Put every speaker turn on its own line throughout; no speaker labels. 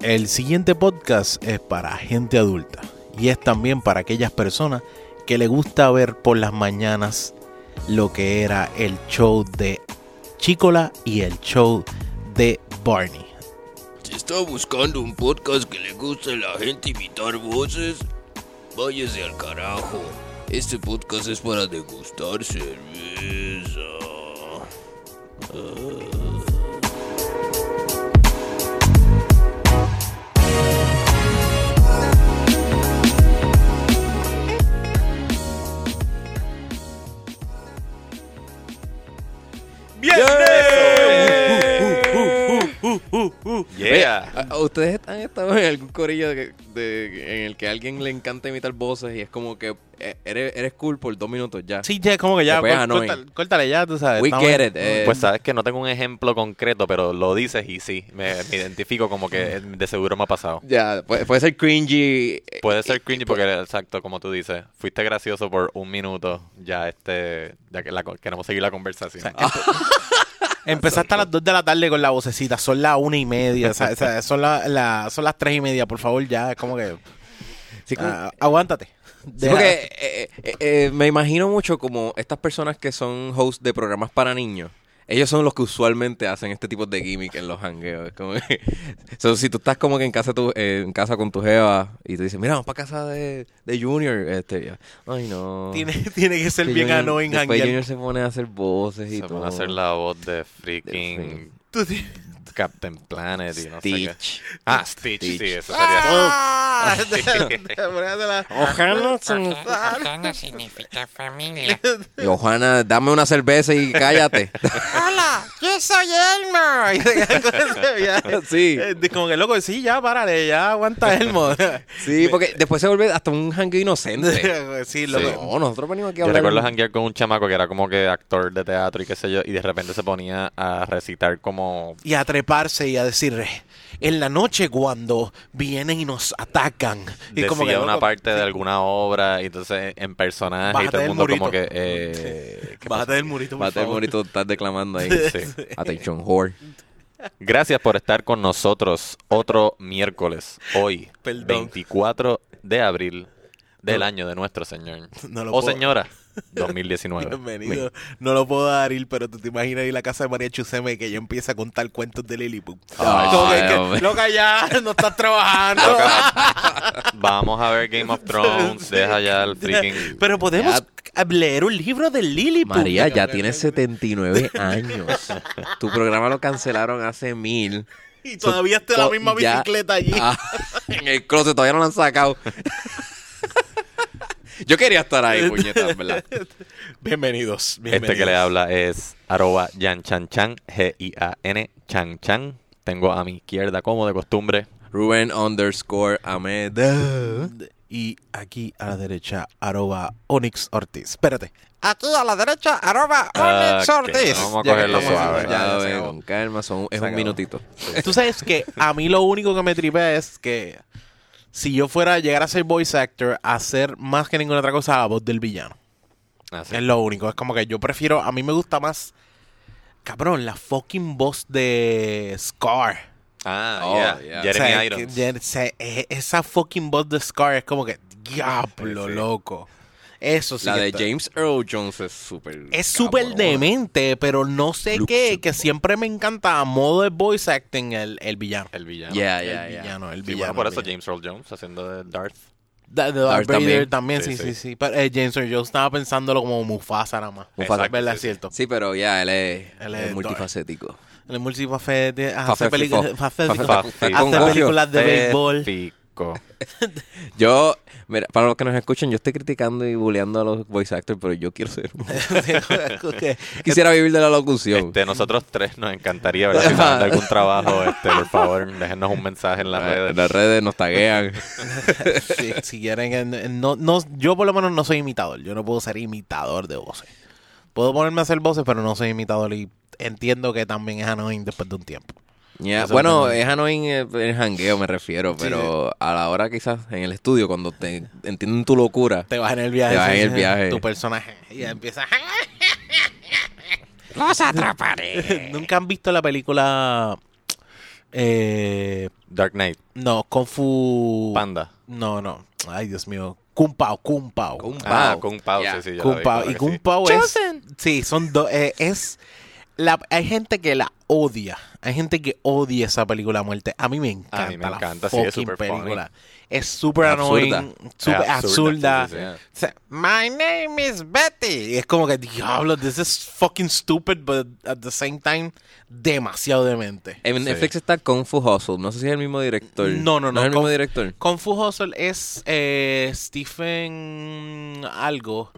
El siguiente podcast es para gente adulta y es también para aquellas personas que le gusta ver por las mañanas lo que era el show de Chicola y el show de Barney.
Si está buscando un podcast que le guste a la gente imitar voces, váyase al carajo. Este podcast es para degustar cerveza.
Yeah.
¿A- a Ah, ¿Ustedes han estado en algún corillo de- de- en el que a alguien le encanta imitar voces y es como que eh, eres, eres cool por dos minutos ya?
Sí, ya, como que ya,
Después
córtale,
annoying.
córtale- córtale ya, tú sabes.
We
estamos-
get it. eh,
Pues sabes que no tengo un ejemplo concreto, pero lo dices y sí, me, me identifico como que de seguro me ha pasado.
ya, puede, puede ser cringy. eh,
Puede ser cringy porque, exacto, como tú dices, fuiste gracioso por un minuto, ya este, ya que la, co- queremos seguir la conversación.
Ah,
Empezaste a las 2 de la tarde con la vocecita, son las 1 y media, o sea, o sea, son, la- la- son las 3 y media, por favor, ya, es como que...
sí, como-
ah, aguántate.
sí,
Deja-
porque eh, eh, eh, me imagino mucho como estas personas que son hosts de programas para niños. Ellos son los que usualmente hacen este tipo de gimmick en los hangueos. Es como que- So, si tú estás como que en casa tu, eh, en casa con tu jeva y te dicen, mira, vamos para casa de, de Junior. Este, ya, Ay, no.
tiene, tiene que ser
Que
bien
Junior-
annoying
Después
janguear.
Junior se pone a hacer voces y
Se
todo.
van a hacer la voz de freaking
Tú sí-
Captain Planet y no sé qué.
Stitch.
Ah, Stitch, sí,
Stitch.
eso sería.
¡Ah! Te- te- te- la-
Ojalá.
Ojalá significa familia.
Y Ohana, dame una cerveza y cállate.
Hola, yo soy Elmo.
Y se quedan con ese viaje.
sí,
Eh, de- Como que loco, sí, ya, párale, ya, aguanta Elmo.
sí, porque después se vuelve hasta un hangueo inocente.
sí, loco.
No, nosotros venimos aquí
Yo
a hablar.
recuerdo janguear con un chamaco que era como que actor de teatro y qué sé yo, y de repente se ponía a recitar como
y a treparse y a decir en la noche cuando vienen y nos atacan y
decía una
loco,
parte de alguna obra y entonces en personaje
Bájate
y todo
del
el mundo como
murito.
que eh, ¿qué
bájate del murito por
Mate,
favor.
bonito, estás declamando ahí.
pasó? Sí.
Atención, whore.
Gracias por estar con nosotros otro miércoles hoy
Perdón.
24 de abril del año de nuestro señor
No lo
o
puedo-
señora 2019
Bienvenido. No lo puedo dar, Ir, pero tú te imaginas ir a la casa de María Chuseme que ella empieza a contar cuentos de Lilliput.
Ay,
Como que-
sí,
que,
hombre.
loca, ya, no estás trabajando.
vamos a ver Game of Thrones deja ya el freaking este
Pero podemos leer un libro de Lilliput.
María ya tiene 79 años. Tu programa lo cancelaron hace mil.
Y todavía está la
Po-
misma
ya-
bicicleta allí.
Ah, en el closet todavía no la han sacado. Yo quería estar ahí, puñetas, ¿verdad?
Bienvenidos,
Este que
bienvenidos.
le habla es arroba Yan Chan Chan, G-I-A-N, Chan Chan. Tengo a mi izquierda, como de costumbre,
Rubén underscore Ahmed.
Y aquí a la derecha, arroba Onyx Ortiz. Espérate.
Aquí a la derecha, arroba
Ah,
Onyx
que
Ortiz.
Vamos a
Ya que
cogerlo
estamos
suave. Ah,
haciendo
Ya,
ya se
ven,
acabó.
con calma, son, es un
acabó.
minutito.
Tú sabes que a mí lo único que me tripea es que si yo fuera a llegar a ser voice actor, hacer más que ninguna otra cosa la voz del villano.
Ah, sí.
Es lo único. Es como que yo prefiero, a mí me gusta más, cabrón, la fucking voz de Scar.
Ah,
Oh,
yeah.
yeah.
O
Jeremy
sea, que-
Irons.
ya- o sea, e- esa fucking voz de Scar es como que, diablo,
Sí, sí.
loco. Eso sí.
La
que
de
está-
James Earl Jones es súper.
Es súper
cabrona.
demente, pero no sé
Luke
qué, que siempre me encanta a modo de voice acting el, el villano.
El villano.
Yeah,
el
yeah, yeah.
villano, el
Sí,
villano.
bueno, por
el
eso
villano.
James Earl Jones haciendo de Darth.
Da- de Darth
Darth
Vader
también.
también, sí, sí,
Sí,
sí. Pero eh, James Earl, yo estaba pensándolo como Mufasa nada más.
Mufasa.
¿Verdad?
Sí, sí.
Cierto.
Sí, pero ya, él es,
Él
él es
es
multifacético.
El Mufasa de- hace
Fafe-
películas
fo-
hace-
fafe-
fafe-
hace
fafe-
películas de béisbol. Oh.
Fico.
Yo, mira, para los que nos escuchen, yo estoy criticando y bulleando a los voice actors, pero yo quiero ser. un-
Ok.
Quisiera vivir de la locución.
Este, nosotros tres nos encantaría, ¿verdad? Si nos dan algún trabajo, este, por favor, déjenos un mensaje en las
en
redes.
Eh, las redes nos taguean.
si, si quieren, eh, no, no, yo por lo menos no soy imitador. Yo no puedo ser imitador de voces. Puedo ponerme a hacer voces, pero no soy imitador y entiendo que también es annoying después de un tiempo.
Yeah,
Eso
Bueno,
también.
es annoying eh, en jangueo, me refiero, pero a la hora quizás en el estudio, cuando te entienden tu locura.
Te vas en el viaje.
Te vas en
sí,
el
sí,
viaje.
Tu personaje. Y ya empiezas.
Los atraparé.
Nunca han visto la película eh,
Dark Knight,
No, Kung Fu.
Panda.
No, no. Ay, Dios mío. Kung Pao, Kung Pao.
Kung
Ah,
Pao.
Kung Pao,
Yeah.
sí, sí. yo la
Kung
vi,
Pao.
claro
Y
que
Kung
sí.
Pao es. Sí, son dos. eh, es. La, hay gente que la odia. Hay gente que odia esa película a muerte. A mí me encanta.
A mí me
la
encanta, sí,
fucking
es super funny.
película. Es súper
Absurda.
annoying. Súper
Es absurda,
absurda.
sí, sí, sí.
O sea, My name is Betty. Y es como que, diablo, this is fucking stupid, but at the same time, demasiado demente.
En Netflix está Kung Fu Hustle. No sé si es el mismo director.
No, no, no.
es el mismo
Kung-
director.
Kung Fu Hustle es eh, Stephen algo.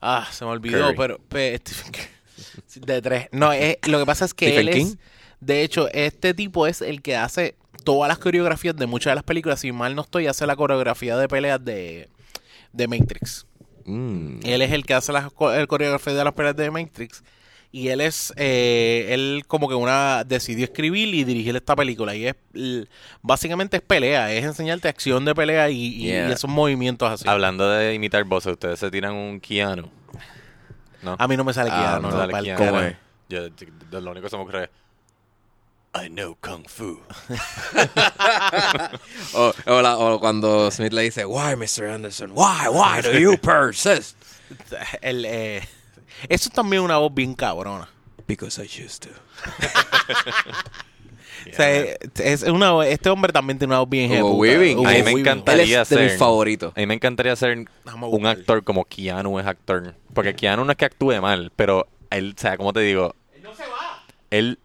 Ah, se me olvidó,
Curry.
pero pe- Stephen Curry. de tres. No, es- lo que pasa es que él
Stephen
es-
King.
de hecho, este tipo es el que hace todas las coreografías de muchas de las películas. Si mal no estoy, hace la coreografía de peleas de, de Matrix.
Mm.
Él es el que hace las co- el coreografía de las peleas de Matrix. Y él es, eh, él como que una decidió escribir y dirigir esta película. Y es, l- básicamente es pelea, es enseñarte acción de pelea y, y-
Yeah.
y esos movimientos así.
Hablando de imitar voces, ustedes se tiran un Keanu. ¿No?
A mí no me sale
Ah,
Keanu,
no
no,
sale
pal-
Keanu.
¿cómo
Keanu.
es?
Yo, yo- yo- lo único que se me ocurre es, I know Kung Fu.
O, o la- o cuando Smith le dice, Why, Mr. Anderson? Why, why do you persist?
El, eh, eso es también una voz bien cabrona.
Because I used to.
O sea, es- es una, voz- este hombre también tiene una voz bien
Hugo
ejecuta.
Weaving.
Hugo
A mí me
Weaving.
encanta.
Él es de
Estaría
mis
ser-
favoritos.
A mí me encantaría ser
Vamos a
un
buscarlo.
actor como Keanu es actor. Porque Keanu no es que actúe mal, pero él, o sea, como te digo, él,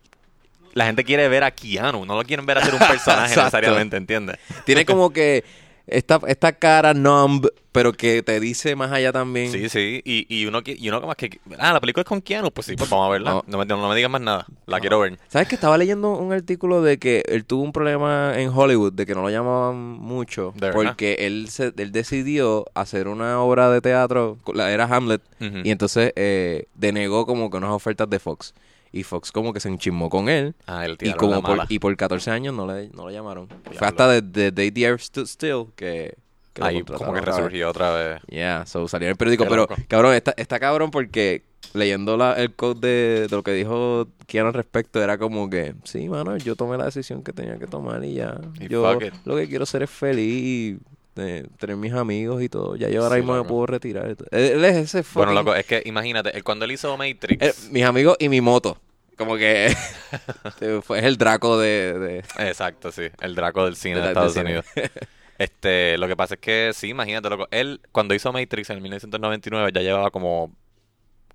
la gente quiere ver a Keanu, no lo quieren ver hacer un personaje
Exacto.
necesariamente, ¿entiendes?
Tiene como que esta, esta cara numb, pero que te dice más allá también.
Sí, sí, y, y uno que- y uno como es que, ah, la película es con Keanu, pues sí, pues vamos a verla.
Vamos.
No me, no me digas más nada, la quiero ver.
¿Sabes que estaba leyendo un artículo de que él tuvo un problema en Hollywood, de que no lo llamaban mucho,
¿De verdad?
porque él se, él decidió hacer una obra de teatro, la era Hamlet,
Ujú.
y entonces eh, denegó como que unas ofertas de Fox. Y Fox como que se enchismó con él.
Ah, él
Y,
tiraron la
como por,
mala.
y por 14 años no, le, no lo llamaron. Fue
Diablo.
hasta de, de They Dare Stood Still que, que lo
Ahí
contrataron
como que
otra vez.
resurgió otra vez.
Yeah, so salió en el periódico.
Qué
pero,
loco.
cabrón, está, está cabrón porque leyendo la- el code de, de lo que dijo Keanu al respecto, era como que, sí, mano, yo tomé la decisión que tenía que tomar y ya.
Y
yo
fuck it.
lo que quiero ser es feliz y eh, tener mis amigos y todo. Ya yo ahora
Sí,
mismo me
loco.
puedo retirar. Él, él es ese
Bueno,
fucking-
loco, es que imagínate, él cuando él hizo Matrix,
Eh, mis amigos y mi moto. Como que eh, fue- es el Draco de... de-
Exacto, sí. El Draco del cine de,
De la- del
Estados
cine.
Unidos. Este, lo que pasa es que, sí, imagínate, loco. Él, cuando hizo Matrix en el 1999, ya llevaba como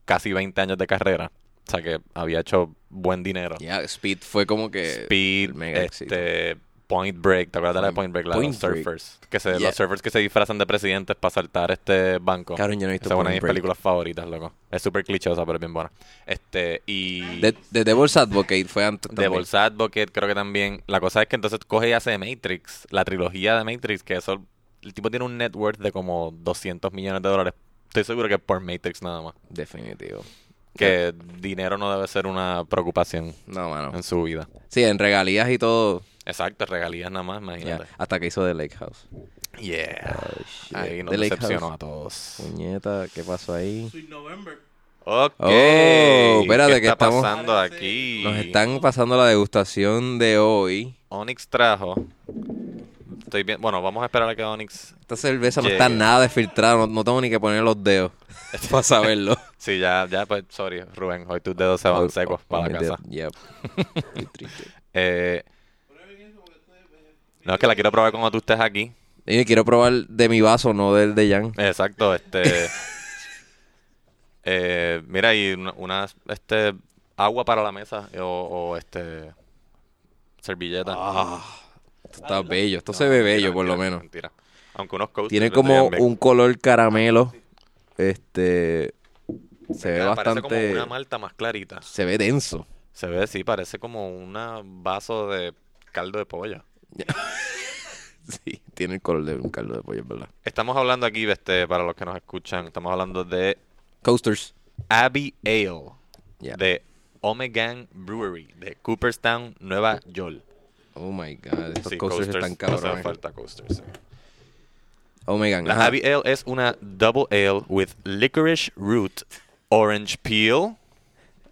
casi 20 años de carrera. O sea que había hecho buen dinero.
Yeah, Speed fue como que...
Speed,
el mega éxito.
este, Point Break. ¿Te acuerdas de la de Point Break? La de los
Point Break.
surfers. Que se,
Yeah.
Los surfers que se disfrazan de presidentes para saltar este banco.
Cabrón, yo no he visto
Esa es una de mis
Point Break.
películas favoritas, loco. Es súper clichosa, pero es bien buena. Este, y...
De, de Devil's Advocate fue antes
De
también.
Bolsa Advocate, creo que también. La cosa es que entonces coge y hace Matrix, la trilogía de Matrix, que eso. El tipo tiene un net worth de como 200 millones de dólares. Estoy seguro que por Matrix nada más.
Definitivo.
Que dinero no debe ser una preocupación
No, mano.
en su vida.
Sí, en regalías y todo.
Exacto, regalías nada más,
ya,
imagínate.
hasta que hizo The Lake House.
Yeah.
shit.
Ahí nos
The Lake
decepcionó
House.
a todos.
Puñeta, ¿qué pasó ahí?
Ok.
Oh, espérate,
¿Qué
que
está
estamos-
pasando aquí?
Nos están pasando la degustación de hoy.
Onyx trajo. Estoy bien. Bueno, vamos a esperar a que Onyx.
Esta cerveza no
Llegue.
está nada desfiltrada, no, no tengo ni que poner los dedos para saberlo.
Sí, ya, ya, pues, sorry, Rubén. Hoy tus dedos se van secos para la casa.
Yep.
Eh, no, es que la quiero probar cuando tú estés aquí.
Y quiero probar de mi vaso, no del de Jan.
Exacto, este. eh, mira, y una, una, este, agua para la mesa eh, o, o, este. Servilleta.
Esto está bello, esto Ah, se ve bello por lo menos.
Mentira. Aunque unos coaches
Tiene
lo tenían
como
bien.
un color caramelo. Este. Se ve
Mira, Parece como
bastante.
una malta más clarita.
Se ve denso.
Se ve, sí, parece como un vaso de caldo de pollo.
Sí, tiene el color de un caldo de pollo, es verdad.
Estamos hablando aquí, este, para los que nos escuchan, estamos hablando de
Coasters.
Abbey Ale
Yeah.
de Omegan Brewery de Cooperstown, Nueva York.
Oh my god, estos
Sí,
coasters, están
no hacen
cabrones.
falta coasters, sí.
Omegan.
La
ajá.
Abbey Ale es una double ale with licorice root, orange peel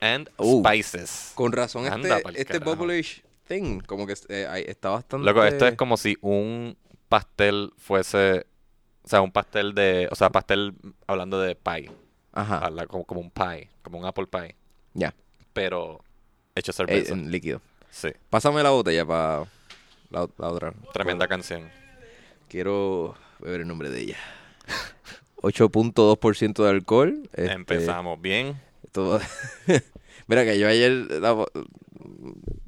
and
Uh.
spices.
Con razón,
Anda
este,
pa'l
este
carajo.
Bubbleish thing. Como que eh, ahí está bastante.
Loco, esto es como si un pastel fuese. O sea, un pastel de. O sea, pastel hablando de pie.
Ajá.
habla Como, como un pie. Como un apple pie.
Ya.
Pero hecho
eh,
cerveza.
en líquido.
sí.
Pásame la botella para la, la otra.
Tremenda canción.
Quiero beber el nombre de ella. 8.2% de alcohol. este,
Empezamos bien.
todo- Mira que yo ayer la-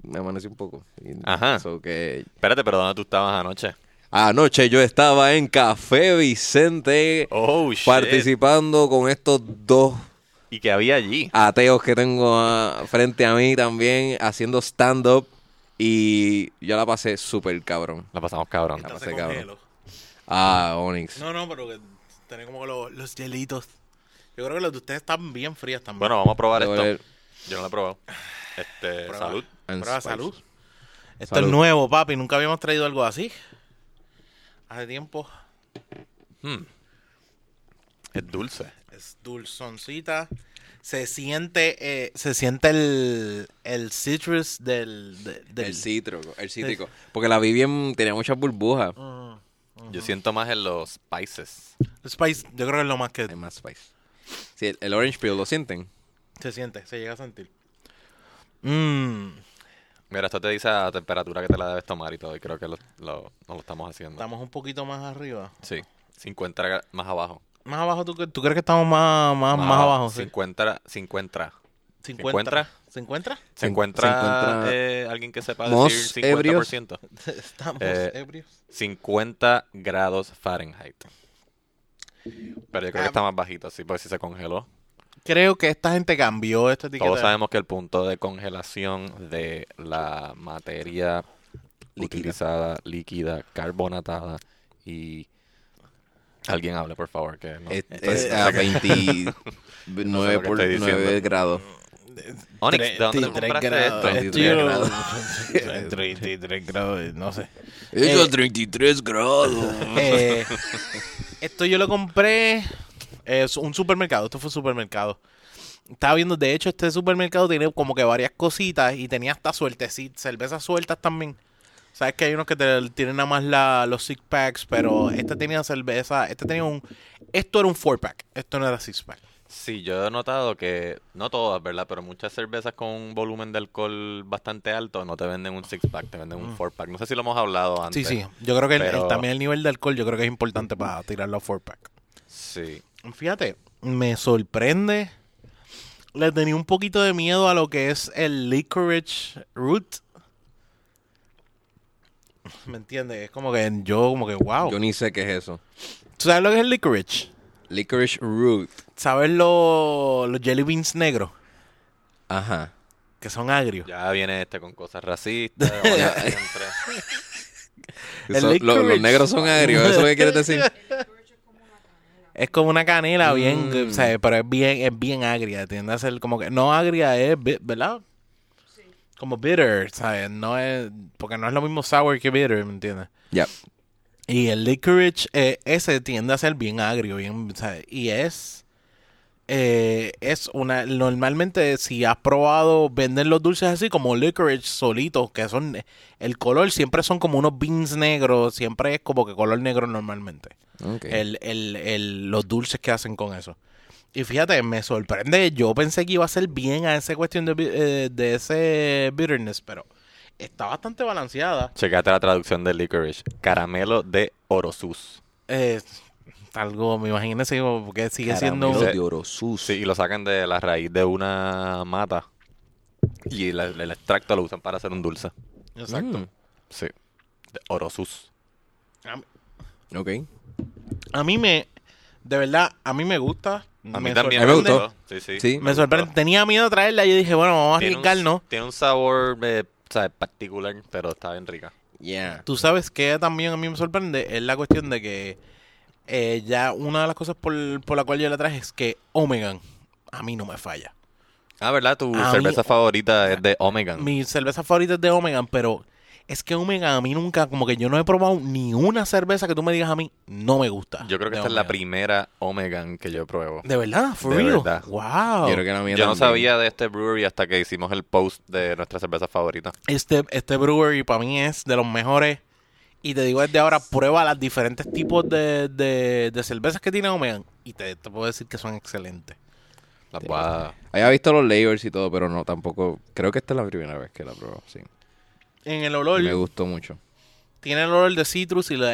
me amanecí un poco. y-
Ajá.
so que-
Espérate, pero ¿dónde tú estabas anoche?
Anoche yo estaba en Café Vicente
Oh, shit.
participando con estos dos
¿Y que había allí?
ateos que tengo ah, frente a mí también haciendo stand-up y yo la pasé súper cabrón.
La pasamos cabrón.
La
Hasta
pasé
se
cabrón.
congeló.
Ah, Onyx.
No, no, pero que tenés como que los, los hielitos. Yo creo que los de ustedes están bien frías también.
Bueno, vamos a probar
Debo leer.
esto. Yo no lo he probado. Este,
Prueba.
salud.
And
Prueba,
spice.
salud. Esto
Salud.
es nuevo, papi. Nunca habíamos traído algo así. Hace tiempo.
Es dulce.
Es dulzoncita. Se siente, eh, se siente el, el citrus del, de- del- Ah.
El cítrico, el cítrico. Porque la vi bien, tenía muchas burbujas.
Yo siento más en los spices.
el spice. Yo creo que es lo más que
Hay más spice. Sí, el, el orange peel, ¿lo sienten?
se siente, se llega a sentir. Mmm,
Mira, esto te dice la temperatura que te la debes tomar y todo. Y creo que lo, lo- no lo estamos haciendo.
estamos un poquito más arriba.
Sí. 50 gra- más abajo.
Más abajo, ¿tú, cre- tú crees que estamos más, más, Ah, más abajo? sí?
50. 50.
¿Cincuenta? ¿Cincuentra?
¿Se
Se
encuentra,
encuentra-
eh, alguien que sepa
Mos
decir 50%?
Estamos
Eh,
ebrios.
50 grados Fahrenheit. Pero yo
Ah,
creo que está más bajito, así, porque si se congeló.
Creo que esta gente cambió esta etiqueta.
Todos sabemos que el punto de congelación de la materia utilizada, líquida, carbonatada y... Alguien hable, por favor, que no...
Es,
estoy-
es
no sé
a
qué-
29 por
estoy diciendo.
9 grados.
Onyx,
Tres-
¿de dónde te
tres
compraste
grados.
esto?
Esto
33
yo-
grados.
33 grados, no sé.
Esos
Eh.
33 grados.
Eh, esto yo lo compré. Es un supermercado. Esto fue un supermercado. Estaba viendo, de hecho, este supermercado tiene como que varias cositas y tenía hasta sueltecitas, cervezas sueltas también. Sabes que hay unos que te- tienen nada más la- los six packs, pero este tenía cerveza, este tenía un, esto era un four pack, esto no era six pack.
Sí, yo he notado que, no todas, ¿verdad? Pero muchas cervezas con un volumen de alcohol bastante alto no te venden un six-pack, te venden un four-pack. No sé si lo hemos hablado
Mm. Sí,
antes.
sí, yo creo que el- el-
Pero-
también el nivel de alcohol yo creo que es importante para tirarlo a four pack.
Sí.
Fíjate, me sorprende. Le tenía un poquito de miedo a lo que es el licorice root. ¿Me entiendes? Es como que yo, como que, wow.
Yo ni sé qué es eso.
¿Tú sabes lo que es el licorice?
Licorice root.
¿Sabes lo- los jelly beans negros?
Ajá.
Que son agrios.
Ya viene este con cosas racistas. odia siempre.
El
Son- lo- los
licorice.
negros son agrios, ¿eso es lo que quieres decir?
Es como una canela
Mm.
bien, o sea, pero es bien, es bien agria. Tiende a ser como que, no agria, es, bi- ¿verdad? Como bitter, ¿sabes? No es, porque no es lo mismo sour que bitter, ¿me entiendes?
Ya.
Y el licorice, eh, ese tiende a ser bien agrio, bien, o sea, y es, eh, es una, normalmente si has probado vender los dulces así como licorice solitos, que son, el color siempre son como unos beans negros, siempre es como que color negro normalmente,
Ok.
el, el, el- los dulces que hacen con eso. Y fíjate, me sorprende, yo pensé que iba a ser bien a esa cuestión de, bi- eh, de ese bitterness, pero está bastante balanceada.
Checate la traducción de licorice. Caramelo de Orosus.
Eh, algo, me imagino, sí, porque sigue
Caramelo
siendo...
de Orosus.
Sí, y lo sacan de la raíz de una mata. Y la- el extracto lo usan para hacer un dulce.
Exacto.
Sí. De Orosus.
A, mí-
Mm, Ok.
a mí me... De verdad, a mí me gusta.
A mí
me
también
sorprende.
gustó.
Sí, sí.
Sí.
Me
gustó.
sorprende. Tenía miedo de traerla y yo dije, bueno, vamos a
Tiene un-
arriesgarnos.
Tiene un sabor eh, sabe, particular, pero está bien rica.
Yeah.
Tú sabes que también a mí me sorprende es la cuestión de que eh, ya una de las cosas por, por la cual yo la traje es que Omegan a mí no me falla.
Ah, ¿verdad? Tu
A mí-
cerveza favorita es de Omega.
Mi cerveza favorita es de Omegan, pero Es que Omega a mí nunca, como que yo no he probado ni una cerveza que tú me digas a mí, no me gusta.
Yo creo que
de
esta es la
Omega.
primera Omegan que yo pruebo.
¿De verdad? ¿For
De
real?
verdad.
¡Wow!
Yo creo que la mía
Yo no
también.
sabía de este brewery hasta que hicimos el post de nuestra cerveza favorita.
Este, este brewery para mí es de los mejores. Y te digo desde ahora, prueba los diferentes tipos de, de, de cervezas que tiene Omega. Y te, te puedo decir que son excelentes.
Las voy a-
Había visto los layers y todo, pero no, tampoco. Creo que esta es la primera vez que la probó, sí.
En el olor,
Me gustó mucho.
tiene el olor de citrus y los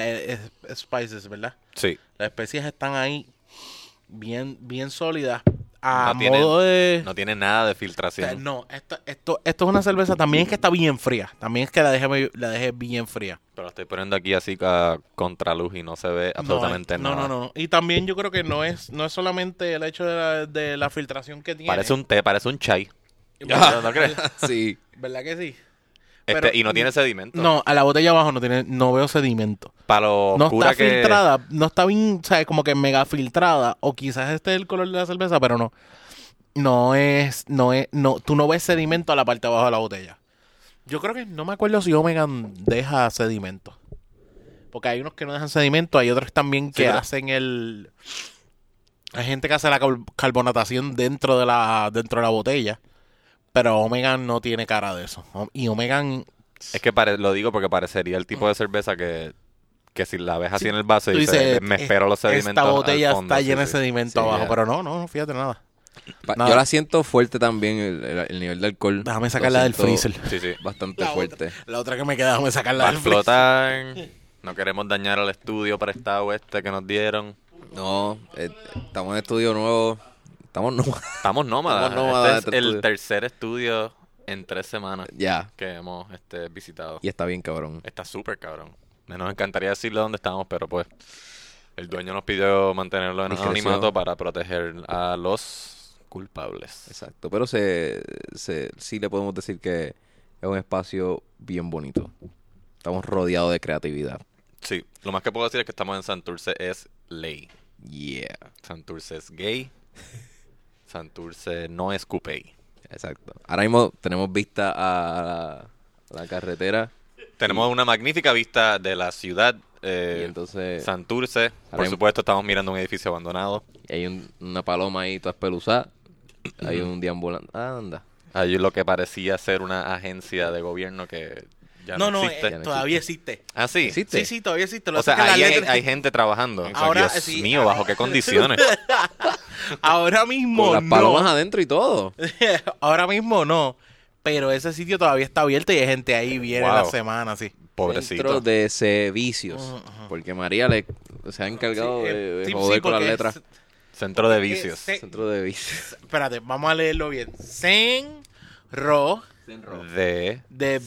spices, ¿verdad?
Sí.
Las especies están ahí bien, bien sólidas. A
No tiene-
modo de...
No tiene nada de
Eh. O sea,
filtración.
no, esto, esto, esto es una cerveza también que está bien fría. También es que la dejé, la dejé bien fría.
Pero la estoy poniendo aquí así a contraluz y no se ve absolutamente
no,
nada.
No, no, no. Y también yo creo que no es, no es solamente el hecho de la, de la filtración que tiene.
Parece un té, parece un chai.
¿Verdad,
¿No crees?
Sí.
¿Verdad que sí?
Este,
Pero-
y no tiene sedimento.
No, a la botella abajo no tiene, no veo sedimento.
Para lo
No
oscura
está
que...
filtrada, no está bien, ¿sabes? Como que mega filtrada. O quizás este es el color de la cerveza, pero no. No es, no es, no, tú no ves sedimento a la parte de abajo de la botella. Yo creo que no me acuerdo si Omega deja sedimento. Porque hay unos que no dejan sedimento, hay otros también que
pero-
hacen el. Hay gente que hace la cal- carbonatación dentro de la, dentro de la botella. Pero Omega no tiene cara de eso. O- Y Omega
Es que pare- lo digo porque parecería el tipo de cerveza que, que si la ves así en el vaso
Mm. Tú
y dices,
dices,
me espero los
"Esta
sedimentos al
botella
fondo",
está
sí,
llena
sí.
de sedimento
Sí,
abajo,
ya.
pero no, no, fíjate nada.
Pa-
Nada.
Yo la siento fuerte también, el, el- el nivel de alcohol.
Déjame
Lo
sacarla del
siento
freezer.
Sí, sí.
Bastante
La
fuerte.
otra, la otra que me queda, déjame sacarla
Va a
del freezer.
explotar. No queremos dañar al estudio prestado este que nos dieron.
No, eh, estamos en estudio nuevo. Estamos nuevos.
Estamos nómadas.
Estamos nómadas
este es
de este
el
estudio.
tercer estudio en tres semanas
ya.
que hemos este, visitado.
Y está bien, cabrón.
Está súper cabrón. Me nos encantaría decirle dónde estamos, pero pues el dueño nos pidió mantenerlo en
Discreción.
anonimato para proteger a los culpables.
Exacto. Pero se, se- sí le podemos decir que es un espacio bien bonito. Estamos rodeados de creatividad.
Sí, lo más que puedo decir es que estamos en Santurce es ley.
Yeah.
Santurce es gay. Santurce no es coupé.
Exacto. Ahora mismo tenemos vista a la, a la carretera.
Tenemos una magnífica vista de la ciudad.
y
eh,
entonces
Santurce, por
haremos-
supuesto, estamos mirando un edificio abandonado.
hay un- una paloma ahí toda espeluzada. Hay un deambulante. Ah, anda.
Hay lo que parecía ser una agencia de gobierno que ya no,
no, no,
existe.
eh, todavía existe.
ah, sí.
Existe.
Sí, sí, todavía existe. Lo
O
que
sea,
pasa es
ahí
que la
hay,
letra-
hay gente trabajando.
Ahora
Dios
sí.
mío, bajo qué condiciones.
ahora mismo
Con las
no.
palomas adentro y todo.
ahora mismo no. Pero ese sitio todavía está abierto y hay gente ahí viene
Wow.
la semana, sí.
Pobrecito.
Centro de servicios. Porque María le, se ha encargado
Sí,
de,
eh,
de
sí,
joder
sí,
con las
porque
letras.
es-
Centro de vicios.
eh,
Centro de vicios.
Espérate, vamos a leerlo bien. Centro
De
de vi-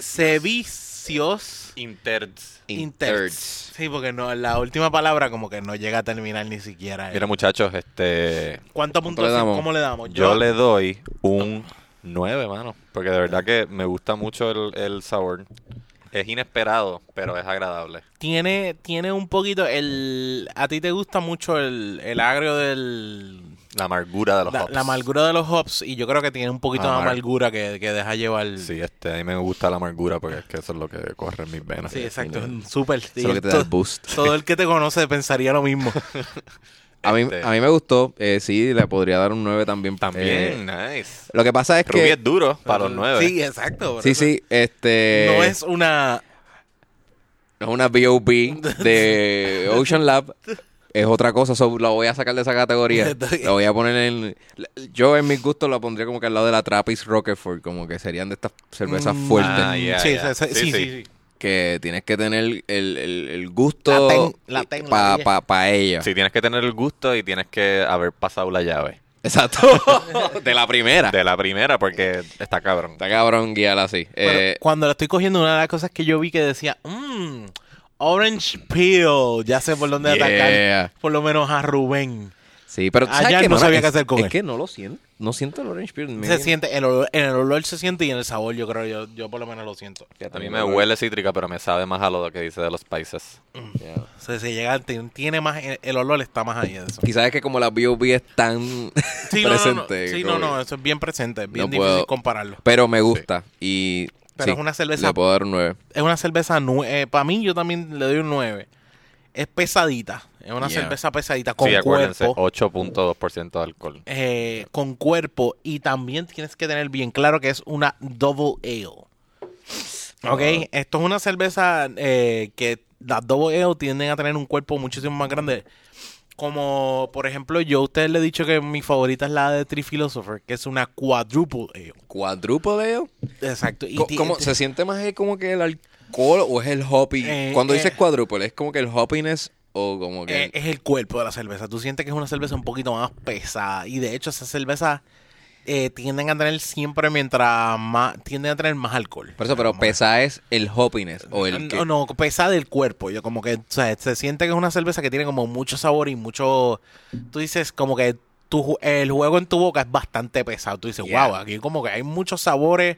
Servicios.
servicios
interds.
interns. Sí, porque no, la última palabra como que no llega a terminar ni siquiera. eh. ahí.
Mira, muchachos, este.
¿Cuántos puntos?
le damos?
¿Cómo le damos?
Yo le doy un 9, mano. Porque de verdad que me gusta mucho el, el sabor. Es inesperado, pero es agradable.
tiene, tiene un poquito el. A ti te gusta mucho el, el agrio del.
La amargura de los
La,
hops.
la amargura de los hops. Y yo creo que tiene un poquito de
Amar-
amargura que, que deja llevar.
Sí, este, a mí me gusta la amargura porque es que eso es lo que corre en mis venas.
Sí, exacto. es Súper.
Eso es lo que te da el
todo,
boost.
todo el que te conoce pensaría lo mismo.
A mí,
Este.
a mí me gustó. eh, sí, le podría dar un 9 también.
También,
Eh,
nice.
lo que pasa es
Rubí
que.
es duro para los nueve. eh,
Sí, exacto. por
Sí,
eso.
sí. Este,
No es una.
no es una B.O.B. de Ocean Lab. Es otra cosa. so, la voy a sacar de esa categoría. La voy a poner en. Yo, en mis gustos, la pondría como que al lado de la Trappist Rockefort. Como que serían de estas cervezas
Mm,
fuertes.
Ah, ya,
sí,
ya.
sí, sí,
Sí,
sí,
sí.
sí, sí.
que tienes que tener el, el- el
La
gusto
ten- la ten, la
para
bella.
ella.
Sí, tienes que tener el gusto y tienes que haber pasado la llave.
Exacto. de la primera.
De la primera, porque está cabrón.
Está cabrón guiarla así.
Pero
Eh,
cuando la estoy cogiendo, una de las cosas que yo vi que decía, mmm, Orange Peel, ya sé por dónde
Yeah.
atacar, por lo menos a Rubén.
sí, pero tú sabes
Ayer
que
Ah, no sabía
es-
qué hacer con
es
él.
que no lo siento. No siento el orange peel. me
Se
viene-
siente, el olor, en el olor se siente y en el sabor yo creo, yo, yo por lo menos lo siento.
A mí me huele cítrica, pero me sabe más a lo que dice de los países.
Yeah.
O sea, si llega, tiene, tiene más, el, el olor está más ahí de eso.
Quizás es que como la B.O.B. es tan
Sí, no, no, no,
presente.
sí, no,
como
no,
que-
eso es bien presente, es bien
No
difícil
puedo.
compararlo.
Pero me gusta. Y
Pero
Sí,
es una cerveza
Le puedo dar un 9.
es una cerveza eh, para mí yo también le doy un 9. Es pesadita, es una
Yeah.
cerveza pesadita con
sí, acuérdense,
cuerpo.
8.2% de alcohol.
eh, con cuerpo y también tienes que tener bien claro que es una double ale. Ok, esto es una cerveza eh, que las double ale tienden a tener un cuerpo muchísimo más grande. Como, por ejemplo, yo a ustedes les he dicho que mi favorita es la de Tree Philosopher, que es una quadruple ale.
¿Cuadruple ale?
Exacto. Y
Co-
ti-
¿Cómo,
ti-
¿Se siente más eh, como que el alcohol o es el hoppy?
Eh,
Cuando
eh.
dices cuadruple, ¿es como que el hoppiness o como que...?
Eh, es el cuerpo de la cerveza. Tú sientes que es una cerveza un poquito más pesada. Y de hecho, esas cervezas eh, tienden a tener siempre mientras más. tienden a tener más alcohol.
por eso, pero pesa es el hoppiness o el que...
No, oh, no, pesada del cuerpo. Yo como que. o sea, se siente que es una cerveza que tiene como mucho sabor y mucho. Tú dices como que. tu ju- el juego en tu boca es bastante pesado. Tú dices,
Yeah.
wow, aquí como que hay muchos sabores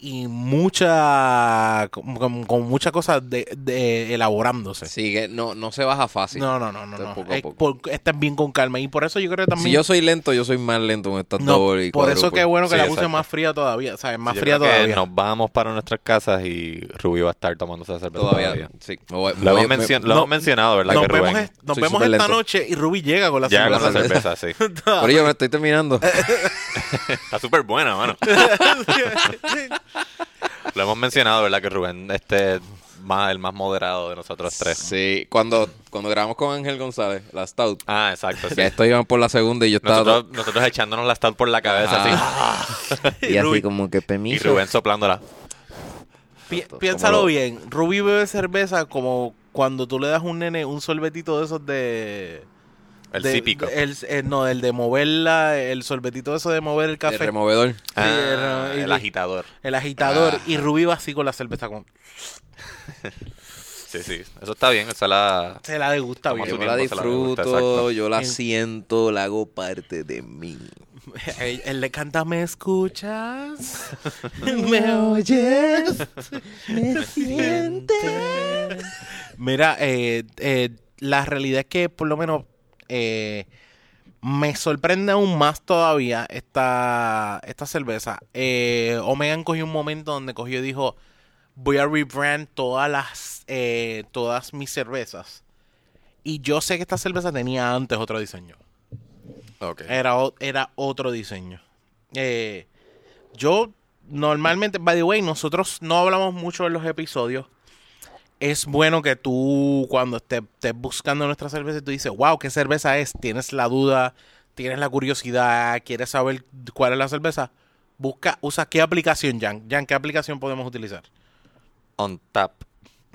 y mucha. con, con- con muchas cosas de, de- elaborándose.
Sí, que no, no se baja fácil.
No, no, no, no.
Entonces,
no.
poco a
Es
poco.
por- estás bien con calma. Y por eso yo creo que también.
Si yo soy lento, yo soy más lento con estas
No,
doble y
por eso
cuádruple.
que es bueno que
Sí,
la
exacto.
puse más fría todavía. ¿Sabes? Más
Yo
fría
creo que
todavía.
Nos vamos para nuestras casas y Rubio va a estar tomándose esa cerveza todavía.
Todavía, sí. Me voy- me
Lo, hemos
voy- me-
mencio- lo hemos mencionado, ¿verdad?
nos
que Rubén
vemos, est- nos
soy
vemos esta
súper lento.
noche y Ruby llega con la
ya con
cerveza.
la cerveza, sí.
Pero yo me estoy
Eh,
terminando.
Está súper buena, mano. Lo hemos mencionado, ¿verdad? Que Rubén este es más, el más moderado de nosotros tres.
sí, cuando, cuando grabamos con Ángel González, la Stout,
Ah, exacto. sí.
ya esto iban por la segunda y yo estaba...
Nosotros, nosotros echándonos la stout por la cabeza,
Y Rubí-
como que
sí. Y
permiso.
Rubén soplándola.
Pi-
como
piénsalo
lo-
bien. Ruby bebe cerveza como cuando tú le das a un nene un sorbetito de esos de.
El
de-
cípico.
de- el- eh, no, el de moverla, el sorbetito eso de mover el
El
café.
removedor.
Ah,
el-
el agitador.
el agitador.
Ah.
Y Ruby va así con la cerveza. Con,
Sí, sí. Eso está bien. Esa la...
se la degusta
Toma
bien.
Yo
su
la
tiempo, se la gusta,
disfruto,
exacto.
yo la
En-
siento, la hago parte de mí.
Él, él le canta, ¿me escuchas? ¿Me oyes? ¿Me sientes? Mira, eh, eh, la realidad es que por lo menos eh, me sorprende aún más todavía esta, esta cerveza. Eh, Omegan cogió un momento donde cogió y dijo, voy a rebrand todas, las, eh, todas mis cervezas. Y yo sé que esta cerveza tenía antes otro diseño.
Ok.
Era, o- era otro diseño. Eh, yo normalmente, by the way, nosotros no hablamos mucho en los episodios. Es bueno que tú, cuando estés, estés buscando nuestra cerveza, tú dices, wow, ¿qué cerveza es? Tienes la duda, tienes la curiosidad, quieres saber cuál es la cerveza. Busca, usa qué aplicación, Jan. Jan, ¿qué aplicación podemos utilizar?
On tap.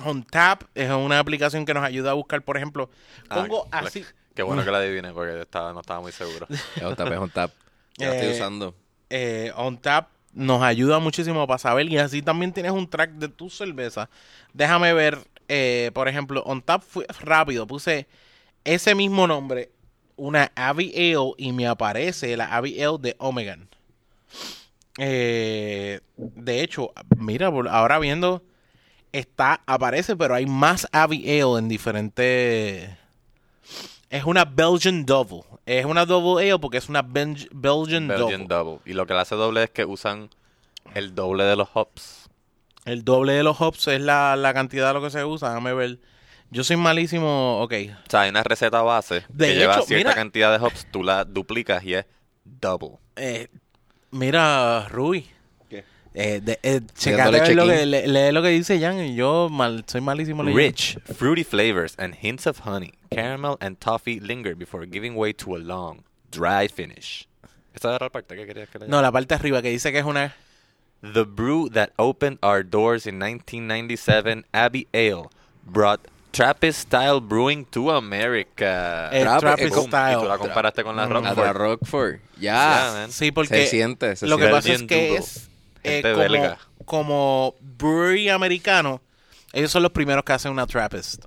OnTap es una aplicación que nos ayuda a buscar, por ejemplo,
Ah,
pongo
la-
así.
Qué bueno que la adiviné porque yo estaba, no estaba muy seguro.
Es un tap, es un tap. Yo
Eh,
la estoy usando.
eh, OnTap nos ayuda muchísimo para saber y así también tienes un track de tu cerveza. Déjame ver, eh, por ejemplo, OnTap fue rápido, puse ese mismo nombre, una Abbey Ale y me aparece la Abbey Ale de Omegan. Eh, de hecho, mira, por- ahora viendo, está, aparece, pero hay más Abbey Ale en diferentes... Es una Belgian Double. Es una Double Ale porque es una Benj- Belgian,
Belgian
Double.
double. Y lo que la hace doble es que usan el doble de los hops.
El doble de los hops es la, la cantidad de lo que se usa. Déjame ver. Yo soy malísimo. Ok.
O sea, hay una receta base
De
que lleva
hecho,
cierta
mira.
cantidad de hops, tú la duplicas y es double.
Eh, mira, Ruby.
¿Qué?
Eh, de- eh,
dándole
checate a ver lo
check-in.
que, le- lee lo que dice Jan. y Yo mal, soy malísimo leyendo.
Rich, fruity flavors and hints of honey, caramel and toffee linger before giving way to a long, dry finish. Esa era la parte que querías que leyera.
No, la parte arriba que dice que es una. eh,
The brew that opened our doors in 1997, Abbey Ale, brought Trappist style brewing to America.
Eh,
Trap,
Trappist
eh,
Boom, Y tú
boom,
la
Style. Mm,
comparaste con la pues.
La de
Rockford.
Rockford.
Yeah,
Ya.
man.
Sí, porque.
Se siente, se
lo que
siente.
pasa es
Belgian
que
Double.
es. eh,
Gente belga.
como, como brewery americano, ellos son los primeros que hacen una Trappist.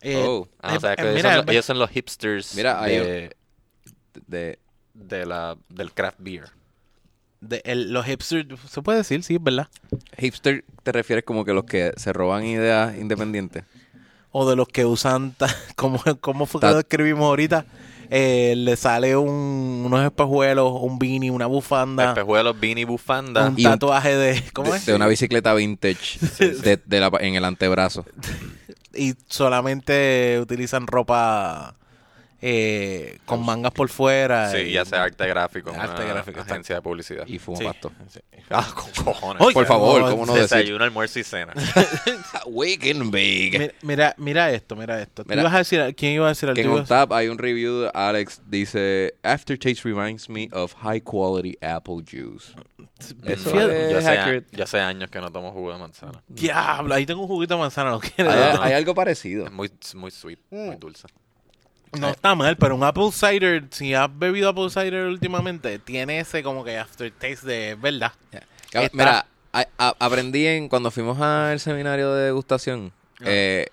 Eh,
Oh,
Ah, o sea,
eh,
que
eh,
ellos,
mira,
son los, ellos son los hipsters
Mira, hay
de,
de,
de la, del craft beer.
de- el- los hipsters, se puede decir, sí, es verdad.
hipster te refieres como que los que se roban ideas independientes.
O de los que usan, ta- como, como fue que
Ta-
lo escribimos ahorita, eh, le sale un- unos espejuelos, un beanie, una bufanda,
Espejuelos, beanie, bufanda.
un
Y un-
tatuaje de... ¿Cómo
De,
es?
de una bicicleta vintage de- de la- en el antebrazo.
Y solamente utilizan ropa eh, con mangas por fuera.
Sí,
y-
y hace arte gráfico. en
Arte
una
gráfico, está-
Agencia de publicidad.
Y fumo
Sí.
pasto.
Ah, con cojones.
Oiga,
Por favor,
no,
¿cómo no decir?
Desayuno, almuerzo y cena.
Wake and bake.
mi- Mira, mira esto, mira esto. ¿Tú
Mira.
ibas a decir, al- ¿Quién iba a decir al
Que en un tab hay un review de Alex dice Aftertaste reminds me of high quality apple juice. Eso
Mm,
es
yo, hace,
accurate.
yo hace años que no tomo jugo de manzana.
Diablo, ahí tengo un juguito de manzana, ¿lo quieres?
Hay,
no.
hay algo parecido.
Es muy, muy sweet,
Mm.
muy dulce. Eh,
No está mal, pero un apple cider, si has bebido apple cider últimamente, tiene ese como que aftertaste de verdad.
Cab-
Está-
Mira, a- a- aprendí en cuando fuimos al seminario de degustación, eh,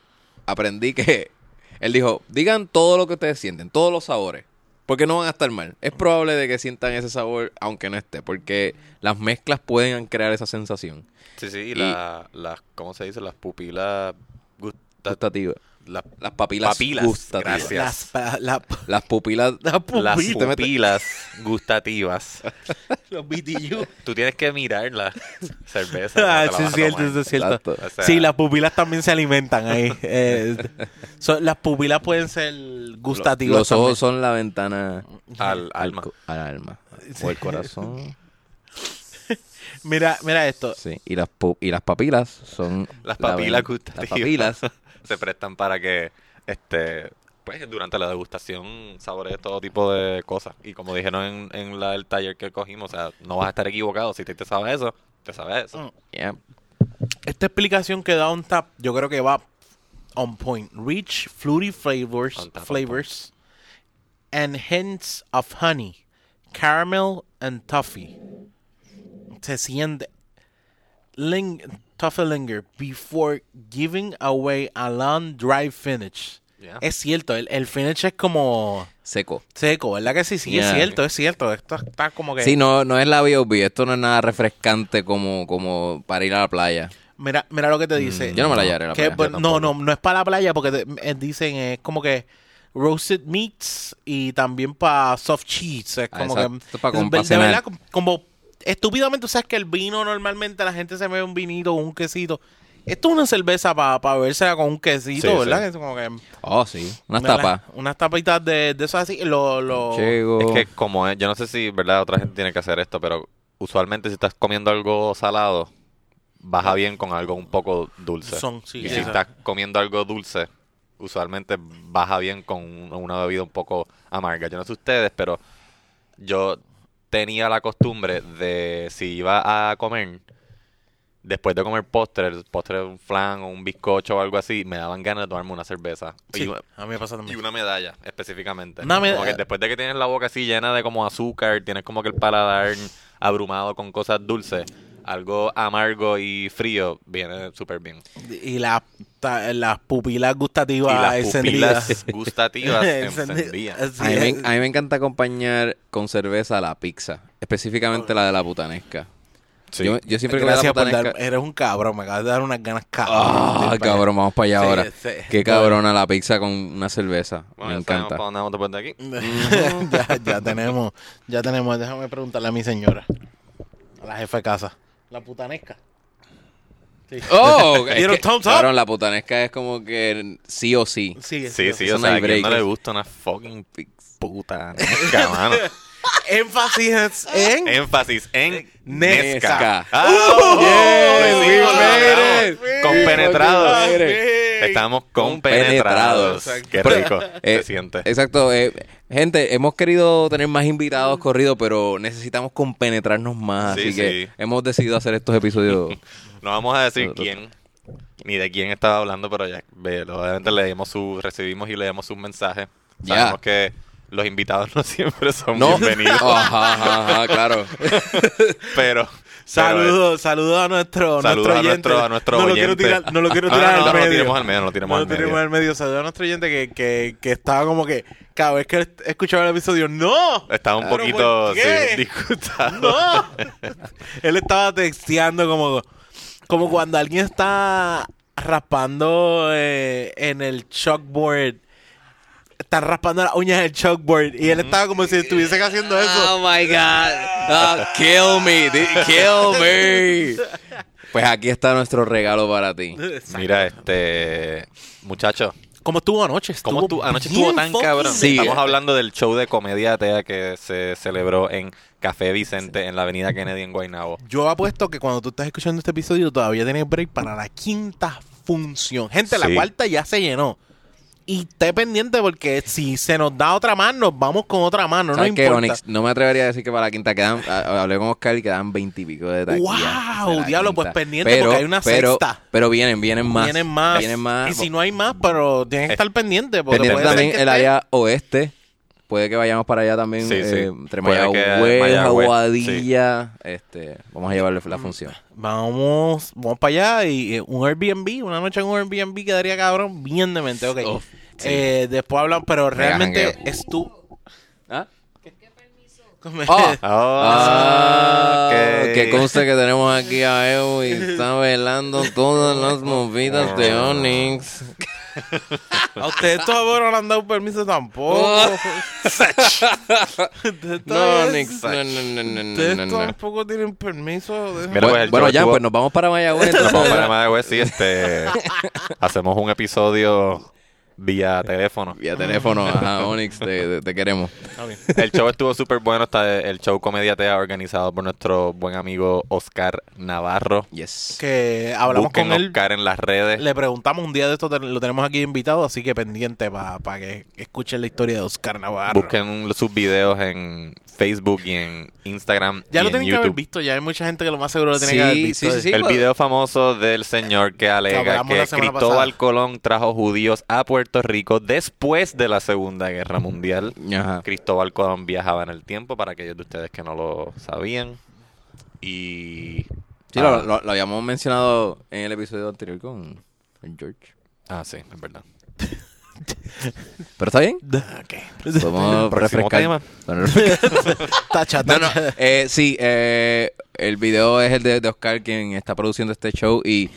aprendí que él dijo, digan todo lo que ustedes sienten, todos los sabores, porque no van a estar mal. Es probable de que sientan ese sabor aunque no esté, porque las mezclas pueden crear esa sensación
Sí, sí, y la- las, ¿cómo se dice? Las pupilas gusta-
gustativa.
las-
Las papilas,
Papilas,
gustativas.
gracias.
Las, pa- la-
Las pupilas
la
las
pupita, me-
pupilas gustativas.
los BTU.
Tú tienes que mirar la cerveza.
Ah,
no te la
sí,
vas
es
a
cierto,
tomar.
eso es cierto.
Exacto.
O sea-
sí, las pupilas también se alimentan ahí. Eh, son- las pupilas pueden ser gustativas.
Los ojos son la ventana
Al
al,
alma.
co- al alma. O el corazón.
también. Mira, mira esto.
Sí. Y las, pu- y las papilas son...
Las
la
papilas
ven-
gustativas.
Las papilas.
se prestan para que, este, pues durante la degustación sabores todo tipo de cosas. Y como dijeron en, en la, el taller que cogimos, o sea, no vas a estar equivocado. Si te, te sabes eso, te sabes eso.
Yeah.
Esta explicación que da on tap, yo creo que va on point. Rich, fruity flavors,
On tap, on
flavors, and hints of honey, caramel and toffee. Se siente ling toffee linger before giving away a long dry finish.
Yeah.
Es cierto, el, el finish es como
Seco.
seco, ¿verdad que sí? Sí, es
Yeah.
cierto, es cierto. Esto está como que...
Sí, no, no es la B.O.B. Esto no es nada refrescante como, como para ir a la playa.
Mira, mira lo que te dice.
Mm, yo no me la hallaré la
Que,
playa.
pues,
Yo
no, no, no es para la playa porque te- eh, dicen es como que roasted meats y también para soft cheese. Es
Ah,
como
exacto.
que.
Esto es para com-
de-
para
de
cenar.
verdad, com- como estúpidamente, tú sabes que el vino normalmente la gente se bebe un vinito o un quesito. Esto es una cerveza para pa bebérsela con un quesito,
Sí,
¿verdad?
sí.
Es como que.
Oh, sí. Unas
una-
tapas.
Unas tapitas de, de eso así. Lo, lo,
Chego.
Es que como es, yo no sé si, ¿verdad? Otra gente tiene que hacer esto, pero usualmente si estás comiendo algo salado, baja bien con algo un poco dulce.
Son, sí,
y
sí.
si estás comiendo algo dulce, usualmente baja bien con un- una bebida un poco amarga. Yo no sé ustedes, pero yo tenía la costumbre de si iba a comer, después de comer postre, el postre de un flan o un bizcocho o algo así, me daban ganas de tomarme una cerveza.
Sí,
Y-
a mí me pasa
y
también.
una medalla, específicamente.
Una meda-
Como que después de que tienes la boca así llena de como azúcar, tienes como que el paladar abrumado con cosas dulces, algo amargo y frío viene súper bien.
Y la- ta- las pupilas gustativas
y las
encendidas.
pupilas gustativas
Encendida.
encendidas.
Así
A mí, me,
es.
a mí me encanta acompañar con cerveza la pizza. Específicamente la de la putanesca. Yo, yo siempre que voy a la
Gracias por
putanesca...
dar. Eres un cabrón, me acabas de dar unas ganas cabronas.
Ah,
Estoy-
cabrón, vamos para allá
Sí,
ahora.
sí.
Qué cabrona la pizza con una cerveza.
Bueno,
me
ya sabemos
encanta.
para dónde vamos después de aquí.
ya, ya tenemos, ya tenemos. Déjame preguntarle a mi señora, a la jefa de casa, la putanesca.
Oh,
Dieron
es que-
thumbs up.
cabrón, la putanesca es como que sí o sí.
Sí,
Sí, sí,
Eso
o
no hay
sea, que
break.
no le gusta una fucking puta nesca, mano.
Énfasis en.
Énfasis en
Nesca.
nesca. ¡Ah!
¡Oh!
Yeah,
Lo
we
hicimos,
made
lo
it.
logramos.
We
Compenetrados.
fucking made
Eh,
it.
Estamos compenetrados.
Exacto.
Qué rico
Eh,
se siente.
Exacto. eh, gente, hemos querido tener más invitados corridos, pero necesitamos compenetrarnos más.
Sí,
así que
sí.
hemos decidido hacer estos episodios.
No vamos a decir quién ni de quién estaba hablando, pero ya ve, obviamente leímos su, recibimos y leímos sus mensajes.
Ya.
Sabemos que los invitados no siempre son
no.
bienvenidos,
Ajá, ajá, ajá, claro.
pero pero, eh,
Saludos, saludos a nuestro,
saludos
nuestro
a
oyente.
nuestro, a nuestro
no lo
oyente.
quiero tirar, no lo quiero
No,
tirar
Ah, no, no,
al
no lo
medio.
tiremos al medio, no lo tiremos al medio.
al medio. Saludos a nuestro oyente que, que, que estaba como que cada vez que escuchaba el episodio, ¡no!
Estaba un
Pero,
poquito
¿por qué?
sí, disgustado.
¡No! Él estaba texteando como, como cuando alguien está raspando eh, en el chalkboard. están raspando las uñas en el chalkboard y él estaba como si estuviesen haciendo
Ah,
eso.
Oh my God. Ah, kill me. di- Kill me. Pues aquí está nuestro regalo para ti.
Mira, este. Muchacho,
¿Cómo estuvo anoche?
¿cómo tú? Anoche estuvo
bien
tan
fucking
cabrón.
Sí.
Estamos hablando del show de comedia atea que se celebró en Café Vicente, en la avenida Kennedy en Guaynabo.
Yo apuesto que cuando tú estás escuchando este episodio todavía tienes break para la quinta función. Gente, la
Sí.
cuarta ya se llenó. Y esté pendiente porque si se nos da otra más, nos vamos con otra mano. No
¿Sabes qué,
importa.
Onyx? No me atrevería a decir que para la quinta quedan. a- Hablé con Oscar y quedan veintipico de taquilla.
¡Wow!
de la
Diablo,
quinta.
pues pendiente porque hay una
pero,
sexta.
Pero vienen, vienen más.
Vienen más.
Vienen más.
Y si no hay más, pero tienes que estar pendiente. Porque
Pendiente
puede ser
también
que
el
esté-
área oeste. Puede que vayamos para allá también.
Sí, sí.
eh, entre
Puede que
Mayagüez,
Mayagüez,
Aguadilla. Este, vamos a llevarle
Mm.
la función.
Vamos, vamos para allá y eh, un Airbnb, una noche en un Airbnb quedaría cabrón bien demente. Ok.
Uf, sí.
Eh, después hablan, pero realmente
jangueo.
es tú.
¿Ah? Oh.
Ah.
Ah, ok.
Que conste que tenemos aquí a Evo y está velando todas las movidas de
Ah.
Onyx.
A ustedes todavía no le han dado permiso tampoco. Ustedes
Oh, No,
todavía-
Onyx. No, no, no, no,
Ustedes
no, no, no.
tampoco tienen permiso. de-
Mira, pues, el
Bueno,
show
ya,
estuvo-
pues nos vamos para Mayagüez.
Nos
entonces.
vamos para Mayagüez, sí, este. hacemos un episodio vía teléfono.
Vía teléfono, ajá, Onyx, te, te- te queremos.
El show estuvo súper bueno. Está el show Comedia Tea organizado por nuestro buen amigo Oscar Navarro.
Yes.
Que hablamos
Busquen
con él.
Oscar en las redes.
Le preguntamos un día de esto, te- lo tenemos aquí invitado, así que pendiente para que escuchen la historia de Oscar Navarro.
Busquen sus videos en Facebook y en Instagram.
Ya
y
lo
en
tienen que haber
YouTube.
visto, ya hay mucha gente que lo más seguro lo tiene
Sí,
que haber visto.
sí, sí, sí.
El video famoso del señor que alega
hablamos
que
la semana
Cristóbal
pasada.
Colón trajo judíos a Puerto Rico después de la Segunda Guerra Mundial.
Ajá.
Cristóbal Colón viajaba en el tiempo, para aquellos de ustedes que no lo sabían. Y...
Sí,
ah,
lo, lo- lo habíamos mencionado en el episodio anterior con, con George.
ah, sí, es verdad.
Pero está bien. Podemos
Próximo
refrescar.
tema.
Bueno, refrescar.
Tacha,
No, no.
tacha.
eh, sí, eh, el video es el de, de Oscar, quien está produciendo este show. Y,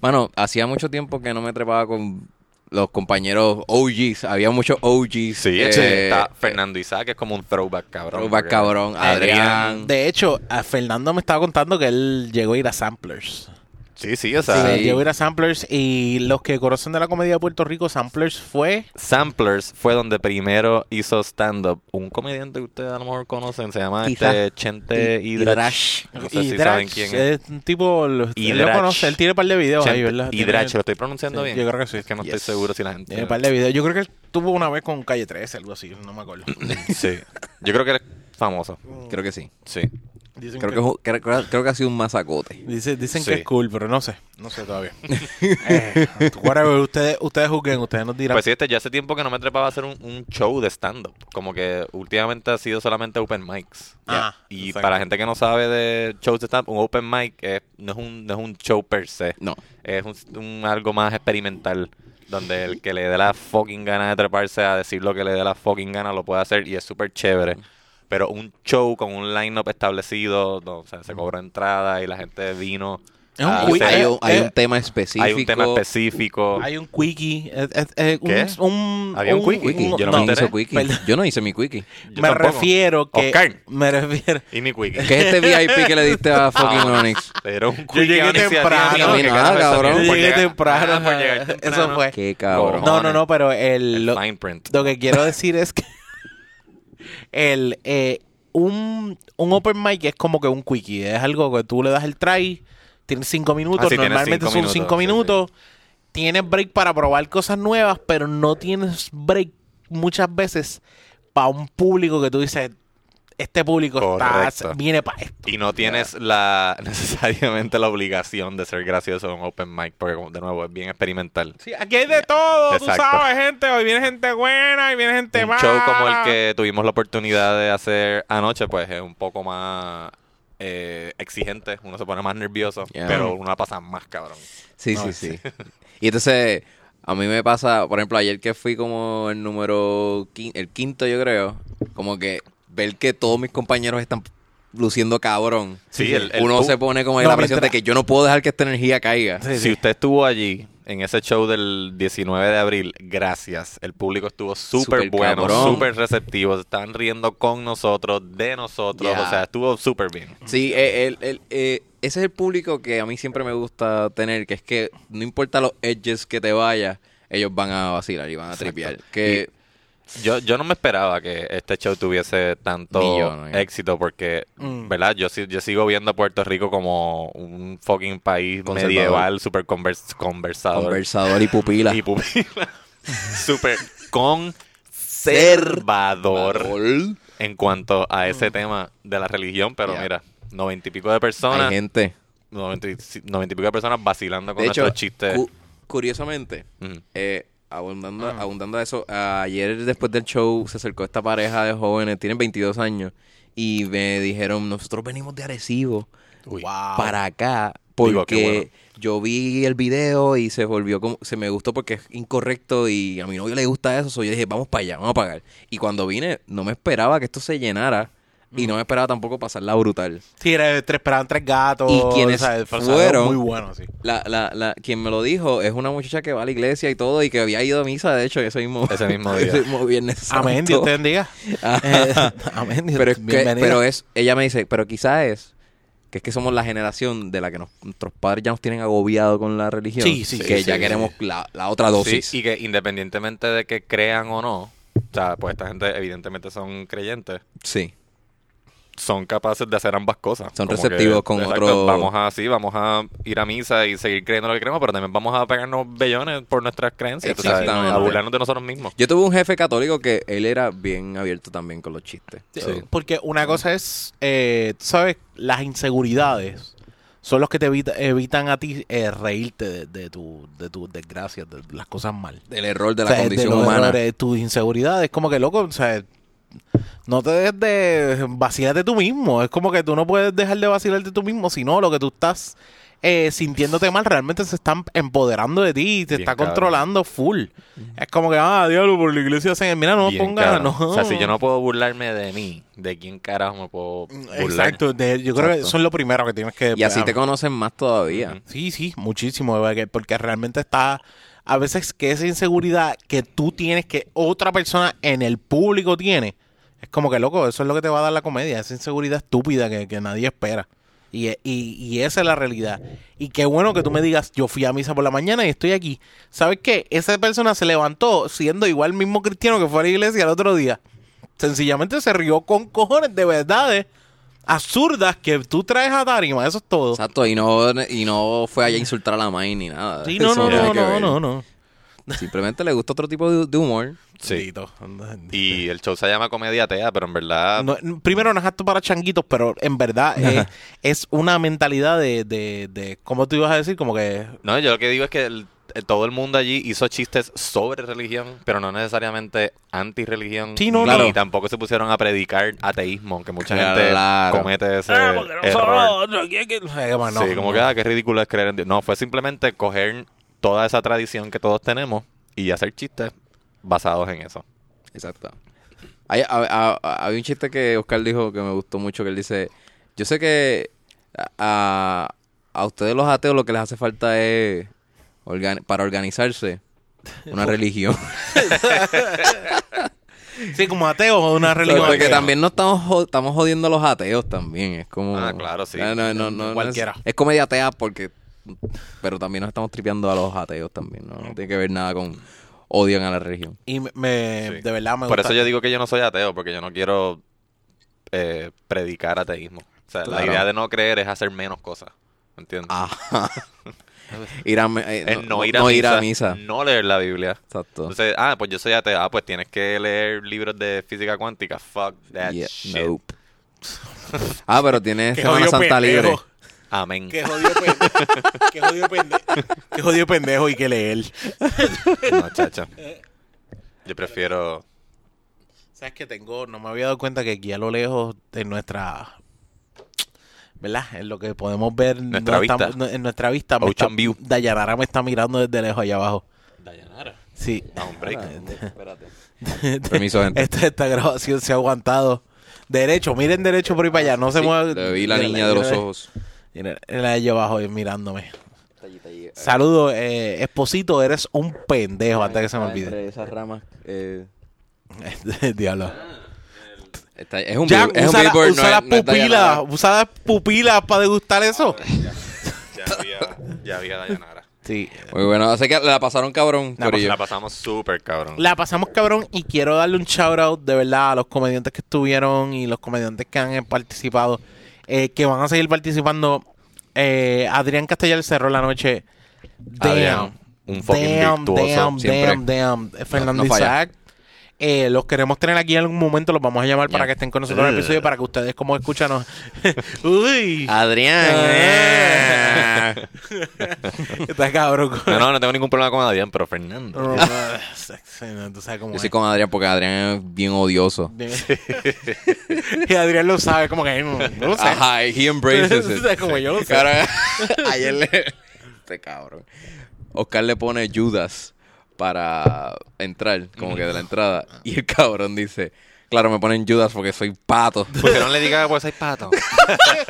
bueno, hacía mucho tiempo que no me trepaba con los compañeros OGs. Había muchos OGs.
Sí, este,
eh,
está Fernando Isaac, que es como un throwback cabrón.
Throwback
porque-
cabrón, Adrián.
De hecho, a Fernando me estaba contando que él llegó a ir a Samplers.
Sí, sí, o
Sí,
sea...
Llegó a ir a Samplers y los que conocen de la comedia de Puerto Rico, Samplers fue...
Samplers fue donde primero hizo stand-up un comediante que ustedes a lo mejor conocen, se llama
Quizá.
este Chente
Y-
Hidrach. No sé
y
si
Drach,
saben quién es.
un tipo... Lo, él lo
Hidrach.
conoce, él tiene un par de videos Eh, ahí, ¿verdad?
Chente Hidrach, lo estoy pronunciando
Sí,
bien.
yo creo que sí.
Es que no
Yes.
estoy seguro si la gente.
Tiene un par de videos. Yo creo que él tuvo una vez con Calle 13, algo así, no me acuerdo.
Sí. Yo creo que eres famoso.
Creo que sí.
Sí.
Dicen
Creo que, es un- creo- creo- creo que ha sido un masacote.
Dice- dicen
Sí.
que es cool, pero no sé. No sé todavía. Eh, whatever, ustedes, ustedes juzguen, ustedes nos dirán.
Pues sí, este, ya hace tiempo que no me trepaba a hacer un, un show de stand-up. Como que últimamente ha sido solamente open mics.
Ah,
y
exacto.
para la gente que no sabe de shows de stand-up, un open mic es- no, es un, no es un show per se.
No.
Es un, un algo más experimental. Donde el que le dé la fucking gana de treparse a decir lo que le dé la fucking gana lo puede hacer y es súper chévere. Pero un show con un line-up establecido, no, o sea, se cobró entrada y la gente vino.
Es un
a
quick-
hacer-
Hay, un, hay
eh,
un tema específico.
Ah, hay un tema específico.
Hay un quickie. eh, eh, eh, un-
¿Qué?
un-
¿Había un quickie?
Quickie.
Yo no
¿Quién
me enteré.
hizo quickie?
Perdón.
Yo no hice mi quickie.
Yo
me
tampoco.
refiero que.
Oscar.
Me refiero.
Y mi quickie.
¿Qué es este VIP que le diste a fucking
Ah.
Onyx?
Pero un
Yo llegué temprano.
A mí nada, cabrón.
Yo llegué temprano. eh,
por llegar
Eso
temprano.
fue.
Qué cabrón.
No, no, no, pero el.
El
Lo,
fine print.
lo que quiero decir es que. El. eh, un, un open mic es como que un quickie. Es algo que tú le das el try. Tienes cinco minutos.
Ah, sí, tienes
normalmente
cinco
son
minutos,
cinco
sí, sí.
minutos. Tienes break para probar cosas nuevas, pero no tienes break muchas veces para un público que tú dices. Este público está,
Correcto.
viene para esto.
Y no tienes la necesariamente la obligación de ser gracioso en un open mic, porque como, de nuevo es bien experimental.
Sí, aquí hay de todo, tú
Exacto.
sabes, gente. Hoy viene gente buena y viene gente
un
mala.
show como el que tuvimos la oportunidad de hacer anoche, pues es un poco más eh, exigente, uno se pone más nervioso,
Yeah.
pero uno la pasa más cabrón.
Sí, sí, sí. Y entonces, a mí me pasa, por ejemplo, ayer que fui como el número, quin- el quinto, yo creo, como que ver que todos mis compañeros están luciendo cabrón,
Sí, el- el
uno
pu-
se pone como en
No,
la presión
mientras-
de que yo no puedo dejar que esta energía caiga.
Sí,
Si
sí.
usted estuvo allí en ese show del 19 de abril, gracias. El público estuvo súper
Súper
bueno,
cabrón.
súper receptivo. Están riendo con nosotros, de nosotros.
Yeah.
O sea, estuvo súper bien.
Sí, eh, el- el- eh, ese es el público que a mí siempre me gusta tener, que es que no importa los edges que te vayas, ellos van a vacilar y van a
Exacto.
tripear. Que
Yo, yo no me esperaba que este show tuviese tanto
Ni yo, no, yo.
éxito porque,
Mm.
¿verdad? Yo, si- yo sigo viendo a Puerto Rico como un fucking país
Conservador.
medieval, súper convers- conversador.
conversador y pupila.
y pupila. Súper conservador
Conservador.
en cuanto a ese tema de la religión, pero
Ya.
mira, noventa y pico de
Hay
personas,
gente.
noventa y si- noventa y pico de personas vacilando con
De hecho,
nuestros chistes.
cu- curiosamente,
Ujú.
eh, abundando, abundando a eso, ayer después del show se acercó esta pareja de jóvenes, tienen 22 años, y me dijeron, nosotros venimos de Arecibo
Wow.
para acá,
Digo,
porque
qué bueno.
yo vi el video y se volvió como, se me gustó porque es incorrecto y a mi novio le gusta eso, so yo dije, vamos para allá, vamos a pagar. Y cuando vine, no me esperaba que esto se llenara. Y no me esperaba tampoco pasarla brutal.
Sí, era- te esperaban tres gatos.
Y quienes
¿sabes? Pero, o sea,
fueron-
Muy bueno, sí.
La, la, la, quien me lo dijo es una muchacha que va a la iglesia y todo y que había ido a misa, de hecho, ese mismo,
Ese mismo día.
ese mismo viernes. santo.
Amén, Dios te bendiga.
Ajá.
Amén, Dios
Ah. pero es que,
bienvenida.
pero es, ella me dice, pero quizás es que es que somos la generación de la que nos- nuestros padres ya nos tienen agobiado con la religión.
Sí, sí,
Que
sí,
ya
sí,
queremos La, la otra dosis.
Sí, y que independientemente de que crean o no, o sea, pues esta gente evidentemente son creyentes,
Sí.
son capaces de hacer ambas cosas.
Son
Como
receptivos con otro-
Vamos a sí, vamos a ir a misa y seguir creyendo lo que creemos, pero también vamos a pegarnos bellones por nuestras creencias, tú sabes,
Exactamente.
a burlarnos de nosotros mismos.
Yo tuve un jefe católico que él era bien abierto también con los chistes.
Sí,
So,
Porque una cosa es, eh, tú sabes, las inseguridades son los que te evita- evitan a ti eh, reírte de, de tu- de tus desgracias, de las cosas mal.
Del error de la
O sea,
condición
de los
humana.
errores, tus inseguridades, como que loco, o sea, no te dejes de vacílate tú mismo. Es como que tú no puedes dejar de vacilarte tú mismo, sino lo que tú estás eh, sintiéndote mal realmente se están empoderando de ti y te
Bien
está
cabrón.
controlando full. Es como que, ah, diablo, por la iglesia hacen, mira, no me
Bien,
pongas,
cabrón.
no.
O sea, si yo no puedo burlarme de mí, ¿de quién carajo me puedo burlar?
Exacto, de- yo creo que
Exacto.
eso es lo primero que tienes que...
Y así te
ah,
conocen más todavía.
Sí, sí, muchísimo, porque- porque realmente está... A veces que esa inseguridad que tú tienes, que otra persona en el público tiene, es como que, loco, eso es lo que te va a dar la comedia, esa inseguridad estúpida que, que nadie espera. Y, e- y- y esa es la realidad. Y qué bueno que tú me digas, yo fui a misa por la mañana y estoy aquí. ¿Sabes qué? Esa persona se levantó siendo igual mismo cristiano que fue a la iglesia el otro día. Sencillamente se rió con cojones de verdades absurdas que tú traes a tarima. Eso es todo.
Exacto, y no, y no fue allá a insultar a la main ni nada.
Sí, no,
Eso
no,
tiene
no,
que
no,
ver.
no, no.
Simplemente le gusta otro tipo de, de humor.
Sí.
Bendito.
Y ah, el show se llama Comedia Atea, pero en verdad...
No, n- primero no es apto para changuitos, pero en verdad eh, es, una mentalidad de, de, de, ¿cómo tú ibas a decir? Como que...
No, yo lo que digo es que el- eh, todo el mundo allí hizo chistes sobre religión, pero no necesariamente anti-religión.
Sí, no,
ni
claro.
tampoco se pusieron a predicar ateísmo, que mucha
Claro.
gente comete ese
Ah,
error.
Eh, bueno,
sí, como
no.
que, ah, qué ridículo es creer en Dios. No, fue simplemente coger toda esa tradición que todos tenemos y hacer chistes basados en eso.
Exacto. Hay, a- a- a- hay un chiste que Oscar dijo que me gustó mucho, que él dice, yo sé que a, a ustedes los ateos lo que les hace falta es, organ- para organizarse, una religión.
Sí, como ateo o una religión.
Porque
atea.
también no estamos, jo- estamos jodiendo a los ateos también, es como...
Ah, claro, sí.
No, no, no, no, no
Cualquiera.
es, es comedia atea porque... Pero también nos estamos tripeando a los ateos también, ¿no? No tiene que ver nada con odian a la religión.
Y me, me-
Sí.
de verdad me
Por
gusta.
eso yo digo que yo no soy ateo, porque yo no quiero eh, predicar ateísmo. O sea, la
Claro.
idea de no creer es hacer menos cosas. ¿Entiendes?
Ajá. ir a, me- eh,
es no, ir, a
no
misa,
ir a misa.
No leer la Biblia.
Exacto.
Entonces, ah, pues yo soy ateo. Ah, pues tienes que leer libros de física cuántica. Fuck that
Yeah,
shit.
nope. ah, pero tienes
Qué
Semana
jodido
Santa
pendejo.
libre.
Amén.
Qué jodido pendejo. Qué jodido pendejo. Qué jodido pendejo y que leer.
No, chacho. Yo prefiero...
¿Sabes que tengo? No me había dado cuenta que aquí a lo lejos de nuestra... ¿Verdad? En lo que podemos ver
Nuestra
no estamos-
vista.
no- en nuestra vista. me
Ocean
está-
view.
Dayanara me está mirando desde lejos allá abajo. ¿Dayanara? Sí. este,
Ah, un break.
Permiso, gente.
Esta, esta grabación se ha aguantado Derecho, miren derecho por ahí para allá. No se
Sí,
muevan.
le vi la
Mira,
niña de los
mira,
ojos.
Mira, él ahí abajo eh, mirándome. Saludos, eh, Esposito, eres un pendejo antes que se me olvide.
Ah, Entre esas ramas. eh,
Diablo.
está- es un,
Ya,
Bill- es un
usa, la-
billboard,
usa
no es-
las
no es
pupilas,
Dayanara.
usa las pupilas para degustar eso.
Ya había, ya había Dayanara.
Sí.
Muy bueno, así que la pasaron cabrón,
La
corillo.
La pasamos súper cabrón.
La pasamos cabrón y quiero darle un shout out de verdad a los comediantes que estuvieron y los comediantes que han eh, participado, eh, que van a seguir participando. Eh, Adrián Castellar cerró la noche. Damn,
Adrián, un fucking
damn,
virtuoso,
damn,
siempre.
damn, damn. Eh, Fernando
no falla.
Isaac. Eh, los queremos tener aquí en algún momento, los vamos a llamar para
Ya.
que estén con nosotros en el episodio, para que ustedes como escúchanos. Uy,
Adrián.
Ah.
eh.
está cabrón.
No, no, no tengo ningún problema con Adrián, pero Fernando.
No, no, sí, no, tú sabes cómo
Yo
es.
soy con Adrián porque Adrián es bien odioso.
Bien. y Adrián lo sabe, como que no, no lo sé.
Ajá, he embraces it.
Es como yo lo sé.
Cara, ayer le... Este cabrón. Oscar le pone Judas para entrar, como que de la entrada. Y el cabrón dice, claro, me ponen Judas porque soy pato.
Porque no le diga pues hay pato.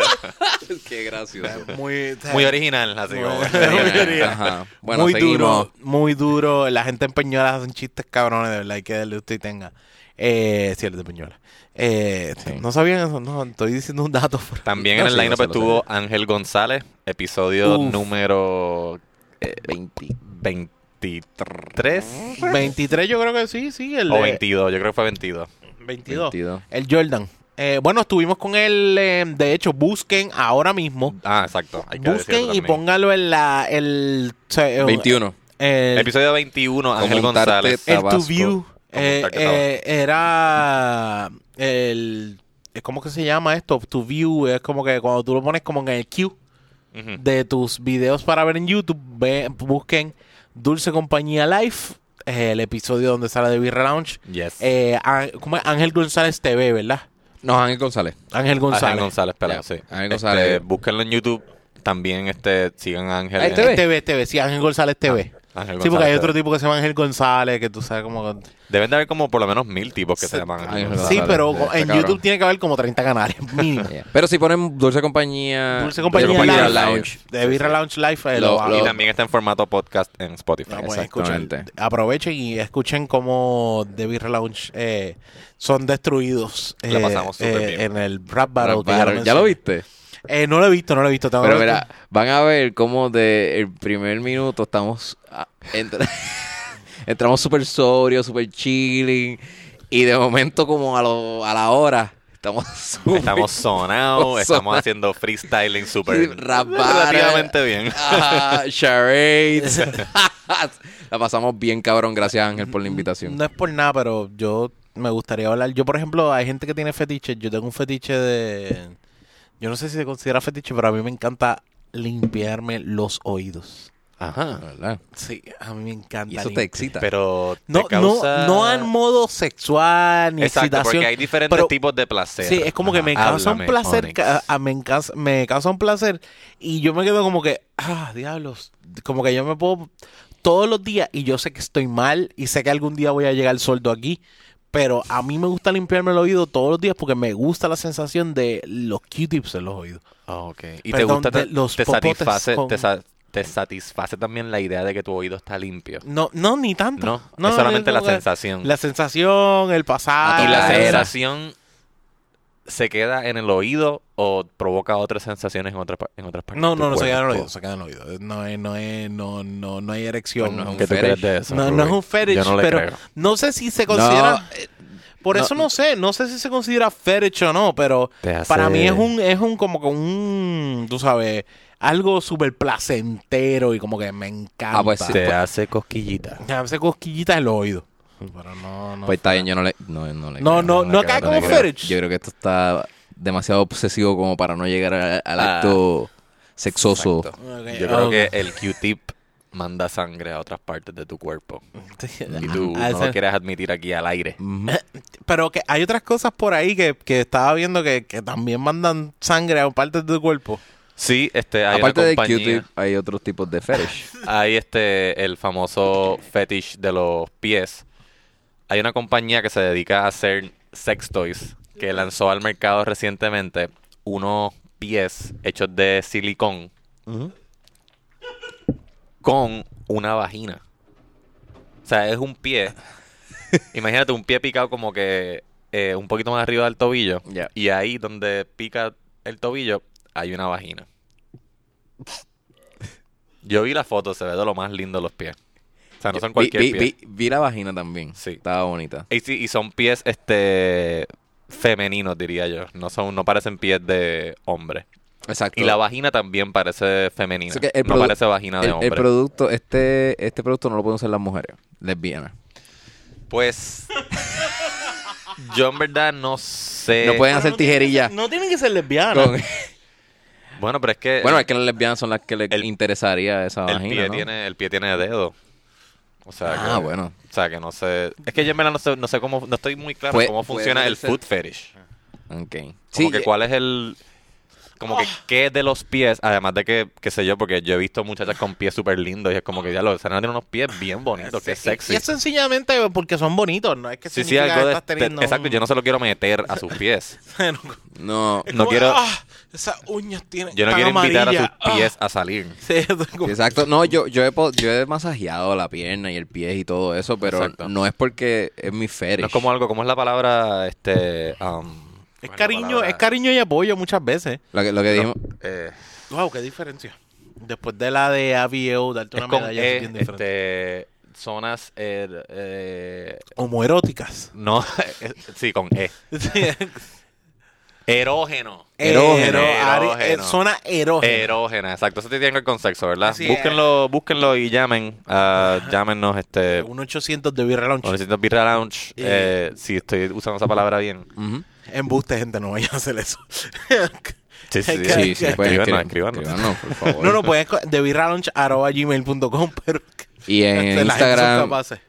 Qué gracioso. Eh,
Muy,
Muy original, así
Muy-
como.
muy original.
Ajá. Bueno,
muy
seguimos.
duro, muy duro. La gente en Peñuelas hacen chistes cabrones, de verdad, hay que darle usted y tenga. Eh, sí, el de Peñuelas. Eh, No sabían eso, no, estoy diciendo un dato. fuera.
También
No,
en el
sí, lo
lineup
sé, lo
estuvo Ángel González, episodio
Uf.
número
20.
23
23 yo creo que sí, sí, el
o
de-
22, yo creo que fue 22.
22.
22.
El Jordan. Eh, bueno, estuvimos con él, eh, de hecho, busquen ahora mismo.
Ah, exacto. hay que decirlo
Busquen y
también.
póngalo en la... El, o sea, eh,
21.
el-
Episodio 21, Ángel
montarte
González.
El
Tabasco.
To View eh,
Tabasco.
eh, era el eh, ¿cómo que se llama esto? To View es como que cuando tú lo pones como en el queue
Ujú.
de tus videos para ver en YouTube, ve- busquen Dulce Compañía Live, eh, el episodio donde sale de Beer Lounge.
Yes.
Eh, Á- ¿cómo es? Ángel González TV, ¿verdad?
No, Ángel González.
Ángel González.
Ángel González, pelado,
Ya,
sí.
Ángel
Este,
González.
búsquenlo en YouTube. También este, sigan a Ángel.
Ahí
en-
te ve.
TV, TV, sí, Ángel González TV.
Ah, Ángel
sí, porque
González
hay otro
TV.
tipo que se llama Ángel González, que tú sabes cómo...
Deben de haber como por lo menos mil tipos que
Sí,
se, llaman
Ángel
Ángel
Sí,
González.
González,
pero
este
en
cabrón.
YouTube tiene que haber como 30 canales, mínimo.
Yeah. Pero si ponen Dulce Compañía...
Dulce Compañía,
Compañía
Live.
Lounge.
De Birra Lounge Live. eh,
Lo-
lo hago.
lo-
Y también está en formato podcast en Spotify.
Ah, pues,
Exactamente.
escuchen, aprovechen y escuchen cómo The Birra Lounge eh, son destruidos
La
eh,
pasamos súper
eh,
bien.
en el Rap Battle.
Claro,
que ya lo
¿Ya lo
mencioné.
viste?
Eh, no lo he visto, no lo he visto. Tengo
Pero
que-
mira, van a ver cómo de el primer minuto estamos ah, entra- entramos súper sobrios, súper chilling y de momento como a, lo- a la hora estamos súper
Estamos sonados, estamos
Sonados.
haciendo freestyling
Sí, Ah,
súper
rap
relativamente bien.
Ajá, charades. la pasamos bien cabrón, gracias Ángel por la invitación.
No es por nada, pero yo me gustaría hablar. Yo, por ejemplo, hay gente que tiene fetiches. Yo tengo un fetiche de... Yo no sé si se considera fetiche, pero a mí me encanta limpiarme los oídos.
Ajá, ¿verdad?
Sí, a mí me encanta.
Y eso te
limpiar.
excita.
Pero te
No,
causa-
no, no en modo sexual ni
Exacto,
excitación.
porque hay diferentes
pero-
tipos de placer.
Sí, es como que
Ajá,
me causa un
háblame,
placer,
Onyx.
ca- a- me, encas- me causa un placer y yo me quedo como que, ah, diablos, como que yo me puedo todos los días y yo sé que estoy mal y sé que algún día voy a llegar soldo aquí, pero a mí me gusta limpiarme el oído todos los días porque me gusta la sensación de los Q-tips en los oídos.
Ah, ok. Y
Perdón,
te gusta,
de
te,
los
te
popotes
satisface,
con-
te, sa- te satisface también la idea de que tu oído está limpio.
No, no, ni tanto.
No, es solamente
como
la
que-
sensación. Ah,
La sensación, el pasar.
y la
era.
sensación se queda en el oído o provoca otras sensaciones en, otra, pa- en otras partes.
No,
de tu
no, no, se
cuerpo?
queda en el oído, se queda en el oído. No, es- no, es- no, no, no hay erección.
Pues no es un
¿Qué tú
fetish.
crees de eso?
No, no es
Ruby?
un fetish,
Yo no le
pero
creo.
no sé si se
No,
considera. eh, por
no.
eso no sé, no sé si se considera fetish o no, pero
Te hace-
para mí es un, es un como que un, tú sabes, algo súper placentero y como que me encanta.
Ah, pues sí.
Te hace cosquillita.
Me hace cosquillitas en los oídos. Pero no, no.
Pues está bien, yo no le... No, no, le
No,
creo,
no,
le
no
creo,
cae
le
como
creo.
fetish.
Yo creo que esto está demasiado obsesivo como para no llegar a- al
Ah.
acto sexoso.
Exacto.
Ok,
Yo creo
Ah, ok.
que el Q-tip manda sangre a otras partes de tu cuerpo. Y tú
Ah,
no
ese-
lo quieres admitir aquí al aire.
Pero que hay otras cosas por ahí que, que estaba viendo que, que también mandan sangre a partes de tu cuerpo.
Sí, este, hay
Aparte
una
de
compañía-
Q-tip, hay otros tipos de fetish.
Hay este el famoso fetish de los pies. Hay una compañía que se dedica a hacer sex toys que que lanzó al mercado recientemente unos pies hechos de silicón con una vagina. O sea, es un pie. Imagínate un pie picado como que eh, un poquito más arriba del tobillo.
Ya.
Y ahí donde pica el tobillo hay una vagina. Yo vi la foto, se ve de lo más lindo los pies. O sea, no son
Vi-
cualquier
vi,
pie.
vi- vi la vagina también.
Sí.
Estaba bonita.
Y, sí, y son pies este femeninos, diría yo. No son, no parecen pies de hombre.
Exacto.
Y la vagina también parece femenina.
O sea Oh. que el
no
produ-
parece vagina de
el, el
hombre.
producto, este, este producto no lo pueden usar las mujeres lesbianas.
pues yo en verdad no sé.
no pueden hacer tijerillas.
No tienen que ser lesbianas.
con-
Bueno, pero es que
bueno, es que las lesbianas son las que les
el-
interesaría esa
el
vagina.
pie
¿no?
tiene el pie tiene dedo. O sea,
Ah,
que,
bueno.
O sea, que no sé. Es que yo en verdad no sé, no sé cómo no estoy muy claro
Puede-
cómo
puede
funciona el
ser-
food fetish.
Ok.
Como
Sí, eh,
que cuál es el. Como que
Ah.
qué de los pies, además de que, qué sé yo, porque yo he visto muchachas con pies súper lindos y es como que ya lo, Serena tiene unos pies bien bonitos, que sexy.
Y es sencillamente porque son bonitos, no es que
Sí, sí,
significa
algo
que
de.
estás teniendo
te- exacto,
un-
yo no se lo quiero meter a sus pies.
no.
No quiero.
Ah, esas uñas tienen.
Yo no
tan
quiero invitar a
amarillas.
sus pies a salir.
Sí, eso es como-
Exacto. No, yo, yo, he, po- yo he masajeado la pierna y el pie y todo eso, pero
Exacto.
no es porque es mi fetish.
No es como algo, ¿cómo es la palabra? Este. um,
Es
¿cómo la
cariño,
palabra?
es cariño y apoyo muchas veces.
Lo que, lo que dijimos.
Eh,
Wow, qué diferencia. Después de la de ABO, darte
es
una
con
medalla
E,
es bien diferente.
este, zonas. eh, eh,
Homoeróticas.
no, sí, con E. Erógeno.
Erógeno.
Erógeno.
are- eh, Zona erógena.
Erógena, exacto. Eso te tiene que ver con sexo, ¿verdad?
Así es.
eh.
búsquenlo, búsquenlo y llamen. ah, llámenos, este.
un 800 de Beer Lounge.
900 Birra Lounge.
Eh.
eh, si estoy usando esa palabra bien.
Ujú.
Embuste, gente, no vayan a hacer eso. Sí,
Sí, sí, sí.
Sí, sí, pueden
Escríbanos,
escribir-
escríbanos.
escribanos, por favor.
no, no, puedes co- de beerralounge.gmail.com, pero
Y
Este,
en
la gente son
Instagram.
capaces.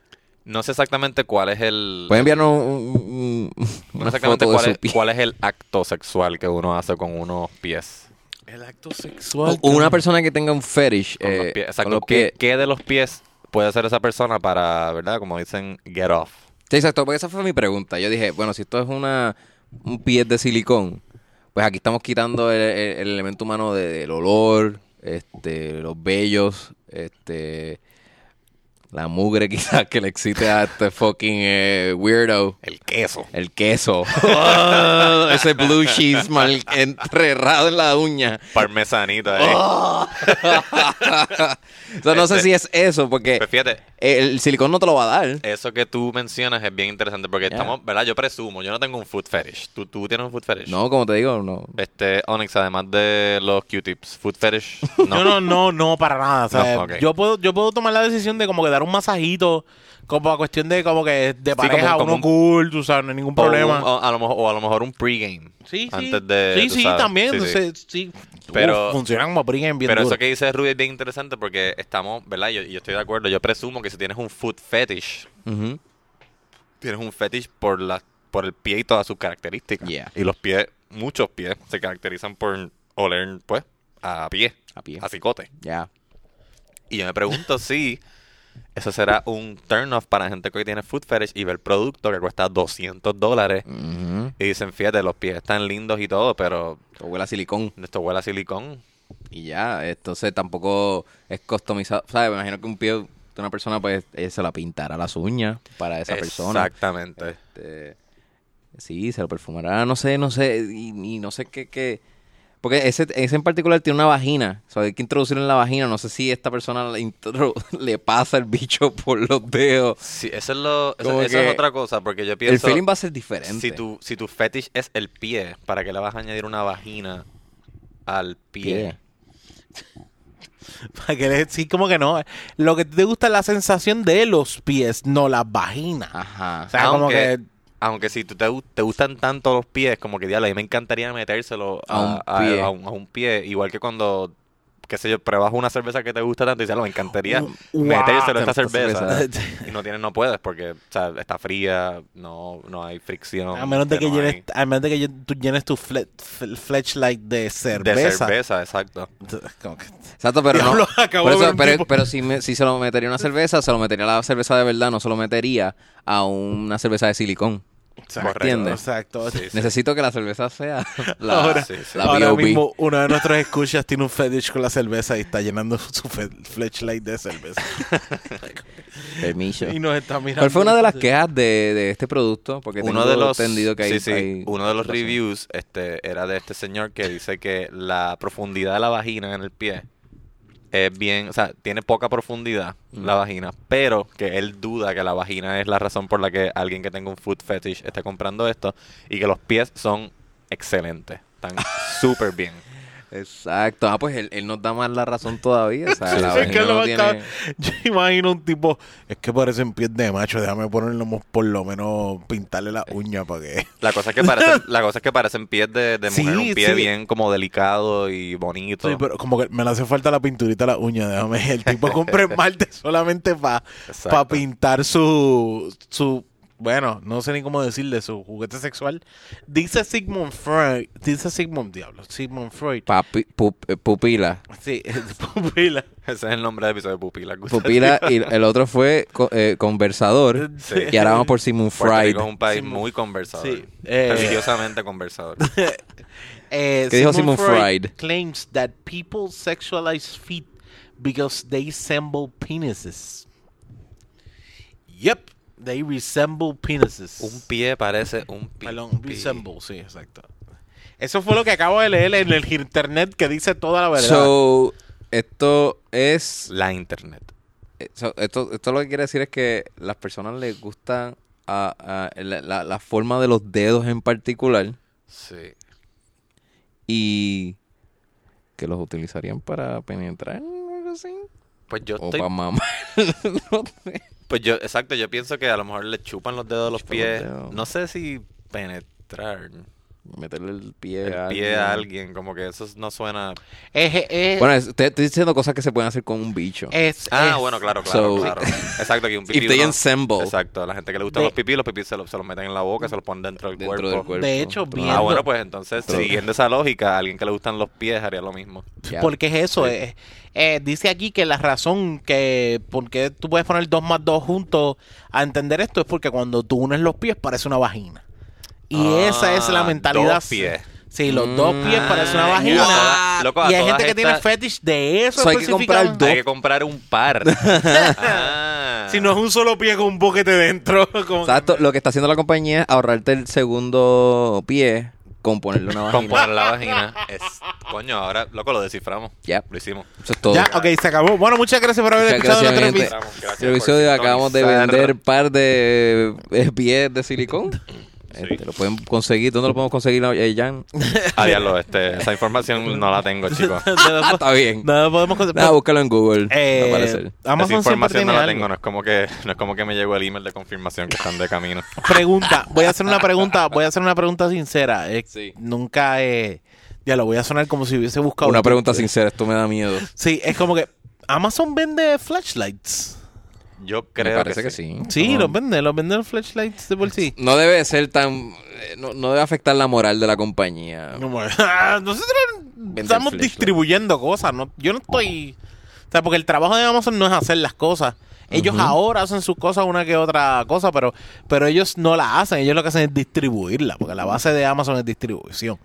No sé exactamente cuál es el.
Pueden enviarnos un- un- un-
no
una
sé exactamente
foto de
cuál
su
es,
pie.
cuál es el acto sexual que uno hace con unos pies.
El acto sexual.
O- Una
cabrón.
persona que tenga un fetish
Con los
eh,
pies. Exacto.
con los
¿Qué,
pies.
qué de los pies puede hacer esa persona para, ¿verdad? Como dicen, get off?
Sí, exacto, porque esa fue mi pregunta. Yo dije, bueno, si esto es una un pie de silicón, pues aquí estamos quitando el, el- el elemento humano de- del olor, este, los vellos, este, la mugre quizás que le excite a este fucking eh, weirdo.
El queso.
El queso. Oh, ese blue cheese mal enterrado en la uña.
Parmesanita. eh.
O sea, no
Este,
sé si es eso, porque
Pues fíjate,
el silicón no te lo va a dar.
Eso que tú mencionas es bien interesante porque
Ya.
estamos, ¿verdad? Yo presumo, yo no tengo un food fetish. ¿Tú, tú tienes un food fetish?
No, como te digo, no.
Este, Onyx, además de los Q-tips, food fetish, no.
Yo no, no, no, para nada. o sea,
No, ok.
yo, puedo, yo puedo tomar la decisión de como que dar un masajito, como a cuestión de como que de
como-
pareja,
como
uno
un-
cool, tú sabes, no hay ningún
O un-
problema.
o, a lo mejor, o a lo mejor un pregame.
sí, sí.
Antes de,
sí,
tú
sí,
sabes.
también.
Sí, sí.
entonces, sí.
Pero-
Uf, funcionan como pregame bien
Pero
duro.
eso que dice Rudy es bien interesante porque estamos, ¿verdad? Yo, yo estoy de acuerdo. Yo presumo que si tienes un food fetish,
Ujú.
tienes un fetish por la, por el pie y todas sus características.
Yeah.
Y los pies, muchos pies, se caracterizan por oler, pues, a pie,
A pie.
a cicote.
Ya.
Y yo me pregunto si eso será un turn off para gente que tiene food fetish y ve el producto que cuesta 200 dólares.
Mm. Ujú.
Y dicen, fíjate, los pies están lindos y todo, pero
O huele a silicón
esto huele a silicón.
y ya. Entonces tampoco es customizado. ¿Sabes? Me imagino que un pie de una persona, pues, eh, se la pintará las uñas para esa persona.
Exactamente.
Este, sí, se lo perfumará. No sé, no sé. Y, y no sé qué. qué- Porque ese, ese en particular tiene una vagina. O sea, hay que introducirlo en la vagina. No sé si esta persona le, intro- le pasa el bicho por los dedos.
Sí, eso es lo. Eso,
Como
eso
que
es otra cosa, porque yo pienso.
el feeling va a ser diferente.
si tu, si tu fetish es el pie, ¿para qué le vas a añadir una vagina al pie?
Pie.
Para que le- sí, como que no. Lo que te gusta es la sensación de los pies, no la vagina.
Ajá.
O sea, como que.
Aunque si tú te, gu- te gustan tanto los pies, como que diablo, a mí me encantaría metérselo
A
a,
un
a-
pie.
a un, a un pie. Igual que cuando, qué sé yo, pruebas una cerveza que te gusta tanto y dices, "Diablo, me encantaría
Uh,
metérselo a
guau,
esta
esta
cerveza.
cerveza.
y no tienes, no puedes porque o sea, está fría, no, no hay fricción.
a menos de que
no hay-
llenes, a menos de que llen- tú llenes tu fle- f- flashlight de cerveza.
De cerveza, exacto.
Como que-
Exacto, pero
Diablo,
no.
acabo
Por
de ver
eso,
un tipo.
pero pero si, me- si se lo metería una cerveza, se lo metería a la cerveza de verdad, no se lo metería a una cerveza de silicón.
Exacto,
¿Entiendes?
Exacto.
Necesito que la cerveza sea la,
ahora
sí, sí.
la
ahora
B.O.B..
mismo uno de nuestros escuchas tiene un fetish con la cerveza y está llenando su fe- flashlight de cerveza.
Permiso.
y nos está mirando.
¿Cuál fue una de las quejas de, de este producto? Porque
uno de los
entendido que hay,
sí, sí,
hay-
uno de los
razón.
reviews este era de este señor que dice que la profundidad de la vagina en el pie es bien, o sea, tiene poca profundidad la vagina, pero que él duda que la vagina es la razón por la que alguien que tenga un food fetish esté comprando esto y que los pies son excelentes, están súper bien.
Exacto. Ah, pues él, él nos da más la razón todavía. O sea, la
Es que
vagina
lo
no
más
tiene...
cabrón- Yo imagino un tipo, es que parecen pies de macho, déjame ponerlo mo- por lo menos pintarle la uña para que...
La cosa es que parecen, la cosa es que parecen pies de, de mujer,
Sí,
un pie
sí.
bien como delicado y bonito.
Sí, pero como que me le hace falta la pinturita a la uña, déjame. El tipo compra esmalte solamente para
Exacto.
pintar su, su, bueno, no sé ni cómo decirle, su juguete sexual. Dice Sigmund Freud, dice Sigmund Diablo, Sigmund Freud.
Papi- pup- eh, pupila.
Sí, es pupila.
Ese es el nombre del episodio Pupila.
Pupila y el otro fue co- eh, conversador.
Sí.
Y ahora vamos por Simon
Puerto
Fried.
Rico es un país muy conversador.
Sí. Eh,
Religiosamente conversador.
Eh,
¿Qué dijo Sigmund Freud?
Claims that people sexualize feet because they resemble penises. Yep, they resemble penises.
un pie parece un pi-
Perdón,
pi-
resemble, sí, exacto. Eso fue lo que acabo de leer en el internet que dice toda la verdad.
So, esto es.
La internet.
eh, so, esto, esto lo que quiere decir es que las personas les gusta ah, ah, la, la- la forma de los dedos en particular
Sí.
y que los utilizarían para penetrar o algo así.
Pues yo
O
estoy-
para mamar. No sé.
Pues yo, exacto, yo pienso que a lo mejor le chupan los dedos a los
Chupan los
pies.
dedos.
No sé si penetrar
Meterle el pie,
el
a,
pie
alguien.
a alguien, como que eso no suena.
Es, es-
Bueno, es- te estoy diciendo cosas que se pueden hacer con un bicho.
es-
Ah,
es-
bueno, claro, claro,
So-
claro. Exacto, que un pipí.
If they
uno-
ensemble
Exacto, la gente que le gustan
De-
los pipí, los pipí se los, se los meten en la boca, se los ponen dentro del
dentro
cuerpo.
del cuerpo.
De hecho,
Pero-
bien-
Ah,
Viendo-
bueno, pues entonces,
Pero-
siguiendo esa lógica, a alguien que le gustan los pies haría lo mismo.
Ya.
Porque es eso. eh, eh, dice aquí que la razón que porque tú puedes poner dos más dos juntos a entender esto es porque cuando tú unes los pies parece una vagina. Y
Ah,
esa es la mentalidad.
dos pies.
Sí, los dos pies
Mm.
Ah,
parece una
ya.
vagina.
A toda- loco, a
y hay
todas
gente que tiene
estas-
fetish de eso.
So, hay que comprar
específicamente.
Hay que comprar un par. Ah.
Si no es un solo pie con un boquete dentro. como-
Exacto, lo que está haciendo la compañía es ahorrarte el segundo pie con ponerle una vagina.
Componer la vagina. Es, coño, ahora, loco, lo desciframos.
Yep.
Lo hicimos.
Eso es todo.
Ya, ok, se acabó. Bueno, muchas gracias por haber
Muchas
escuchado
gracias,
nuestra
mi gente.
entrevista.
Gracias
el
por
episodio acabamos de
sintonizar.
vender par de eh, pies de silicón. Este, lo pueden conseguir. ¿Dónde lo podemos conseguir, eh, Jan?
Ah, diablo, este, esa información no la tengo, chicos.
Ah, está bien.
Nada, podemos con-
Nada, búscalo en Google.
Eh,
va a aparecer.
Amazon
esa
siempre
información
tiene
no la
algo.
tengo. No es, como que, no es como que me llegó el email de confirmación que están de camino.
Pregunta, voy a hacer una pregunta, voy a hacer una pregunta sincera. eh,
Sí.
Nunca, eh, ya lo voy a sonar como si hubiese buscado.
Una pregunta sincera, esto me da miedo.
Sí, es como que Amazon vende flashlights.
Yo
Me
creo
parece que sí.
Sí,
No,
los vende, los vende los flashlights de por sí.
no debe ser tan... eh, No, no debe afectar la moral de la compañía.
Como, "Ah, Nosotros estamos
flashlight.
distribuyendo cosas, no, yo no estoy... O sea, porque el trabajo de Amazon no es hacer las cosas. Ellos ahora hacen sus cosas, una que otra cosa, pero, pero ellos no la hacen. Ellos lo que hacen es distribuirla, porque la base de Amazon es distribución.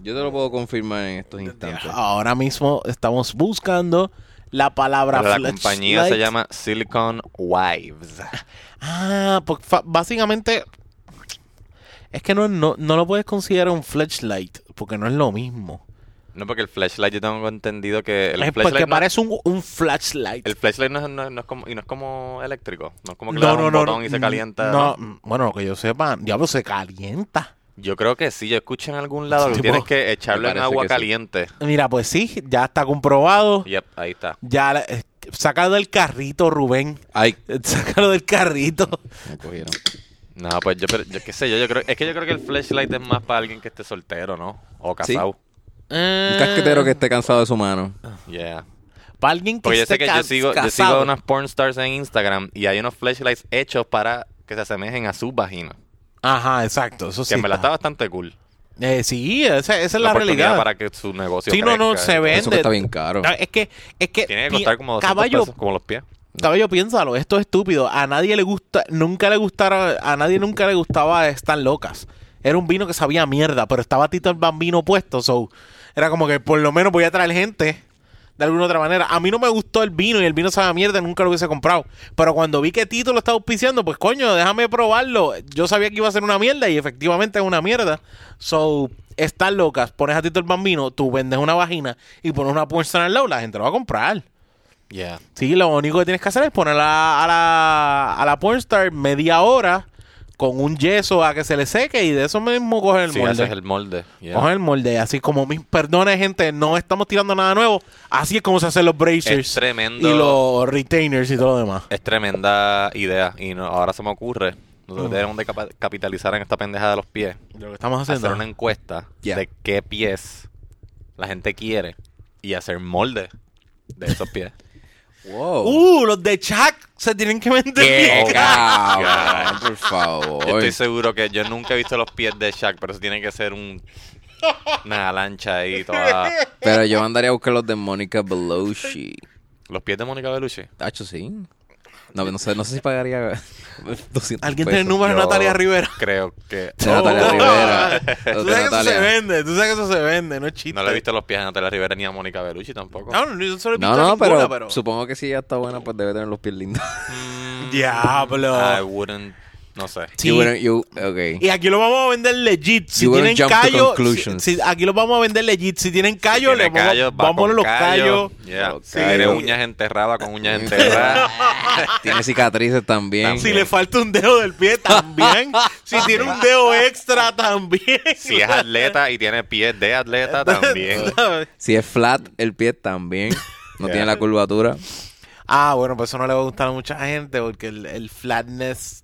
Yo te lo puedo confirmar en estos instantes.
Ahora mismo estamos buscando la palabra
La
flashlight.
compañía se llama Silicon Wives.
Ah, porque fa- básicamente es que no, no, no lo puedes considerar un flashlight porque no es lo mismo.
No, porque el flashlight yo tengo entendido que el
es
flashlight
porque
no-
parece un, un flashlight.
El flashlight no es, no es- no es como, y no es como eléctrico. No es como que le
No,
das
no,
un
no,
botón
no,
y se calienta.
No, mm, bueno, lo que yo sepa, diablo, se calienta.
Yo creo que sí. Yo escuché en algún lado que
Tipo,
tienes que echarlo
me
en
parece
agua
que sí.
caliente.
Mira, pues sí, ya está comprobado.
Yep, ahí está.
Ya, la- eh, sácalo del carrito, Rubén.
Ay,
Eh, Sácalo del carrito.
me cogieron.
No, pues yo, pero, yo qué sé, yo, yo creo, es que yo creo que el flashlight es más para alguien que esté soltero, ¿no? O
Sí.
casado.
Un casquetero que esté cansado de su mano.
Yeah.
Para alguien que
Porque yo
esté
sé que yo
cas-
sigo, yo sigo
casado.
a unas porn stars en Instagram y hay unos flashlights hechos para que se asemejen a sus vaginas.
Ajá, exacto. Eso sí.
que me la
está.
está bastante cool.
Eh, sí, esa, esa es la,
oportunidad
realidad.
para que su negocio
Sí, no, no,
crezca.
se ve.
Eso que está bien caro.
Ah, Es que, es que
Tiene que
ti-
costar como 200
caballo,
pesos, como los pies.
Cabello, piénsalo, esto es estúpido. A nadie le gusta, nunca le gustara, a nadie nunca le gustaba Están Locas. Era un vino que sabía a mierda, pero estaba Tito el Bambino puesto, so era como que por lo menos voy a traer gente de alguna u otra manera. A mí no me gustó el vino y el vino sabe a mierda, nunca lo hubiese comprado. Pero cuando vi que Tito lo estaba auspiciando, pues coño, déjame probarlo. Yo sabía que iba a ser una mierda y efectivamente es una mierda. So, Están Locas, pones a Tito el Bambino, tú vendes una vagina y pones una puesta al lado, la gente lo va a comprar.
Yeah.
Sí, lo único que tienes que hacer es ponerla a la, a la pornstar media hora con un yeso a que se le seque y de eso mismo coge el
Sí,
molde.
ese es el molde. yeah.
Coge el molde. Así como, mis perdone, gente, no estamos tirando nada nuevo. Así es como se hacen los bracers.
Es tremendo.
Y los retainers y todo lo demás.
Es tremenda idea. Y no- ahora se me ocurre.
Mm.
Nosotros debemos de capa- capitalizar en esta pendeja de los pies.
Lo que estamos haciendo.
Hacer una encuesta
Yeah.
de qué pies la gente quiere. Y hacer molde de esos pies.
Wow.
Uh, los de Chuck se tienen que vender.
¡Qué
bien.
cabrón! Por favor.
Yo estoy seguro que yo nunca he visto los pies de Shaq, pero eso tiene que ser un, una lancha ahí toda.
Pero yo andaría a buscar los de Mónica Belushi.
Los pies de Mónica Bellucci.
Tacho, sí. No, no sé, no sé si pagaría 200
Alguien tiene el
pesos.
número de
Yo
Natalia Rivera.
Creo que.
De Natalia Rivera.
Tú sabes
Los de
que eso se
Natalia.
vende. Tú sabes que eso se vende. No es chiste.
No le he visto los pies a Natalia Rivera ni a Mónica Bellucci tampoco.
No, no, yo solo he visto
No, no,
ninguna,
pero,
pero...
supongo que si ella está buena, pues debe tener los pies lindos.
Diablo.
I wouldn't. No sé.
Sí.
You wouldn't- you- ok.
Y aquí lo vamos a vender legit. Si
You wanna
tienen
jump to
callo, si,
conclusions.
si- aquí lo vamos a vender legit. Si tienen callo,
Tiene
le vamos,
callos, va
vámonos
con
los callos.
Yeah.
Los
Si tiene
callos.
uñas enterradas con uñas enterradas.
Tiene cicatrices también.
Si le falta un dedo del pie, también. si tiene un dedo extra, también.
si es atleta y tiene pies de atleta también.
Si es flat el pie también. No
Yeah.
tiene la curvatura.
ah, bueno, pues eso no le va a gustar a mucha gente porque el, el flatness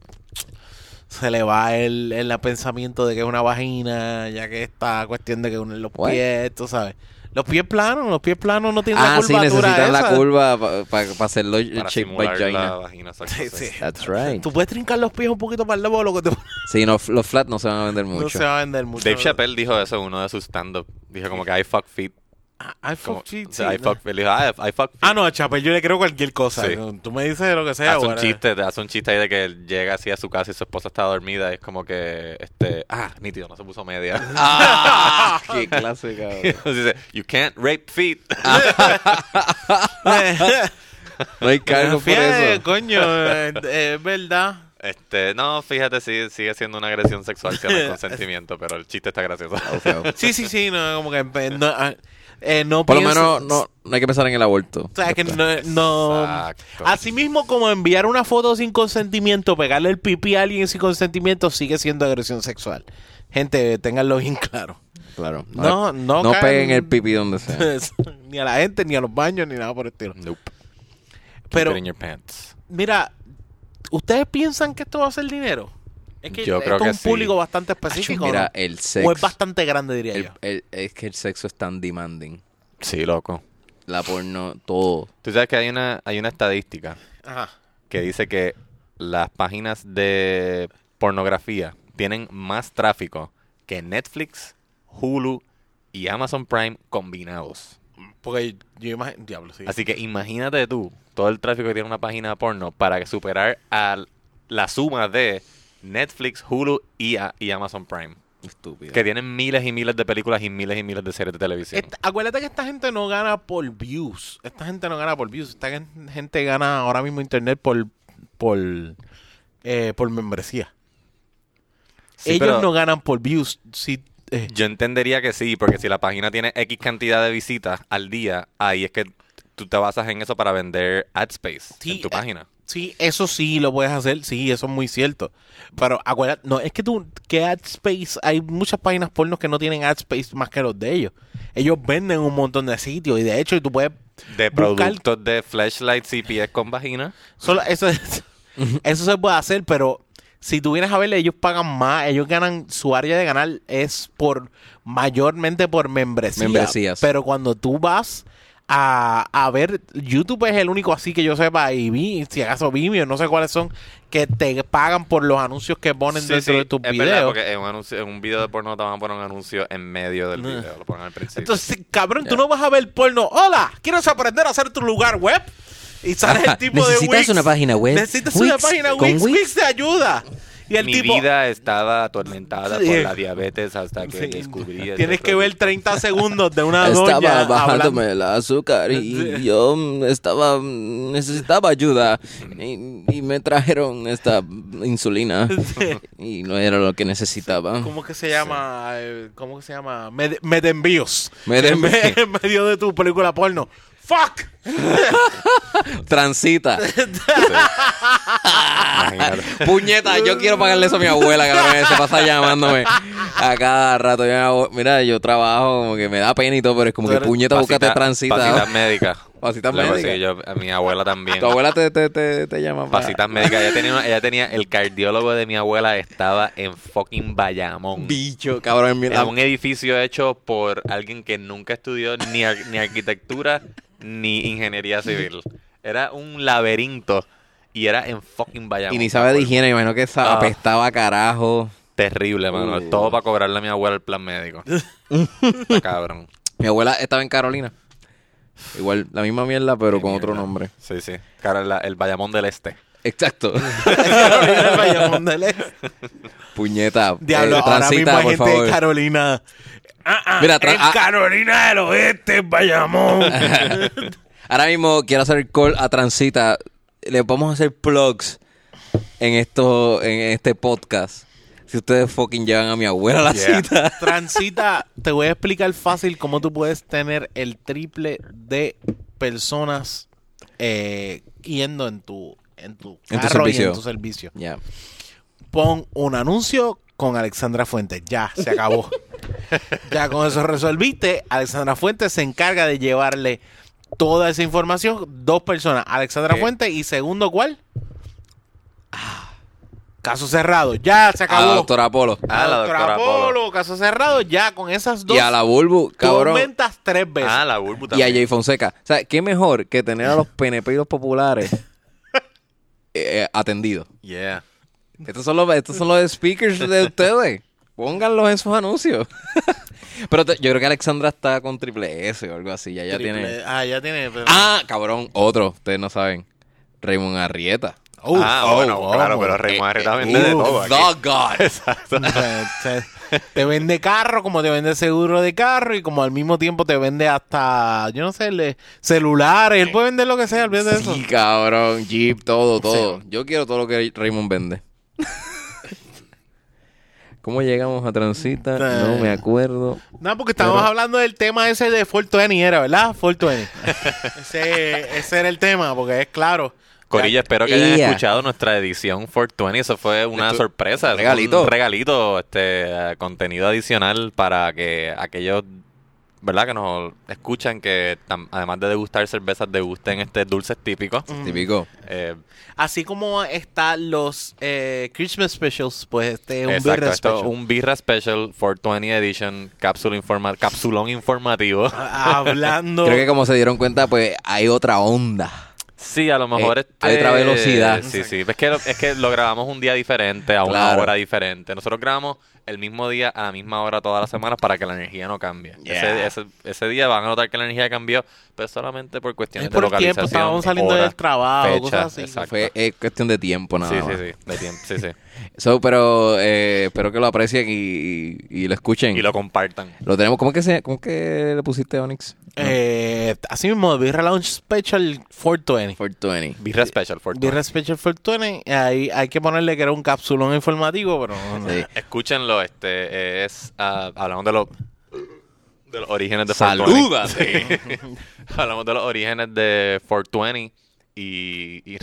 se le va el, el pensamiento de que es una vagina, ya que esta cuestión de que unen los
What?
pies, tú sabes. Los pies planos, los pies planos no tienen
Ah,
la
sí,
curvatura
necesitan la
esa.
curva para hacerlo el
Para
shape
simular la
vagina.
vagina. esas
Sí,
cosas.
sí.
That's right.
Tú puedes trincar los pies un poquito para el lado, lo que te
Sí, no, los flat no se van a vender
No
mucho.
se va a vender mucho.
Dave Chappelle dijo eso en uno de sus stand-up. Dijo como que I fuck feet.
I, I fuck
Como,
shit,
o sea,
sí,
I
no.
fuck feet. Le dijo, "Ah, I fuck feet".
Ah, no, a Chappelle yo le creo cualquier cosa.
Sí.
Tú me dices lo que sea.
hace un
bueno.
chiste, te hace un chiste ahí de que él llega así a su casa y su esposa está dormida y es como que, este, ah, nítido, no se puso media.
Ah, qué clásica.
Y entonces dice, you can't rape feet.
No hay cargo por
Fíjate,
eso.
coño, eh, eh, es verdad.
Este, no, fíjate, sí, sigue siendo una agresión sexual si no hay consentimiento, pero el chiste está gracioso.
Sí, sí, sí, no, como que eh, no, ah, eh, no
Por lo
pienso-
menos no, no hay que pensar en el aborto.
O sea, que no, no...
Exacto.
Así mismo como enviar una foto sin consentimiento, pegarle el pipí a alguien sin consentimiento, sigue siendo agresión sexual. Gente, ténganlo bien claro.
Claro.
No, no
No
caen-
peguen el pipi donde sea.
ni a la gente, ni a los baños, ni nada por el estilo.
Nope.
Pero,
Put it in your pants.
Mira, ¿ustedes piensan que esto va a ser dinero? Es que
Yo
esto
creo
es
que
un
sí.
público bastante
Acho,
específico.
Mira,
¿no?
el
O es
sexo.
bastante grande, diría
el-
yo.
el- es que el sexo es tan demanding.
Sí, loco.
La porno, todo.
Tú sabes que hay una, hay una estadística
Ajá.
que dice que las páginas de pornografía tienen más tráfico que Netflix, Hulu y Amazon Prime combinados.
Porque yo imagino. Diablo, sí.
Así que imagínate tú todo el tráfico que tiene una página de porno para superar a la suma de Netflix, Hulu y, a- y Amazon Prime.
Estúpido.
Que tienen miles y miles de películas y miles y miles de series de televisión.
Esta- acuérdate que esta gente no gana por views. Esta gente no gana por views. Esta gen- gente gana ahora mismo internet por por, eh, por membresía.
Sí,
Ellos
pero
no ganan por views. Sí, eh,
Yo entendería que sí, porque si la página tiene X cantidad de visitas al día, ahí es que tú te basas en eso para vender ad space
Sí,
en tu
eh,
página.
Sí, eso sí lo puedes hacer, sí, eso es muy cierto. Pero acuérdate, no, es que tú, que ad space, hay muchas páginas pornos que no tienen ad space más que los de ellos. Ellos venden un montón de sitios y de hecho tú puedes...
De
buscar-
productos de flashlights y pies con vagina.
Solo, eso, es- eso se puede hacer, pero si tú vienes a verle, ellos pagan más, ellos ganan, su área de ganar es por, mayormente por membresía.
Membresías.
Pero cuando tú vas a, a ver, YouTube es el único así que yo sepa, y vi, si acaso Vimeo, no sé cuáles son, que te pagan por los anuncios que ponen
Sí,
dentro
sí,
de tus
es verdad,
videos.
porque en un, anuncio- en un video de porno te van a poner un anuncio en medio del video,
Este,
lo ponen al principio.
Entonces, cabrón, tú
Ya.
no vas a ver porno. Hola, ¿quieres aprender a hacer tu lugar web? Y sale el tipo de
Necesitas
Wix.
una página web.
Necesitas
Wix,
una página
con
Wix.
Wix.
Wix te ayuda. Y el
Mi
tipo.
vida estaba atormentada
Sí.
por la diabetes hasta que
Sí.
descubrí. este
Tienes que ver
producto.
30 segundos de una doña
Estaba
Ah, hablando.
bajándome el azúcar y yo mm, estaba mm, necesitaba ayuda y, y me trajeron esta insulina y no era lo que necesitaba.
¿Cómo que se llama? eh, ¿Cómo que se llama? Med- Medenvíos.
Medenvíos.
En medio de tu película porno. ¡Fuck!
Transita.
Imagínate.
Puñeta, yo quiero pagarle eso a mi abuela, cabrón. Se pasa llamándome a cada rato. Yo, hago- Mira, yo trabajo, como que me da pena y todo, pero es como que puñeta, búscate
Pasita-
transita.
Pasitas médicas.
Pasitas
Luego,
médicas.
sí, yo- a mi abuela también.
Tu abuela te, te, te, te llama para-
Pasitas médicas. Ella tenía, una- ella tenía. El cardiólogo de mi abuela estaba en fucking Bayamón.
Bicho, cabrón. en mi- la-
en un edificio hecho por alguien que nunca estudió ni, ar- ni arquitectura ni ingeniería civil. Era un laberinto y era en fucking Bayamón.
y ni sabe de higiene, me imagino que esa
Ah.
apestaba a carajo.
Terrible, mano. Todo para cobrarle a mi abuela el plan médico. Está cabrón.
Mi abuela estaba en Carolina. Igual, la misma mierda, pero
Qué
con otro
mierda.
nombre.
Sí, sí. Cara, la- el Bayamón del Este.
Exacto.
Eh,
Carolina del Bayamón del Este.
Puñeta.
Diablo,
eh,
ahora mismo hay
transita, por
gente de
favor.
Carolina. Ah, ah,
Mira, tra-
en
ah.
Carolina del Oeste, en Bayamón.
Ahora mismo quiero hacer call a Transita. Le vamos a hacer plugs en esto, en este podcast. Si ustedes fucking llevan a mi abuela a la
Yeah.
cita.
Transita, te voy a explicar fácil cómo tú puedes tener el triple de personas eh, yendo en tu, en tu
En tu
carro y en
servicio.
tu servicio.
Ya.
Pon un anuncio con Alexandra Fuentes. Ya, se acabó. ya con eso resolviste. Alexandra Fuentes se encarga de llevarle toda esa información. Dos personas, Alexandra
Eh.
Fuentes y segundo, ¿cuál? Ah, Caso cerrado. Ya, se
A
acabó.
la doctora Apolo.
A la
Ah, la
doctora
doctora Polo.
Polo, caso cerrado, ya con esas dos.
Y a la Bulbu,
Tú
cabrón.
aumentas tres veces.
Ah, la Bulbu
Y a
también.
Jay Fonseca. O sea, qué mejor que tener a los PNP y los populares eh, atendidos.
Yeah.
Estos son los, estos son los speakers de ustedes. Pónganlos en sus anuncios. Pero te- yo creo que Alexandra está con triple S o algo así. Ya, ya
Triple-
tiene.
Ah, ya tiene. pero-
Ah, cabrón, otro, ustedes no saben. Raymond Arrieta.
Uf,
ah,
oh,
bueno,
oh,
claro,
oh.
pero
Eh,
Rey Madre está vendiendo de
uh,
todo aquí.
The God.
Exacto.
O sea, se- te vende carro, como te vende seguro de carro, y como al mismo tiempo te vende hasta, yo no sé, le- celulares. Él puede vender lo que sea, olvídate de eso.
Sí, cabrón, Jeep, todo, todo. Yo quiero todo lo que Raymond vende. ¿Cómo llegamos a Transita?
Eh.
No me acuerdo.
No, porque estábamos
Pero-
hablando del tema ese de Fort era, ¿verdad? Fort ese, ese era el tema, porque es claro.
Corilla, espero que hayan
Ella.
escuchado nuestra edición 420. Eso fue una
Esto-
sorpresa. eso fue
regalito.
Un regalito, este, eh, contenido adicional para que aquellos, ¿verdad? Que nos escuchan, que tam- además de degustar cervezas, degusten este dulces típicos.
Típico.
Eh,
Así como están los eh, Christmas specials, pues este es un
Eh, exacto,
birra
esto,
special.
un birra special 420 edition, cápsula informa capsulón informativo.
Hablando.
Creo que como se dieron cuenta, pues hay otra onda.
Sí, a lo mejor
Eh,
este-
hay otra velocidad.
Sí, sí. Es que, lo, es que lo grabamos un día diferente, a una
Claro.
hora diferente. Nosotros grabamos el mismo día, a la misma hora, todas las semanas, para que la energía no cambie. Ese,
Yeah.
ese- ese día van a notar que la energía cambió, pero solamente por cuestiones
es por
de
el tiempo,
localización.
estábamos saliendo
hora,
del trabajo,
fecha,
cosas así.
Exacto.
Fue eh, cuestión de tiempo nada
Ah. sí,
más.
sí, sí. De tiempo, sí, sí.
So, pero eh, espero que lo aprecien y, y- y lo escuchen.
Y lo compartan.
Lo tenemos. ¿Cómo que, se, cómo que le pusiste Onyx?
Eh, así mismo, Birra Lounge Special 420.
420.
Birra Special for
Birra Special 420, ahí hay que ponerle que era un capsulón informativo, pero no, no.
Sí.
Escúchenlo, este eh, es ah, hablamos de los de los orígenes de
Saluda,
420. Sí. hablamos de los orígenes de 420 y, y,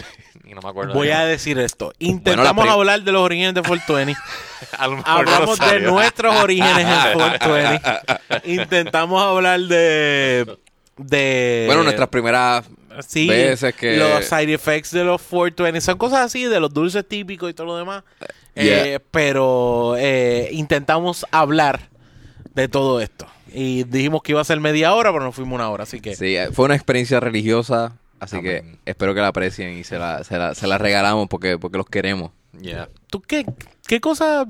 y no me acuerdo.
Voy
de-
a decir esto. Intentamos
pri-
hablar de los orígenes de 420.
a lo mejor no lo
Hablamos de
salió.
nuestros orígenes en 420. Intentamos hablar de. de
Bueno, nuestras primeras
sí,
veces que-
los side effects de los 420 son cosas así, de los dulces típicos y todo lo demás. Eh, pero eh, intentamos hablar de todo esto. Y dijimos que iba a ser media hora, pero nos fuimos una hora, así que.
Sí, eh, fue una experiencia religiosa, así
Amén.
que espero que la aprecien y se la, se la, se la regalamos porque, porque los queremos.
Yeah.
¿Tú qué, qué cosa,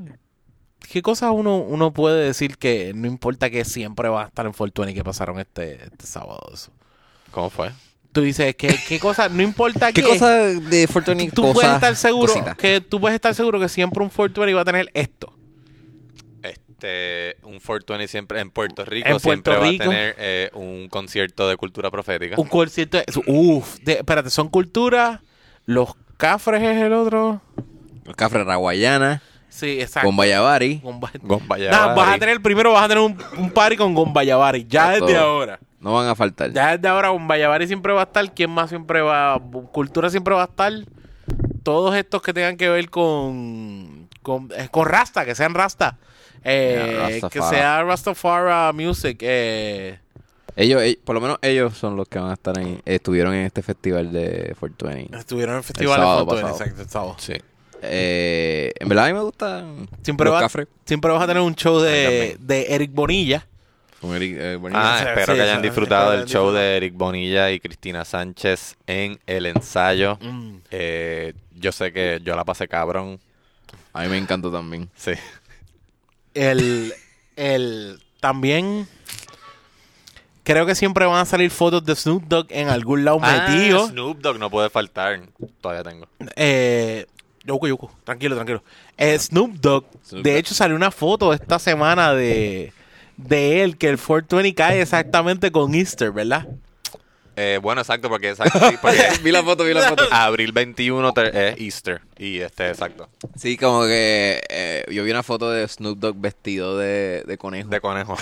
qué cosa uno, uno puede decir que no importa que siempre va a estar en Fortuna y que pasaron este, este sábado? eso?
¿Cómo fue?
tú dices, ¿qué, qué cosa? No importa
¿Qué cosa de Fortnite?
Tú puedes
cosa-
estar seguro
cosita?
que tú puedes estar seguro que siempre un 420 va a tener esto.
Este, un 420 siempre en Puerto Rico
En Puerto
siempre
Rico.
va a tener eh, un concierto de cultura profética.
Un concierto. de- Uf, de- espérate, son culturas. Los cafres es el otro.
Cafre Raguayana,
Sí, exacto.
con Bayabari.
Gomba-
Gombayabari.
Nah, vas a tener primero vas a tener un, un party con Gombayabari. Ya
Exacto.
desde ahora.
No van a faltar.
Ya desde ahora Gombayabari siempre va a estar. ¿Quién más siempre va? Cultura siempre va a estar. Todos estos que tengan que ver con con, eh, con Rasta, que sean Rasta. Eh,
Ya,
que
Rastafari.
sea Rastafara Music. Eh,
Ellos, eh, por lo menos ellos son los que van a estar en, estuvieron en este festival de 420.
estuvieron en el festival de
sábado
Fortuna,
pasado.
exacto, el sábado.
Sí. Eh, en verdad a mí me gusta
Siempre,
los
va-
cafres.
siempre vas a tener un show de, de Eric Bonilla.
Con Eric, eh, Bonilla.
Ah,
Sí,
espero
sí,
que hayan
sí,
disfrutado
espero
del
que
show
hayan
de Eric Bonilla y Cristina Sánchez en el ensayo.
Mm.
Eh, yo sé que yo la pasé cabrón.
A mí me encantó también.
Sí.
El, el, también creo que siempre van a salir fotos de Snoop Dogg en algún lado metido.
Ah, Snoop Dogg no puede faltar. Todavía tengo.
Eh, Yoko, Yoko, tranquilo, tranquilo. Eh, Snoop Dogg,
Snoop
de
Dogg.
hecho salió una foto esta semana de, de él, que el 420 cae exactamente con Easter, ¿verdad?
Eh, bueno, exacto, porque, exacto, sí, porque
vi la foto, vi la foto.
abril 21 te- es Easter. Y este, exacto.
Sí, como que eh, yo vi una foto de Snoop Dogg vestido de, de conejo
De conejo.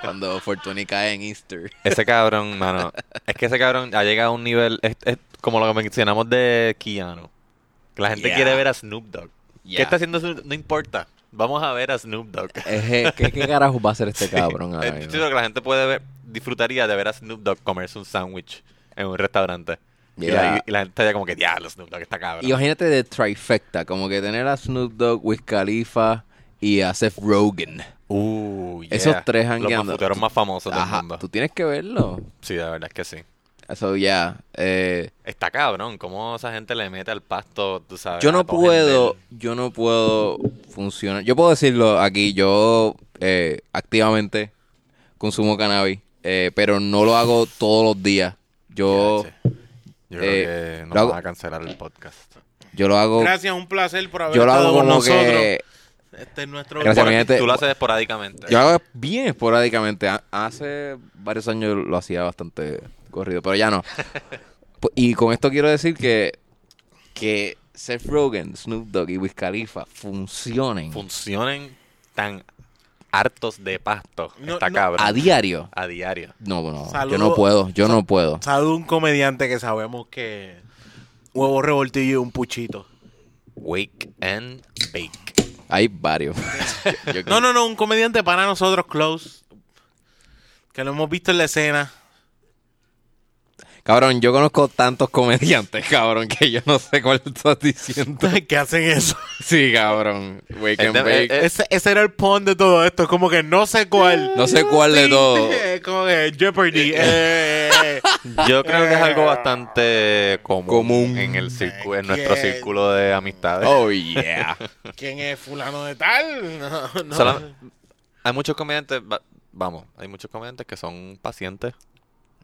cuando Fortuny cae en Easter.
Ese cabrón, mano. Es que ese cabrón ha llegado a un nivel. Es, es como lo que mencionamos de Keanu. Que la gente
Yeah.
quiere ver a Snoop Dogg.
Yeah.
¿Qué está haciendo Snoop No importa. Vamos a ver a Snoop Dogg.
Eh, ¿Qué, qué carajo va a hacer este cabrón
Eh,
ahora
yo
mismo?
siento que la gente puede ver, disfrutaría de ver a Snoop Dogg comerse un sándwich en un restaurante. Y,
Yeah.
la, y la gente estaría como que, diablo, Snoop Dogg está cabrón.
Y Imagínate de trifecta, como que tener a Snoop Dogg, Wiz Khalifa y a Seth Rogen.
Uh, yeah.
Esos tres
Los
jangueando.
más futuros más famosos del
Ajá,
mundo.
tú tienes que verlo.
Sí, de verdad es que sí.
Eso ya. eh,
Está cabrón, cómo esa gente le mete al pasto, tú sabes.
yo
a
no
Tom
puedo,
Hendel.
yo no puedo funcionar. Yo puedo decirlo aquí, yo eh, activamente consumo cannabis, eh, pero no lo hago todos los días. Yo,
Ya, che. Yo creo
eh,
que nos
lo hago-
van a cancelar el podcast.
yo lo hago,
Gracias, un placer por haber
Oh. yo lo
estado
hago
con
como
nosotros.
que
Este es nuestro
Gracias,
Por-
mi gente.
Tú lo haces esporádicamente.
Yo hago bien esporádicamente. Ha- Hace varios años lo hacía bastante corrido, pero ya no. Pu- y con esto quiero decir que, que Seth Rogen, Snoop Dogg y Wiz Khalifa funcionen
Funcionen tan hartos de pasto.
No,
está
no.
cabrón.
a diario.
a diario.
No, no,
Saludo-
yo no puedo, yo no puedo.
Sabe un comediante que sabemos que huevo revoltillo y un puchito.
Wake and bake.
Hay varios. Yo-
No, no, no, un comediante para nosotros, close. Que lo hemos visto en la escena.
Cabrón, yo conozco tantos comediantes, cabrón, que yo no sé cuál estás diciendo.
que hacen eso?
Sí, cabrón. Wake and
Este-
bake.
eh, eh,
Ese, ese era el pon de todo esto. Es como que no sé cuál.
No sé cuál de
Sí,
todo.
eh, Como que Jeopardy. eh.
Yo creo que es algo bastante común,
Común.
en el circu- en nuestro
¿Quién?
círculo de amistades.
Oh, yeah.
¿Quién es fulano de tal? No, no.
Solam- hay muchos comediantes, va- vamos, hay muchos comediantes que son pacientes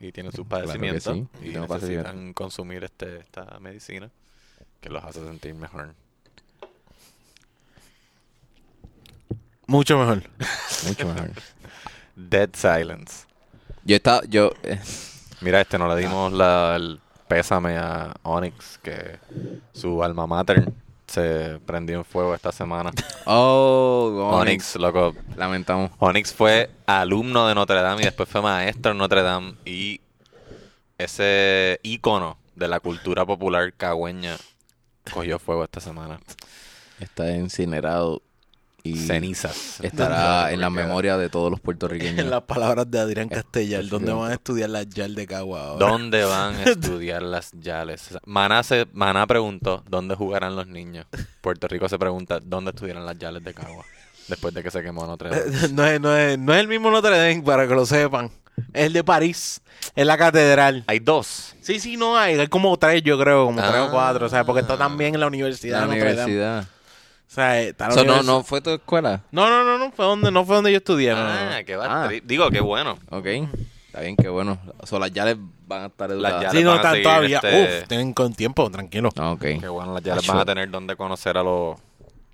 y tienen sus
Claro que
padecimientos
sí,
y necesitan
tengo padecimiento.
consumir este, esta medicina que los hace sentir mejor.
Mucho mejor.
Mucho mejor.
Dead Silence.
Yo estaba, yo... eh,
Mira, este no le dimos la, el pésame a Onyx, que su alma mater se prendió en fuego esta semana.
Oh,
Onyx,
Onyx.
loco,
Lamentamos.
Onyx fue alumno de Notre Dame y después fue maestro en Notre Dame y ese ícono de la cultura popular cagüeña cogió fuego esta semana.
Está incinerado y
Cenizas.
estará en la
Porque-
memoria de todos los puertorriqueños.
En las palabras de Adrián
Eh,
Castellar,
sí.
donde van a estudiar las YAL de Cagua ahora?
¿Dónde van a estudiar las Yales? Maná, se, Maná preguntó, ¿dónde jugarán los niños? Puerto Rico se pregunta, ¿dónde estudiarán las Yales de Cagua? Después de que se quemó Notre Dame.
no, es, no, es, no es el mismo Notre Dame, para que lo sepan. Es el de París. Es la catedral.
Hay dos.
Sí, sí, no hay. Hay como tres, yo creo, como tres
Ah.
o cuatro. O sea, porque está también en la Universidad de
la
Notre Dame.
universidad.
O sea, está la
So, no,
univers-
no fue tu escuela.
no, no, no, no fue donde, no fue donde yo estudié. no, no, no.
Ah, qué bad
Ah.
trip. Digo, qué bueno.
Ok. Está bien, que bueno. O sea, las yales van a estar educadas.
Las
Sí,
les
no
van a
están
seguir,
todavía.
este-
Uf, tienen con tiempo, tranquilo.
Ah, ok.
Que bueno, ya les van a tener donde conocer a los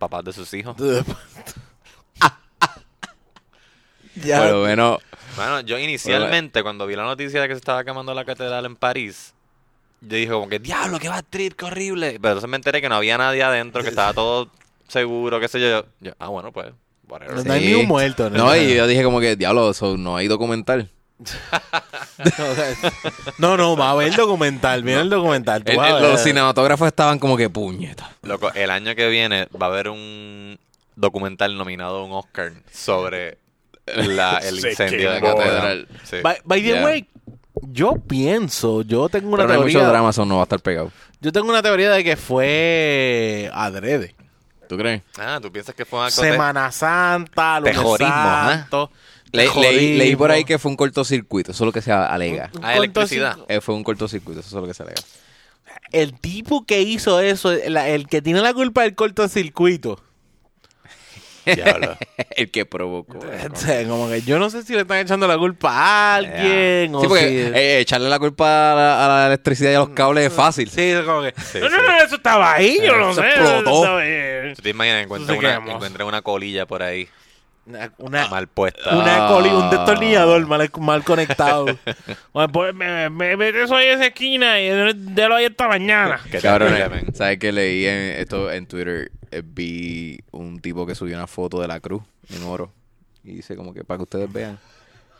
papás de sus hijos.
ya.
Pero bueno,
Bueno, yo
eh.
inicialmente, cuando vi la noticia de que se estaba quemando la catedral en París, yo dije como que, diablo, qué va a trip, qué horrible. Pero entonces me enteré que no había nadie adentro, que estaba todo seguro, qué sé yo. Yo, ah, bueno, pues, whatever.
No hay
sí.
ni un muerto, ¿no?
No, y yo dije como que, diablo, eso no hay documental.
no, no, va a ver el documental. Mira el documental. tú
El-
vas a
el-
ver.
los cinematógrafos estaban como que puñeta.
Loco, el año que viene va a haber un documental nominado a un Oscar sobre la- el
Se
incendio de la
quemó.
catedral. Sí.
By, by the
Yeah.
way, yo pienso, yo tengo una
Pero no hay
teoría.
mucho drama, eso no va a estar pegado.
Yo tengo una teoría de que fue adrede.
¿Tú crees?
Ah, ¿tú piensas que fue un acto de-
Semana Santa, lunes
Tejorismo, ¿ah?
santo.
Le- leí,
tejorismo.
leí por ahí que fue un cortocircuito, eso es lo que se alega.
Ah, electricidad.
Eh, fue un cortocircuito, eso es lo que se alega.
El tipo que hizo eso, el, la- el que tiene la culpa del cortocircuito.
Diablo.
El que provocó.
O sea, Este, como que yo no sé si le están echando la culpa a alguien o
Sí, porque
si- Mm,
eh, echarle la culpa a la, a la electricidad y a los cables es fácil.
Sí, es como que.
Sí,
no, no,
sí.
no, eso estaba ahí, yo no
Eso
sé.
explotó.
eso estaba ahí.
¿Tú te imaginas? Encuentra
Sí,
una,
quedamos.
encuentra una colilla por ahí,
Una, una,
mal puesta.
una
Ah.
coli, un destornillador mal, mal conectado. Bueno, pues, me, me, me- eso ahí en esa esquina y délo ahí esta mañana.
Que te
Cabrones,
llamen.
¿sabes que leí en, esto en Twitter? Eh, vi un tipo que subió una foto de la cruz en oro. Y dice como que para que ustedes vean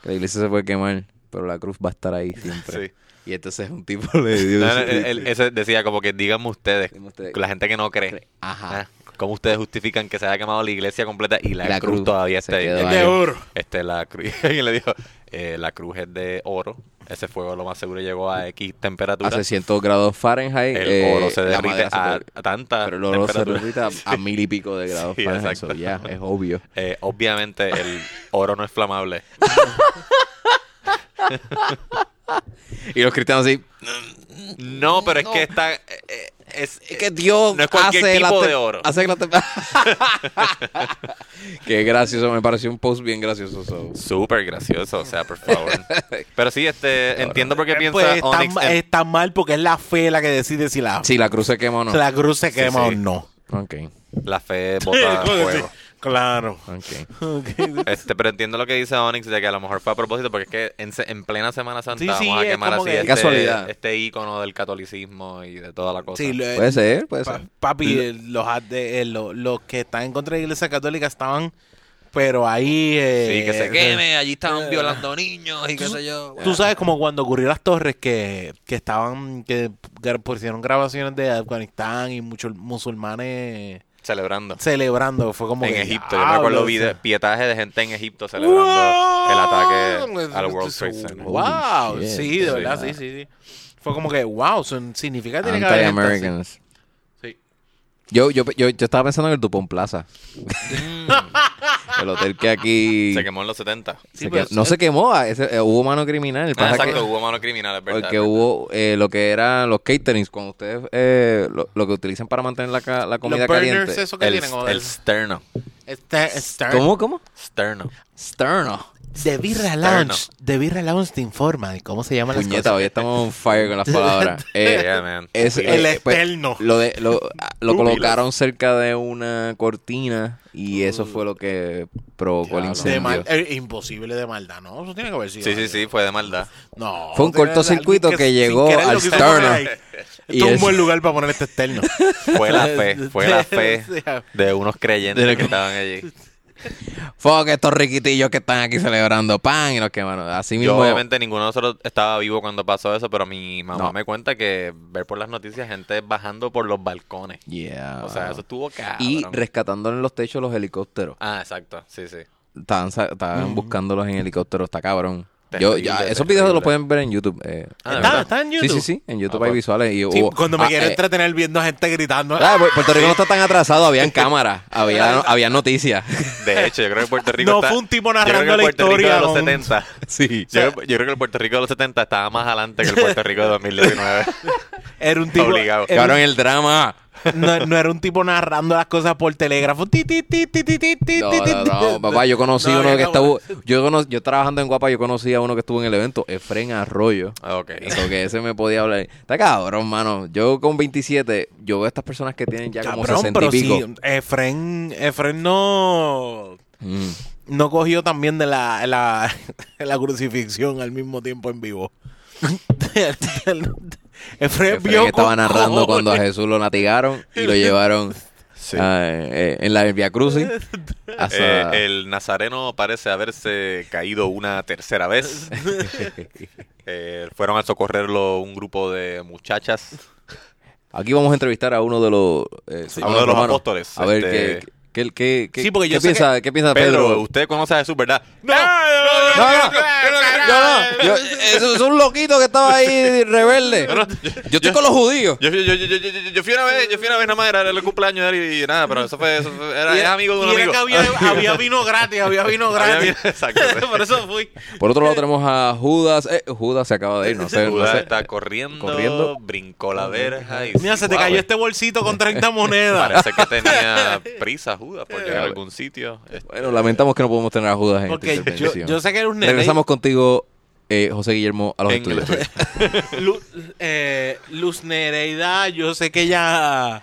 que la iglesia se puede quemar, pero la cruz va a estar ahí siempre.
Sí.
Y entonces un tipo le dio...
No, no,
su-
él- él- ese decía como que díganme ustedes,
Díganme ustedes.
la gente que no cree,
Ajá.
ah, cómo ustedes justifican que se haya quemado la iglesia completa y la,
La
cruz,
cruz
todavía
se
está ahí.
quedó
Él
ahí.
dijo,
De oro.
Este, la cruz. Y le dijo, eh, la cruz es de oro. Ese fuego lo más seguro llegó a X temperatura.
A 600 grados Fahrenheit.
el
eh,
oro se
la
derrite Ah,
madera se
a,
puede-
a tanta
Pero el oro se
temperatura.
derrite a, a mil y pico de grados
Sí,
Fahrenheit.
exacto.
so ya, es obvio.
Eh, obviamente el oro no es flamable.
Y los cristianos así...
No, pero es que está... eh, eh, es,
Es que Dios
No es cualquier
hace la
tipo
te-
de oro.
Hace la te- Qué gracioso, me pareció un post bien gracioso. so.
Súper gracioso, o sea, por favor. Pero sí, este, entiendo por qué
Eh,
piensa
pues, es, tan,
Onyx en-
es tan mal porque es la fe la que decide si la,
Si la cruz se quema o no.
si la cruz se quema
sí. pues,
o no.
Ok,
la fe bota
Sí,
fuego.
Claro.
ok.
Este, pero entiendo lo que dice Onyx de que a lo mejor fue a propósito, porque es que en, se- en plena Semana Santa
Sí, sí,
vamos a
es
quemar
como
así
que-
este,
Casualidad.
este ícono del catolicismo y de toda la cosa.
Sí, lo- eh,
Puede ser, puede
pa-
ser.
papi, eh, los, ad- eh, lo- los que están en contra de la iglesia católica estaban, pero ahí... eh,
Sí, que se
eh,
queme, allí estaban violando niños y qué sé yo.
Tú sabes como cuando ocurrió las torres que, que estaban, que gra- pusieron grabaciones de Afganistán y muchos musulmanes
Celebrando.
celebrando, fue como
En
que,
Egipto, yo me acuerdo
"Diablo,
vide-
o sea,
pietaje de gente en Egipto celebrando el ataque al World Trade Center.
Wow,
Holy shit.
sí, de
Sí.
verdad, sí, sí, sí. Fue como que, wow, son, significa que tiene que haber gente así.
Anti-Americans. Yo, yo, yo, yo estaba pensando en el Dupont Plaza. el hotel que aquí...
Mm. Se quemó en los 70.
se quem- no se quemó, ah, ese- eh, hubo mano criminal.
Ah,
pasa que-
exacto, hubo mano criminal, es verdad.
Porque hubo eh, lo que eran los caterings, cuando ustedes eh, lo, lo que utilizan para mantener la, ca- la comida
Los burners,
caliente.
eso que
El,
tienen, o
el
el-
sterno.
Este- Stern-
¿Cómo, cómo?
Sterno.
Sterno.
The Birra
Stern,
Lounge, The Birra Lounge te informa de cómo se llaman las
Puñeta,
cosas.
hoy estamos on fire con las palabras. Eh,
Yeah, man.
es-
El
eh, pues,
externo.
lo, de- lo, ah, lo
Pupilas.
colocaron cerca de una cortina y eso fue lo que provocó el
De
incendio.
mal- eh, imposible de maldad, ¿no? Eso tiene que haber sido.
Sí, sí, sí, fue de maldad.
No.
Fue un
tiene-
cortocircuito
alguien
que
sin
llegó
querer lo
al
quiso
Stern.
poner ahí.
Y
Esto es un
es-
buen lugar para poner este externo.
Fue la fe, fue la fe
O sea,
de unos creyentes que estaban allí.
Fuck estos riquitillos que están aquí celebrando pan y los quemaron. Así
Yo
mismo.
obviamente ninguno de nosotros estaba vivo cuando pasó eso, pero mi mamá
No.
me cuenta que ver por las noticias gente bajando por los balcones.
Yeah.
O sea, eso estuvo cabrón.
y rescatando en los techos los helicópteros.
Ah, exacto, sí, sí.
Estaban, sa- estaban buscándolos en helicóptero, está cabrón. Yo,
Terrible,
ya, esos
terrible.
videos los pueden ver en YouTube. eh.
Ah, ¿de
¿Está,
verdad?
está en
sí,
YouTube.
sí, sí, en YouTube
Ah,
hay
pues.
visuales. Y,
Sí,
hubo-
cuando me
ah,
quiero
eh,
entretener viendo a gente gritando.
ah, Pu- Puerto Rico no está tan atrasado, habían cámaras, había, había noticias.
De hecho, yo creo que Puerto Rico
No,
está-
fue un tipo
yo creo que
narrando
el
la
Puerto Rico
historia,
de los
un-
70.
Sí.
Yo, creo- yo creo que el Puerto Rico de los 70 estaba más adelante que el Puerto Rico de 2019.
Era un tipo.
Obligado.
era un-
Cabrón, el drama.
No, no era un tipo narrando las cosas por telégrafo. Ti, ti, ti, ti, ti, ti, ti,
No,
ti, ti,
no, no,
ti.
papá, yo conocí
No,
uno que
no,
estuvo. Yo, cono- yo trabajando en Guapa, yo conocí a uno que estuvo en el evento, Efren Arroyo.
Ah,
Ok.
Eso que ese me podía hablar. Está cabrón, mano. Yo con 27, yo veo a estas personas que tienen ya como
Cabrón,
60 y
pero
pico.
sí, Efren, Efren no,
Mm.
no cogió también de la, la, la crucifixión al mismo tiempo en vivo. Efren,
Efren
vio
que estaba
con
narrando cuando a
cojones.
Jesús lo latigaron y lo llevaron
Ah,
a- eh, en la Via Crucis. hasta-
Eh, el nazareno parece haberse caído una tercera vez. Eh, fueron a socorrerlo un grupo de muchachas.
Aquí vamos a entrevistar a uno de los, eh,
a uno de los
romanos.
apóstoles,
A ver
este-
qué, qué, qué, qué-
Sí, porque
qué
yo sé
piensa, qué piensa
Pedro,
Pedro.
usted conoce a Jesús, ¿verdad? ¡No!
No, no, yo no. Yo, eso es un loquito que estaba ahí rebelde. yo estoy con los judíos.
Yo, yo, yo, yo, yo, yo- yo- yo fui una vez, yo fui una vez nada más, era el cumpleaños de él y nada, pero eso fue, eso fue- era,
Y-
era amigo de un
y era
amigo.
que había, había vino gratis, había vino
Había
gratis.
vino- exacto.
Por eso fui.
Por
Eh.
otro lado tenemos a Judas. Eh, Judas se acaba de ir, no sé. no
Judas
sé.
está corriendo,
Corriendo.
brincó la verja y
Mira, se te
guau,
cayó
eh.
este bolsito con 30 monedas.
Parece que tenía prisa Judas por llegar a algún sitio. Este,
Bueno, lamentamos que no podemos tener a Judas en
Ok,
esta
yo,
intervención.
yo sé que era un nene.
Regresamos contigo, eh, José Guillermo, a los
En-
estudios.
Lu- eh, Luz Nereida, yo sé que ella.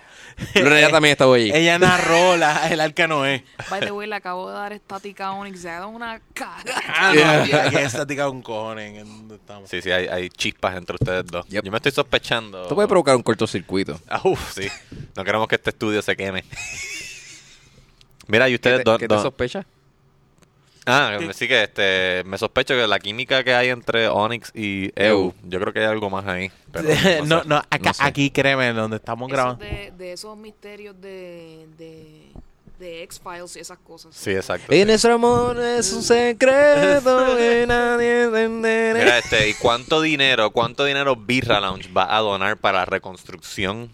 Lorena también estaba allí.
Ella narró la, el arca Noé.
By the way, le acabo de dar estática a Onyx. Se ha dado una caga.
Ah,
Yeah.
no, tía, que estática un cojones. ¿en dónde estamos?
Sí, sí, hay, hay chispas entre ustedes dos.
Yep.
Yo me estoy sospechando.
Esto puede provocar un cortocircuito.
Ah, uf, sí. No queremos que este estudio se queme. Mira, y ustedes don-
¿Qué te
don-
sospechas?
Ah, sí que este, me sospecho que la química que hay entre Onyx y EU, yo creo que hay algo más ahí. pero
no,
no, sé.
no, acá-
no sé.
aquí créeme, donde estamos
Eso
grabando.
de, de esos misterios de, de, de X-Files y esas cosas.
Sí,
Eh,
exacto.
Y
sí.
nuestro amor es un secreto que nadie
Mira,
eh.
entenderá.
este, ¿y cuánto dinero, cuánto dinero Birra Lounge va a donar para la reconstrucción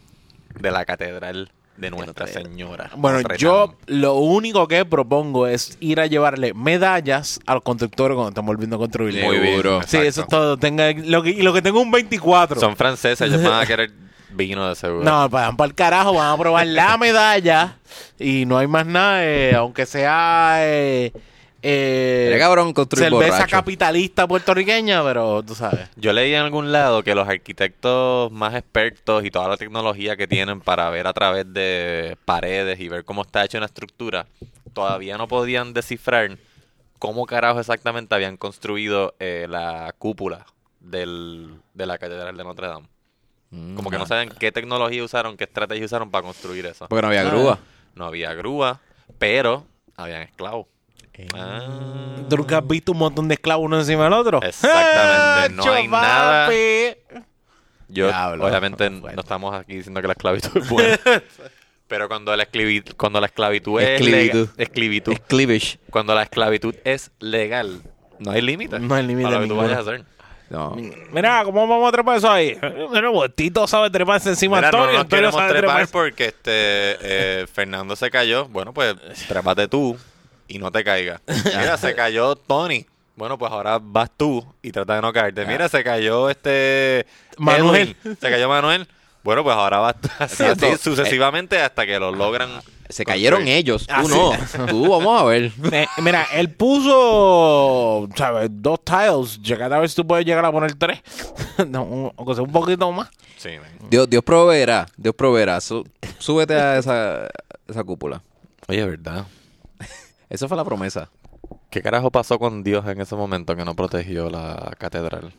de la catedral de Nuestra Señora?
Bueno,
Notre
yo
Dame?
lo único que propongo es ir a llevarle medallas al constructor cuando estamos volviendo a construir.
Muy bien,
Sí,
exacto.
eso es todo. Tenga, lo que, y lo que tengo es un 24.
Son franceses, ellos van a querer vino de seguro.
No, van para el carajo, van a probar la medalla y no hay más nada, eh, aunque sea eh, eh,
Mira, cabrón, construir
cerveza
borracho.
capitalista puertorriqueña, pero tú sabes.
Yo leí en algún lado que los arquitectos más expertos y toda la tecnología que tienen para ver a través de paredes y ver cómo está hecha una estructura, todavía no podían descifrar cómo carajo exactamente habían construido eh, la cúpula del- de la Catedral de Notre Dame.
Mm.
Como que no sabían qué tecnología usaron, qué estrategia usaron para construir eso.
Porque no había grúa.
No había grúa, pero habían esclavos. Ah.
Tú nunca has visto un montón de esclavos uno encima del otro.
Exactamente, no hay
¡Chapapi!
nada. Yo,
Diablo.
obviamente,
Bueno.
no estamos aquí diciendo que la esclavitud es buena. pero cuando la, esclavi- cuando la esclavitud es
Esclavitud.
lega- esclavitud.
Es cleavage.
Cuando la esclavitud es legal, no hay límite.
No hay límite
Para lo que tú
ninguno.
vayas a hacer.
No.
Mira, ¿cómo vamos a trepar eso ahí? Bueno, Tito sabe treparse encima de
Mira, no
Antonio,
nos
Antonio
queremos
sabe
trepar
treparse.
porque este eh, Fernando se cayó. Bueno, pues trépate tú y no te caigas. Mira, se cayó Tony. Bueno, pues ahora vas tú y trata de no caerte. Mira, se cayó este
Manuel.
Edwin. Se cayó Manuel. Bueno, pues ahora vas tú así,
Exacto.
así sucesivamente hasta que lo logran.
Se cayeron
construir.
ellos.
Ah,
Tú no. Tú, vamos a ver.
Eh, mira, él puso, ¿sabes? Dos tiles. Ya Cada vez tú puedes llegar a poner tres. no, un, aunque sea un poquito más.
Sí, man.
Dios, Dios proveerá. Dios proveerá. Sú- súbete a esa, esa cúpula.
Oye, ¿verdad?
Esa fue la promesa.
¿Qué carajo pasó con Dios en ese momento que no protegió la catedral?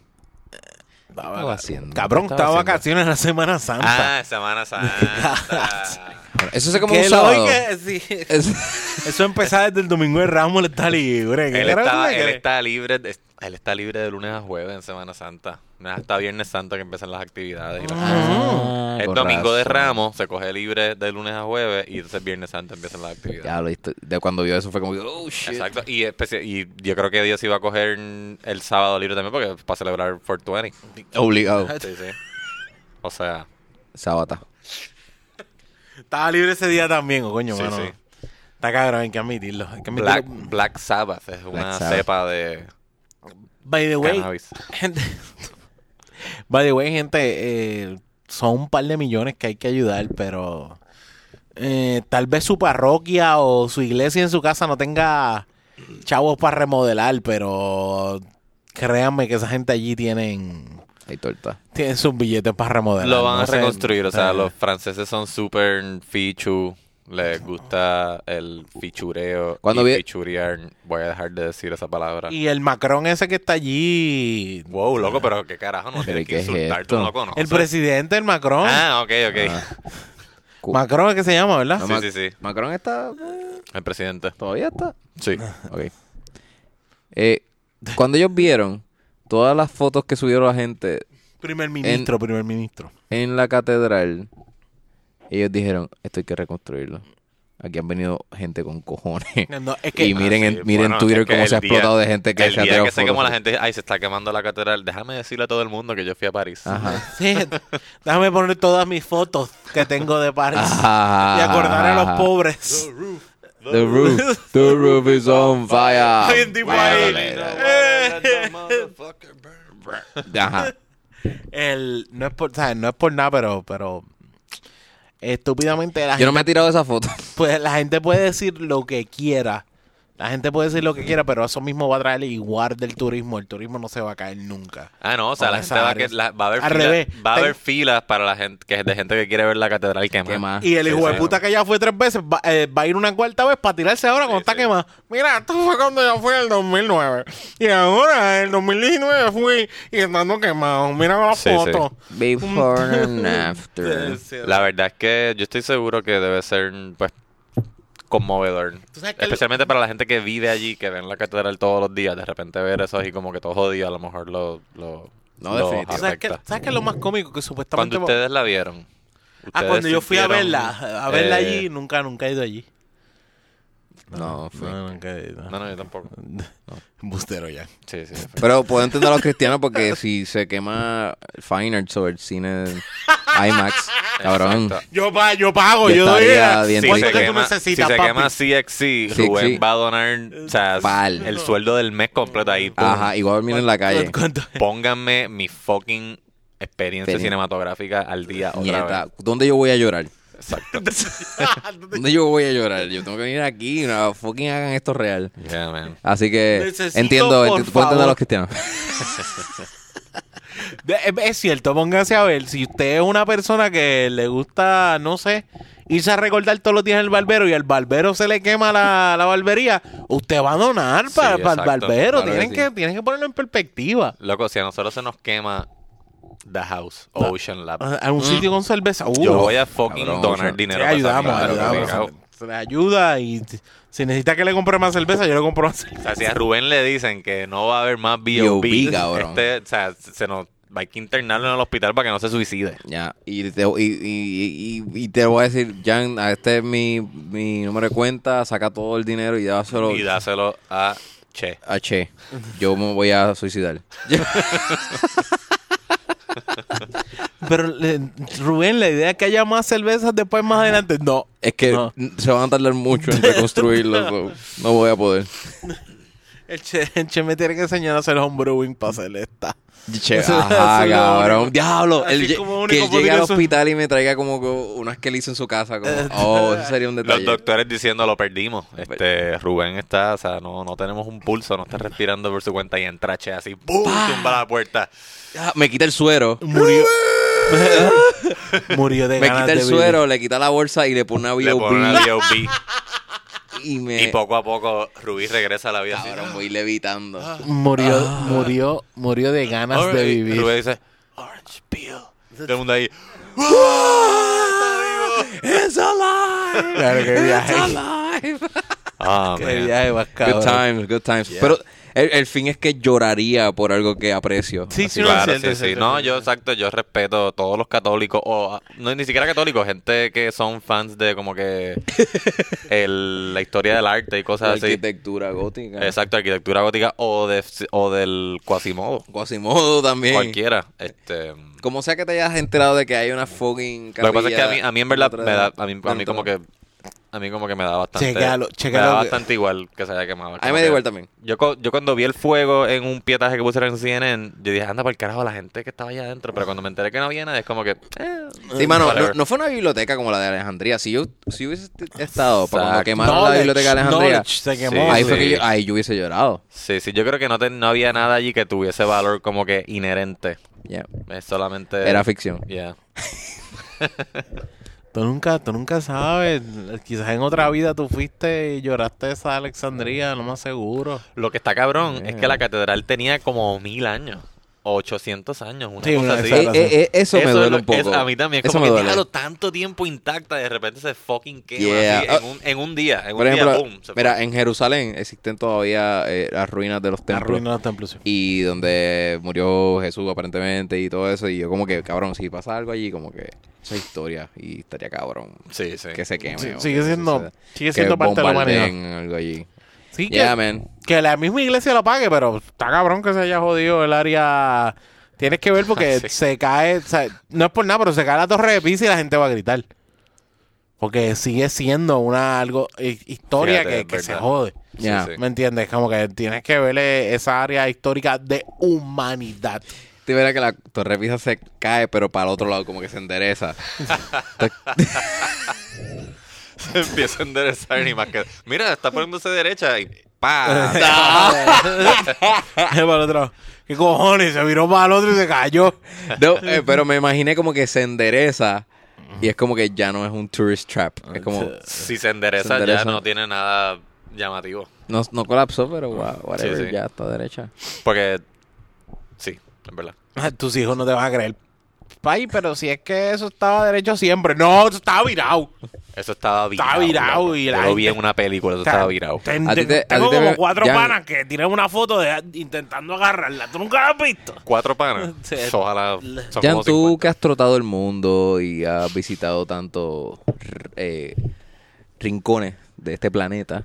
estaba haciendo?
Cabrón,
¿Qué
estaba
estaba haciendo?
vacaciones
Ah,
en la Semana Santa.
Semana Santa.
Bueno, eso se como
Que
un
lo
sábado.
oiga, sí.
Es-
Eso empezaba desde el domingo de Ramos, él está libre. ¿Qué
Él
carajo tú
está,
le
él
crees?
está libre, de- él está libre de lunes a jueves en Semana Santa. No es Hasta Viernes Santo que empiezan las actividades. y las cosas. el
Ah, con
domingo de
razón.
Ramos se coge libre de lunes a jueves y entonces Viernes Santo empiezan las actividades.
Ya lo hizo- De cuando vio eso fue como que, oh shit.
Exacto. Y, especi- y yo creo que Dios iba a coger el sábado libre también porque para celebrar 420.
Obligado.
Sí, sí. O sea,
Sabata.
Estaba libre ese día también, oh, coño,
Sí,
mano.
sí.
Está cabrón, hay que admitirlo. Hay que
Black,
admitirlo.
Black Sabbath es una
Sabbath.
cepa de
By the way,
cannabis.
gente. By the way, gente, eh, son un par de millones que hay que ayudar, pero eh, tal vez su parroquia o su iglesia en su casa no tenga chavos para remodelar, pero créanme que esa gente allí tienen,
Hay torta.
tienen sus billetes para remodelar.
Lo van
No
a
sé,
reconstruir, o sea,
eh,
los franceses son súper fichu, les gusta el fichureo
Cuando
y
vi-
fichurear, voy a dejar de decir esa palabra.
Y el Macron ese que está allí,
Wow, loco, pero qué carajo, no tienes
qué
que
es
insultar,
esto?
tú no lo conoces.
el presidente, el Macron.
Ah, ok, ok.
Cu-
Macron es que se llama, ¿verdad?
No,
sí,
Mac-
sí, sí.
Macron está... eh,
El presidente.
Todavía está.
Sí.
Ok. Eh, cuando ellos vieron todas las fotos que subió la gente
Primer ministro, primer ministro.
en la catedral, ellos dijeron, esto hay que reconstruirlo. Aquí han venido gente con cojones.
No, es que
Y miren
Ah,
en-
sí,
miren
bueno,
Twitter
es que
cómo
el
se ha
día-
explotado de gente que
el
se ha
día
tirado
que se quemó
fotos.
la gente, ay, se está quemando la catedral. Déjame decirle a todo el mundo que yo fui a París.
Ajá.
Sí, déjame poner todas mis fotos que tengo de París
Ajá.
Ah.
y acordar a los pobres.
Ah. The roof, the roof is on fire.
Bien, tipo ahí.
Ajá.
El, no, es por, o sea, no es por nada, pero, pero estúpidamente la,
Yo no
gente,
me he tirado esa foto.
puede- Pues la gente puede decir lo que quiera. La gente puede decir lo que quiera, pero eso mismo va a traer igual del turismo. El turismo no se va a caer nunca.
Ah, no, o sea,
Con
la
esas
gente va, a que,
áreas.
la- va a haber
Al
filas-
revés.
va a haber
Ten-
filas para la gente que de gente que quiere ver la catedral quemada.
Quemada.
Y el
Ah, Sí,
hijo de
sí.
puta que ya fue tres veces va, eh, va a ir una cuarta vez para tirarse ahora cuando
Sí,
está
sí.
quemado. Mira, esto fue cuando yo fui en el 2009. Y ahora en el 2019 fui y estando quemado. Mira las
Sí, sí.
fotos.
Before and after.
La verdad es que yo estoy seguro que debe ser, pues, conmovedor.
Tú sabes que el-
Especialmente para la gente que vive allí, que ven la catedral todos los días. De repente ver eso así como que todo jodido, a lo mejor lo, lo, lo
No, definitivo.
¿Tú ¿Sabes qué
afecta.
sabes qué es lo más cómico? Que supuestamente...
Cuando ustedes la vieron.
Ah,
ustedes
cuando yo fui a
sintieron,
verla. A verla
eh,
allí, nunca, nunca he ido allí.
No, fue-
nunca he ido.
No, no, yo tampoco.
Bustero ya.
Sí, sí. fui.
Pero puedo entender a los cristianos porque si se quema Fine Arts o el cine IMAX, cabrón.
Exacto.
Yo, pa- yo pago,
Yo
yo doy...
estaría
eh,
bien
Si
¿Cuánto
¿Cuánto
se,
es que tú
quema,
necesitas,
si se
papi?
quema CXC, Rubén
CXC.
va a donar o sea,
Pal.
el sueldo del mes completo ahí. pum.
Ajá, igual dormir en la calle.
¿Cuánto?
Pónganme mi fucking experiencia
Experiencia.
cinematográfica al día otra
Nieta,
vez.
¿dónde yo voy a llorar?
Exacto.
¿Dónde yo voy a llorar? Yo tengo que venir aquí, no, fucking hagan esto real.
Yeah, man.
Así que
Necesito,
entiendo,
por
enti- puedo entender a los
favor.
cristianos.
De- Es es cierto, pónganse a ver. Si usted es una persona que le gusta, no sé, irse a recordar todos los días el barbero y al barbero se le quema la, la barbería, usted va a donar
Sí,
para el
exacto,
barbero.
claro que
tienen,
sí.
que, tienen que ponerlo en perspectiva.
Loco, si a nosotros se nos quema The House, Ocean Lab,
A a un sitio con cerveza. uh,
yo voy a fucking
cabrón,
donar
Ocean.
sí,
dinero. para esa
ayudamos,
mierda, loco,
ayudamos.
obligado.
Se le ayuda y si- si necesita que le compre más cerveza, yo le compro más
O
cerveza.
sea, si a Rubén le dicen que no va a haber más
B.O.B.,
B.O.B.,
cabrón.
este, o sea, se nos hay que internarlo en el hospital para que no se suicide.
Ya, y te, y, y- y- y te voy a decir, Jan, a este es mi, mi número de cuenta, saca todo el dinero y dáselo
Y dáselo a Che.
a Che. Yo me voy a suicidar.
Pero le- Rubén, la idea es que haya más cervezas después más adelante. No.
Es que
No.
se van a tardar mucho en reconstruirlo, so, no voy a poder.
El che, el che me tiene que enseñar a hacer homebrewing para hacer esta.
Che,
Eso-
ajá,
eso es lo
cabrón.
único.
Diablo.
Así
él lle-
como único
que él llegue
podría
al
ser.
hospital y me traiga como que unas que le hizo en su casa. Como,
Eh,
oh, eso sería un
Los
detalle.
doctores diciendo lo perdimos. Este Rubén está, o sea, no, no tenemos un pulso, no está respirando por su cuenta y entra Che así, ¡pum! tumba la puerta.
Ah, me quita el suero.
Murió. Murió de
Me
ganas
quita el
de vivir.
suero, le quita la bolsa y le pone una
Le pone una
BOB.
B.O.B.
Y me.
y poco a poco Rubí regresa a la vida. así,
Eh. Cabrón, voy levitando.
Ah. Murió,
Ah.
murió, murió de ganas
"Alright".
de vivir.
Rubén dice, Orange Peel. Todo el mundo ahí.
¡It's alive!
Claro, qué viaje.
¡It's alive!
Ah,
Qué
man.
viaje más cabrón.
Good times, good times. Pero el, el fin es que lloraría por algo que aprecio.
Sí,
Así
sí,
que-
lo
Claro,
siento,
sí, sí.
siento,
No,
siento.
yo exacto, yo respeto a todos los católicos, o a- no ni siquiera católicos, gente que son fans de como que el- la historia del arte y
La
cosas así.
arquitectura gótica.
Exacto, arquitectura gótica o, de, o del Quasimodo.
Quasimodo también.
Cualquiera. Este, lo
Como sea que te hayas enterado de que hay una fucking
que pasa es que a mí, a mí en verdad,
Otra
me da- a mí, a mí
dentro.
como que A mí como que me da bastante...
Chécalo,
Me
chécalo
da
que-
bastante igual que se haya quemado.
A
Como
mí me da
que-
igual también.
Yo, cu- yo cuando vi el fuego en un pietaje que pusieron en CNN, yo dije, anda para el carajo la gente que estaba allá adentro. Pero cuando me enteré que no había nadie, es como que... eh,
Sí, mano, no,
whatever.
no fue una biblioteca como la de Alejandría. Si yo si hubiese estado para cuando
Exacto.
quemaron la
Knowledge,
biblioteca de Alejandría,
knowledge se
Sí.
quemó.
ahí fue que
Sí.
yo, ahí yo hubiese llorado.
Sí, sí, yo creo que no, te- no había nada allí que tuviese valor como que inherente.
Yeah.
Es solamente...
Era ficción.
Yeah.
Tú nunca, tú nunca sabes. Quizás en otra vida tú fuiste y lloraste esa Alexandría, lo más seguro.
Lo que está cabrón es
Eh.
que la catedral tenía como mil años. 800 años, una
Sí,
cosa
una-
así.
exacto.
Eh, eh, eh, eso,
es
me duele
lo-
un poco.
es- a mí también.
Eso
como
me
que
duele.
diablo, tanto tiempo intacta y de repente se fucking quema
Yeah.
así, en, un, en un día. En
Por
un
ejemplo,
día, boom. se
mira,
fue.
en Jerusalén existen todavía eh, las ruinas de los templos.
Arruinó los templos. sí.
Y donde murió Jesús aparentemente y todo eso. Y yo como que, cabrón, si pasa algo allí, como que esa historia y estaría cabrón.
Sí, sí.
Que se queme.
Sí,
o
sigue
que se
siendo-
suceda.
sigue
Que
siendo parte de la humanidad.
bombardeen algo allí.
Sí, que,
Yeah, man.
que la misma iglesia lo pague, pero está cabrón que se haya jodido el área. Tienes que ver porque
Sí.
se cae, o sea, no es por nada, pero se cae la torre de Pisa y la gente va a gritar. Porque sigue siendo una algo hi- historia
Fíjate,
que, que
es
se
verdad.
jode.
Sí,
Ya.
sí.
¿Me entiendes? Como que tienes que verle esa área histórica de humanidad.
Te verás que la torre pisa se cae, pero para el otro lado como que se endereza.
Se empieza a enderezar y más que... Mira, está poniéndose derecha y... ¡Pa!
para el otro. lado. ¿Qué cojones? Se viró para el otro y se cayó.
No, eh, pero me imaginé como que se endereza y es como que ya no es un tourist trap. Es como,
si se endereza,
Se endereza.
ya no tiene nada llamativo.
no, no colapsó, pero wa- whatever,
Sí, sí.
ya está derecha.
Porque... Sí, es verdad.
Ah, Tus hijos no te van a creer. Pai, pero si es que eso estaba derecho siempre. No, eso estaba virado.
Eso estaba virado.
virado
loco.
y
Yo
la
lo vi
gente-
en una película, eso estaba virado.
Ten-
A ti
ten-
te- a
tengo
ti te
como
ve-
cuatro
Jan-
panas que tiran una foto de intentando agarrarla. ¿Tú nunca la has visto?
Cuatro panas.
Sí.
Ojalá. son
Jan,
como
tú
50.
que has trotado el mundo y has visitado tantos eh, rincones de este planeta,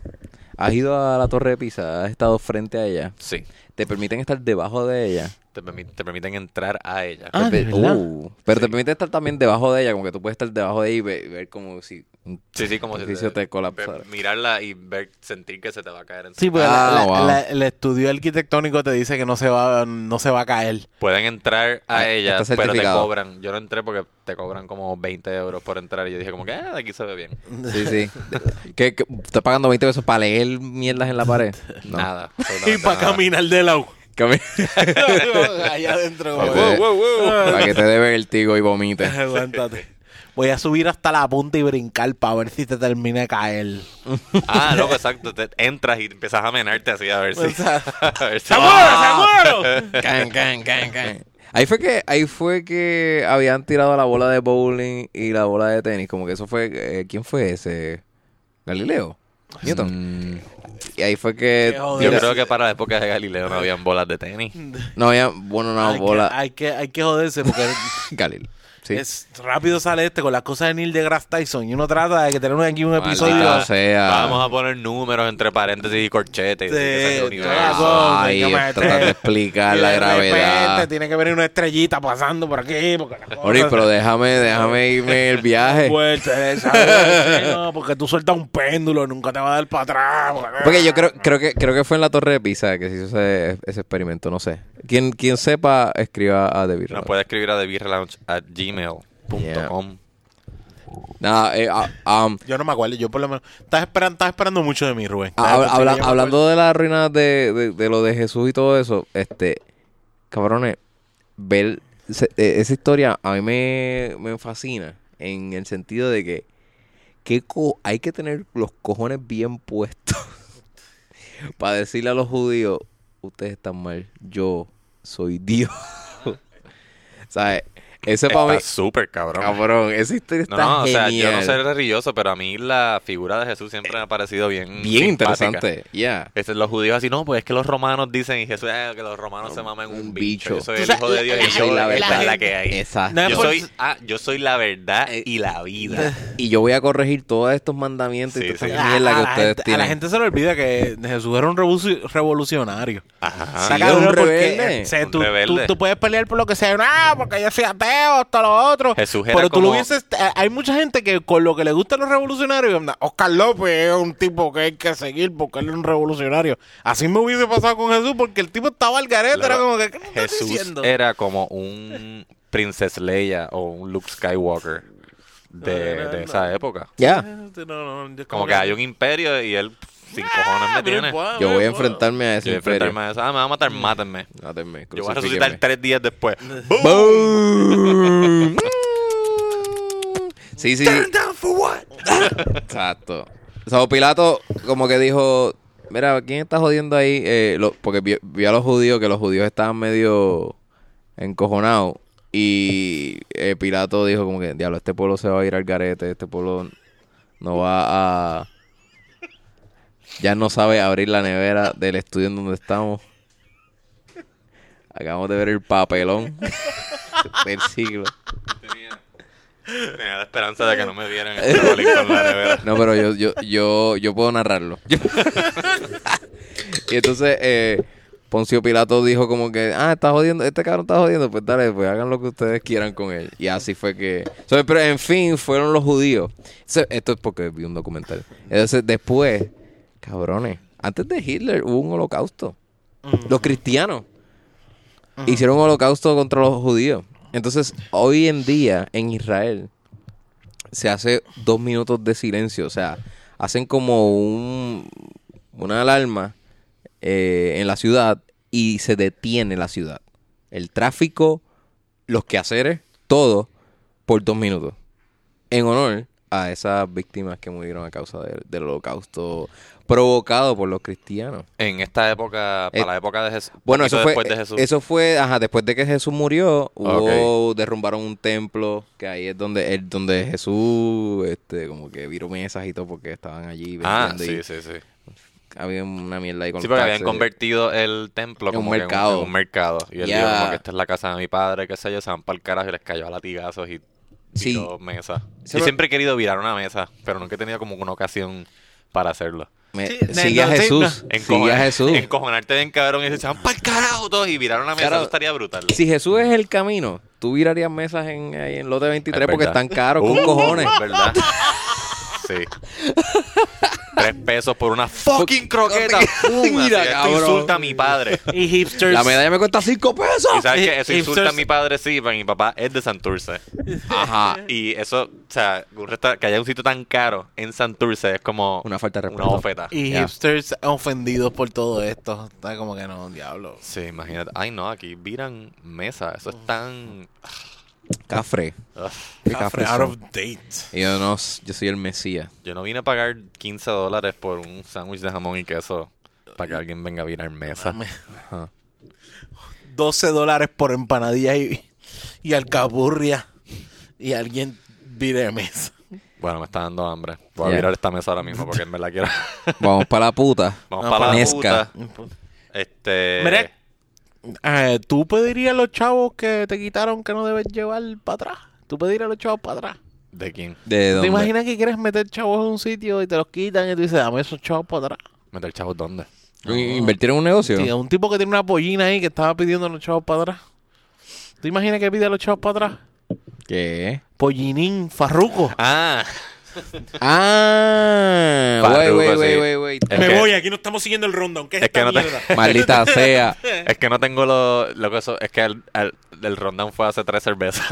has ido a la Torre de Pisa, has estado frente a ella,
Sí.
te permiten estar debajo de ella.
Te, permi- te permiten entrar a ella.
Ah,
Te
¿de
pe-
verdad?
Uh, pero te
Sí.
permite estar también debajo de ella, como que tú puedes estar debajo de ella y ve- y ver, como si...
Sí, sí, como
El
si
edificio te colapsara.
ver- Mirarla y ver, sentir que se te va a caer encima.
Sí, porque
Ah,
la- la-
wow.
la- el estudio arquitectónico te dice que no se va, no se va a caer.
Pueden entrar a
Ah,
ella,
está
pero te
certificado.
cobran. Yo no entré porque te cobran como 20 euros por entrar. Y yo dije como que, ah, de aquí se ve bien.
Sí, sí. que, que estás pagando 20 pesos para leer mierdas en la pared. No.
Nada.
Y
absolutamente
para
nada.
caminar de lado.
Cami-
Allá adentro.
Para
como-
que te- para que te dé vértigo y vomites.
Aguántate. Voy a subir hasta la punta y brincar para ver si te termina de caer.
Ah, loco, exacto. Te entras y empiezas a menarte así a ver
Pues,
si...
ah.
a ver si-
Can, can, can, can. Eh, Ahí fue que, ahí fue que habían tirado la bola de bowling y la bola de tenis. Como que eso fue, eh, ¿quién fue ese? Galileo. Newton.
Mm.
Y ahí fue que
Qué joder.
Yo
Mira.
creo que para la época de Galileo no habían bolas de tenis.
no había, bueno, no,
hay, que,
bola
hay, que, hay que joderse porque
Galileo. Sí.
es, rápido sale este con las cosas de Neil deGrasse Tyson y uno trata de que tenemos aquí un episodio.
Maldita sea.
Vamos a poner números entre paréntesis y corchetes. y
Sí,
que salga el universo.
toda la cosa,
Ay,
hay que meter.
tratar de explicar
Y
la
de repente
gravedad.
tiene que venir una estrellita pasando por aquí. Porque las
Ori,
cosas
pero déjame, déjame irme el viaje.
Pues, te sabes, no, porque tú sueltas un péndulo, nunca te va a dar para atrás. porque-
Porque yo creo, creo que creo que fue en la Torre de Pisa que se hizo ese, ese experimento, no sé. Quien, quien sepa, escriba a The Beer
Nos
Lounge.
puede escribir a thebeerlounge@gmail.com.
Nada, eh, ah, um,
Yo no me acuerdo, yo por lo menos. Estás esperando, estás esperando mucho de mí, Rubén.
ah, habla-
Estás- sí,
habla-
yo me acuerdo.
hablando de las ruinas de, de- de lo de Jesús y todo eso, este, cabrones, ver se- eh, esa historia a mí me, me fascina en el sentido de que, que co- hay que tener los cojones bien puestos para decirle a los judíos, ustedes están mal, yo soy Dios. ¿Sabes? Eso para mí,
Está súper cabrón.
cabrón, esa historia
No,
está
no, o sea, yo no
genial.
soy religioso, pero a mí la figura de Jesús siempre me ha parecido bien
bien
simpática.
interesante, ya.
Este, los judíos así, no, pues es que los romanos dicen, y Jesús, "Ah, que los romanos se maman un
un
bicho.
bicho.
Yo soy
Tú
el
sabes,
hijo de Dios
la-
y yo
la-
la verdad
la-
es la que hay.
Exacto. Eh,
No es
Yo
por-
soy, ah, yo soy la verdad y la vida.
y yo voy a corregir todos estos mandamientos
Sí,
y todas
sí.
estas mierdas que
a, la
ustedes
gente, a
tienen.
la gente se le olvida que Jesús era un revu- revolucionario.
Ajá.
Está
Sí, era un
cabrón porque,
rebelde.
eh, se-
Un
tú, tú-
rebelde.
tú puedes pelear por lo que sea. No, ah, porque yo soy ateo. ateo, hasta lo otro.
Jesús era
Pero tú lo
como-
hubieses. eh, Hay mucha gente que con lo que le gustan los revolucionarios, anda, Oscar López es un tipo que hay que seguir porque él es un revolucionario. Así me hubiese pasado con Jesús porque el tipo estaba al garete, era
Claro,
como que. ¿qué me estás
Jesús
diciendo?
era como un Princess Leia o un Luke Skywalker de,
No,
de
no,
esa época.
Ya.
No, Este, no, no, es
Como que hay un imperio y él pff,
Ah,
sin cojones me tiene. Yo
Yo voy a enfrentarme a ese
voy a
imperio.
enfrentarme a eso. Ah, me va a matar, mátenme.
Mátenme,
Yo voy a
crucifíquenme.
resucitar tres días después. ¡Bum!
¡Boom! sí, sí. Exacto. So, Pilato como que dijo, mira, ¿quién está jodiendo ahí? Eh, lo- porque vio, vio a los judíos, que los judíos estaban medio encojonados. Y eh, Pilato dijo como que, diablo, este pueblo se va a ir al garete, este pueblo no va a... Ya no sabe abrir la nevera del estudio en donde estamos. Acabamos de ver el papelón del siglo.
Tenía la esperanza de que no me vieran el Rolling con la nevera.
No, pero yo, yo, yo, yo puedo narrarlo. Yo- y entonces, eh, Poncio Pilato dijo como que, ah, está jodiendo, este cabrón está jodiendo, pues dale, pues hagan lo que ustedes quieran con él. Y así fue que... So, pero en fin, fueron los judíos. Se- Esto es porque vi un documental. Entonces, después, cabrones, antes de Hitler hubo un holocausto. Los cristianos hicieron un holocausto contra los judíos. Entonces, hoy en día, en Israel, se hace dos minutos de silencio. O sea, hacen como un, una alarma eh, en la ciudad y se detiene la ciudad. El tráfico, los quehaceres, todo por dos minutos. En honor a esas víctimas que murieron a causa del- del holocausto provocado por los cristianos.
En esta época, para
Eh,
la época de Jesús.
Bueno,
poquito
eso fue, eh,
después de Jesús. Ah,
eso fue, ajá, después de que Jesús murió, hubo- derrumbaron un templo, que ahí es donde, el- donde Jesús, este, como que vieron mesas y todo porque estaban allí
Ah,
vendiendo
sí,
y
sí, sí.
había una mierda ahí con
Sí,
los
porque habían
taxes.
convertido el templo
En
como
un
que en
mercado.
en un mercado. Y él
Ya.
dijo como que esta es la casa de mi padre, qué sé yo, se van para el carajo y les cayó a latigazos y
Sí.
tiró mesas.
Sí,
yo
pero-
siempre he querido virar una mesa, pero nunca he tenido como una ocasión para hacerlo.
Me-
Sí,
sigue a
no, sí,
Jesús, sigue
Encojonar-
a Jesús.
Encojonarte bien cabrón y decir, se van para el carajo todos y virar una mesa,
Claro.
eso estaría brutal.
Si Jesús es el camino, tú virarías mesas en, ahí en lote 23 porque
verdad.
están caros, con
Uh,
cojones.
es verdad. Sí. Tres pesos por una fucking croqueta. Pum,
Mira,
Mira,
cabrón.
insulta a mi padre.
Y hipsters.
La medalla me cuesta 5
Y
pesos.
sabes que
Y-
eso
y
insulta a
entonces-
mi padre, sí, pero mi papá es de Santurce.
Ajá.
Y eso, o sea, un resta- que haya un sitio tan caro en Santurce es como
Una falta de
una
respeto.
ofeta.
Y
Ya.
hipsters ofendidos por todo esto. Está como que no, diablo.
Sí, imagínate. Ay, no, aquí viran mesa. Eso es tan.
Cafre.
Ugh.
Qué
Cafre
cafres
out
son.
of date.
Y yo no, yo soy el Mesías.
Yo no vine a pagar 15 dólares por un sándwich de jamón y queso para que alguien venga a virar mesa.
12 dólares por empanadillas y, y alcaburria. Y alguien vire mesa.
Bueno, me está dando hambre. Voy a
Ya.
virar esta mesa ahora mismo porque en verdad quiero.
Vamos para la puta.
Vamos
No,
para la
Nesca.
puta. Este.
Mire. Eh, ¿Tú pedirías a los chavos que te quitaron que no debes llevar para atrás? ¿Tú pedirías a los chavos para atrás?
¿De quién?
¿De
¿Te
dónde?
imaginas que quieres meter chavos en un sitio y te los quitan y tú dices, dame esos chavos para atrás?
¿Meter chavos dónde?
¿In- ¿Invertir en un negocio?
Sí, un tipo que tiene una pollina ahí que estaba pidiendo a los chavos para atrás. ¿Tú imaginas que pide a los chavos para atrás?
¿Qué?
Pollinín, farruco.
Ah.
Ah, güey,
Farruko,
güey, güey,
sí.
güey, güey.
Es que-
aquí no estamos siguiendo el rondo, aunque
es esta que no te- mierda?
Eh, Maldita sea.
Es que no tengo lo, lo que eso. Es que el, el, el rundown fue hace tres cervezas.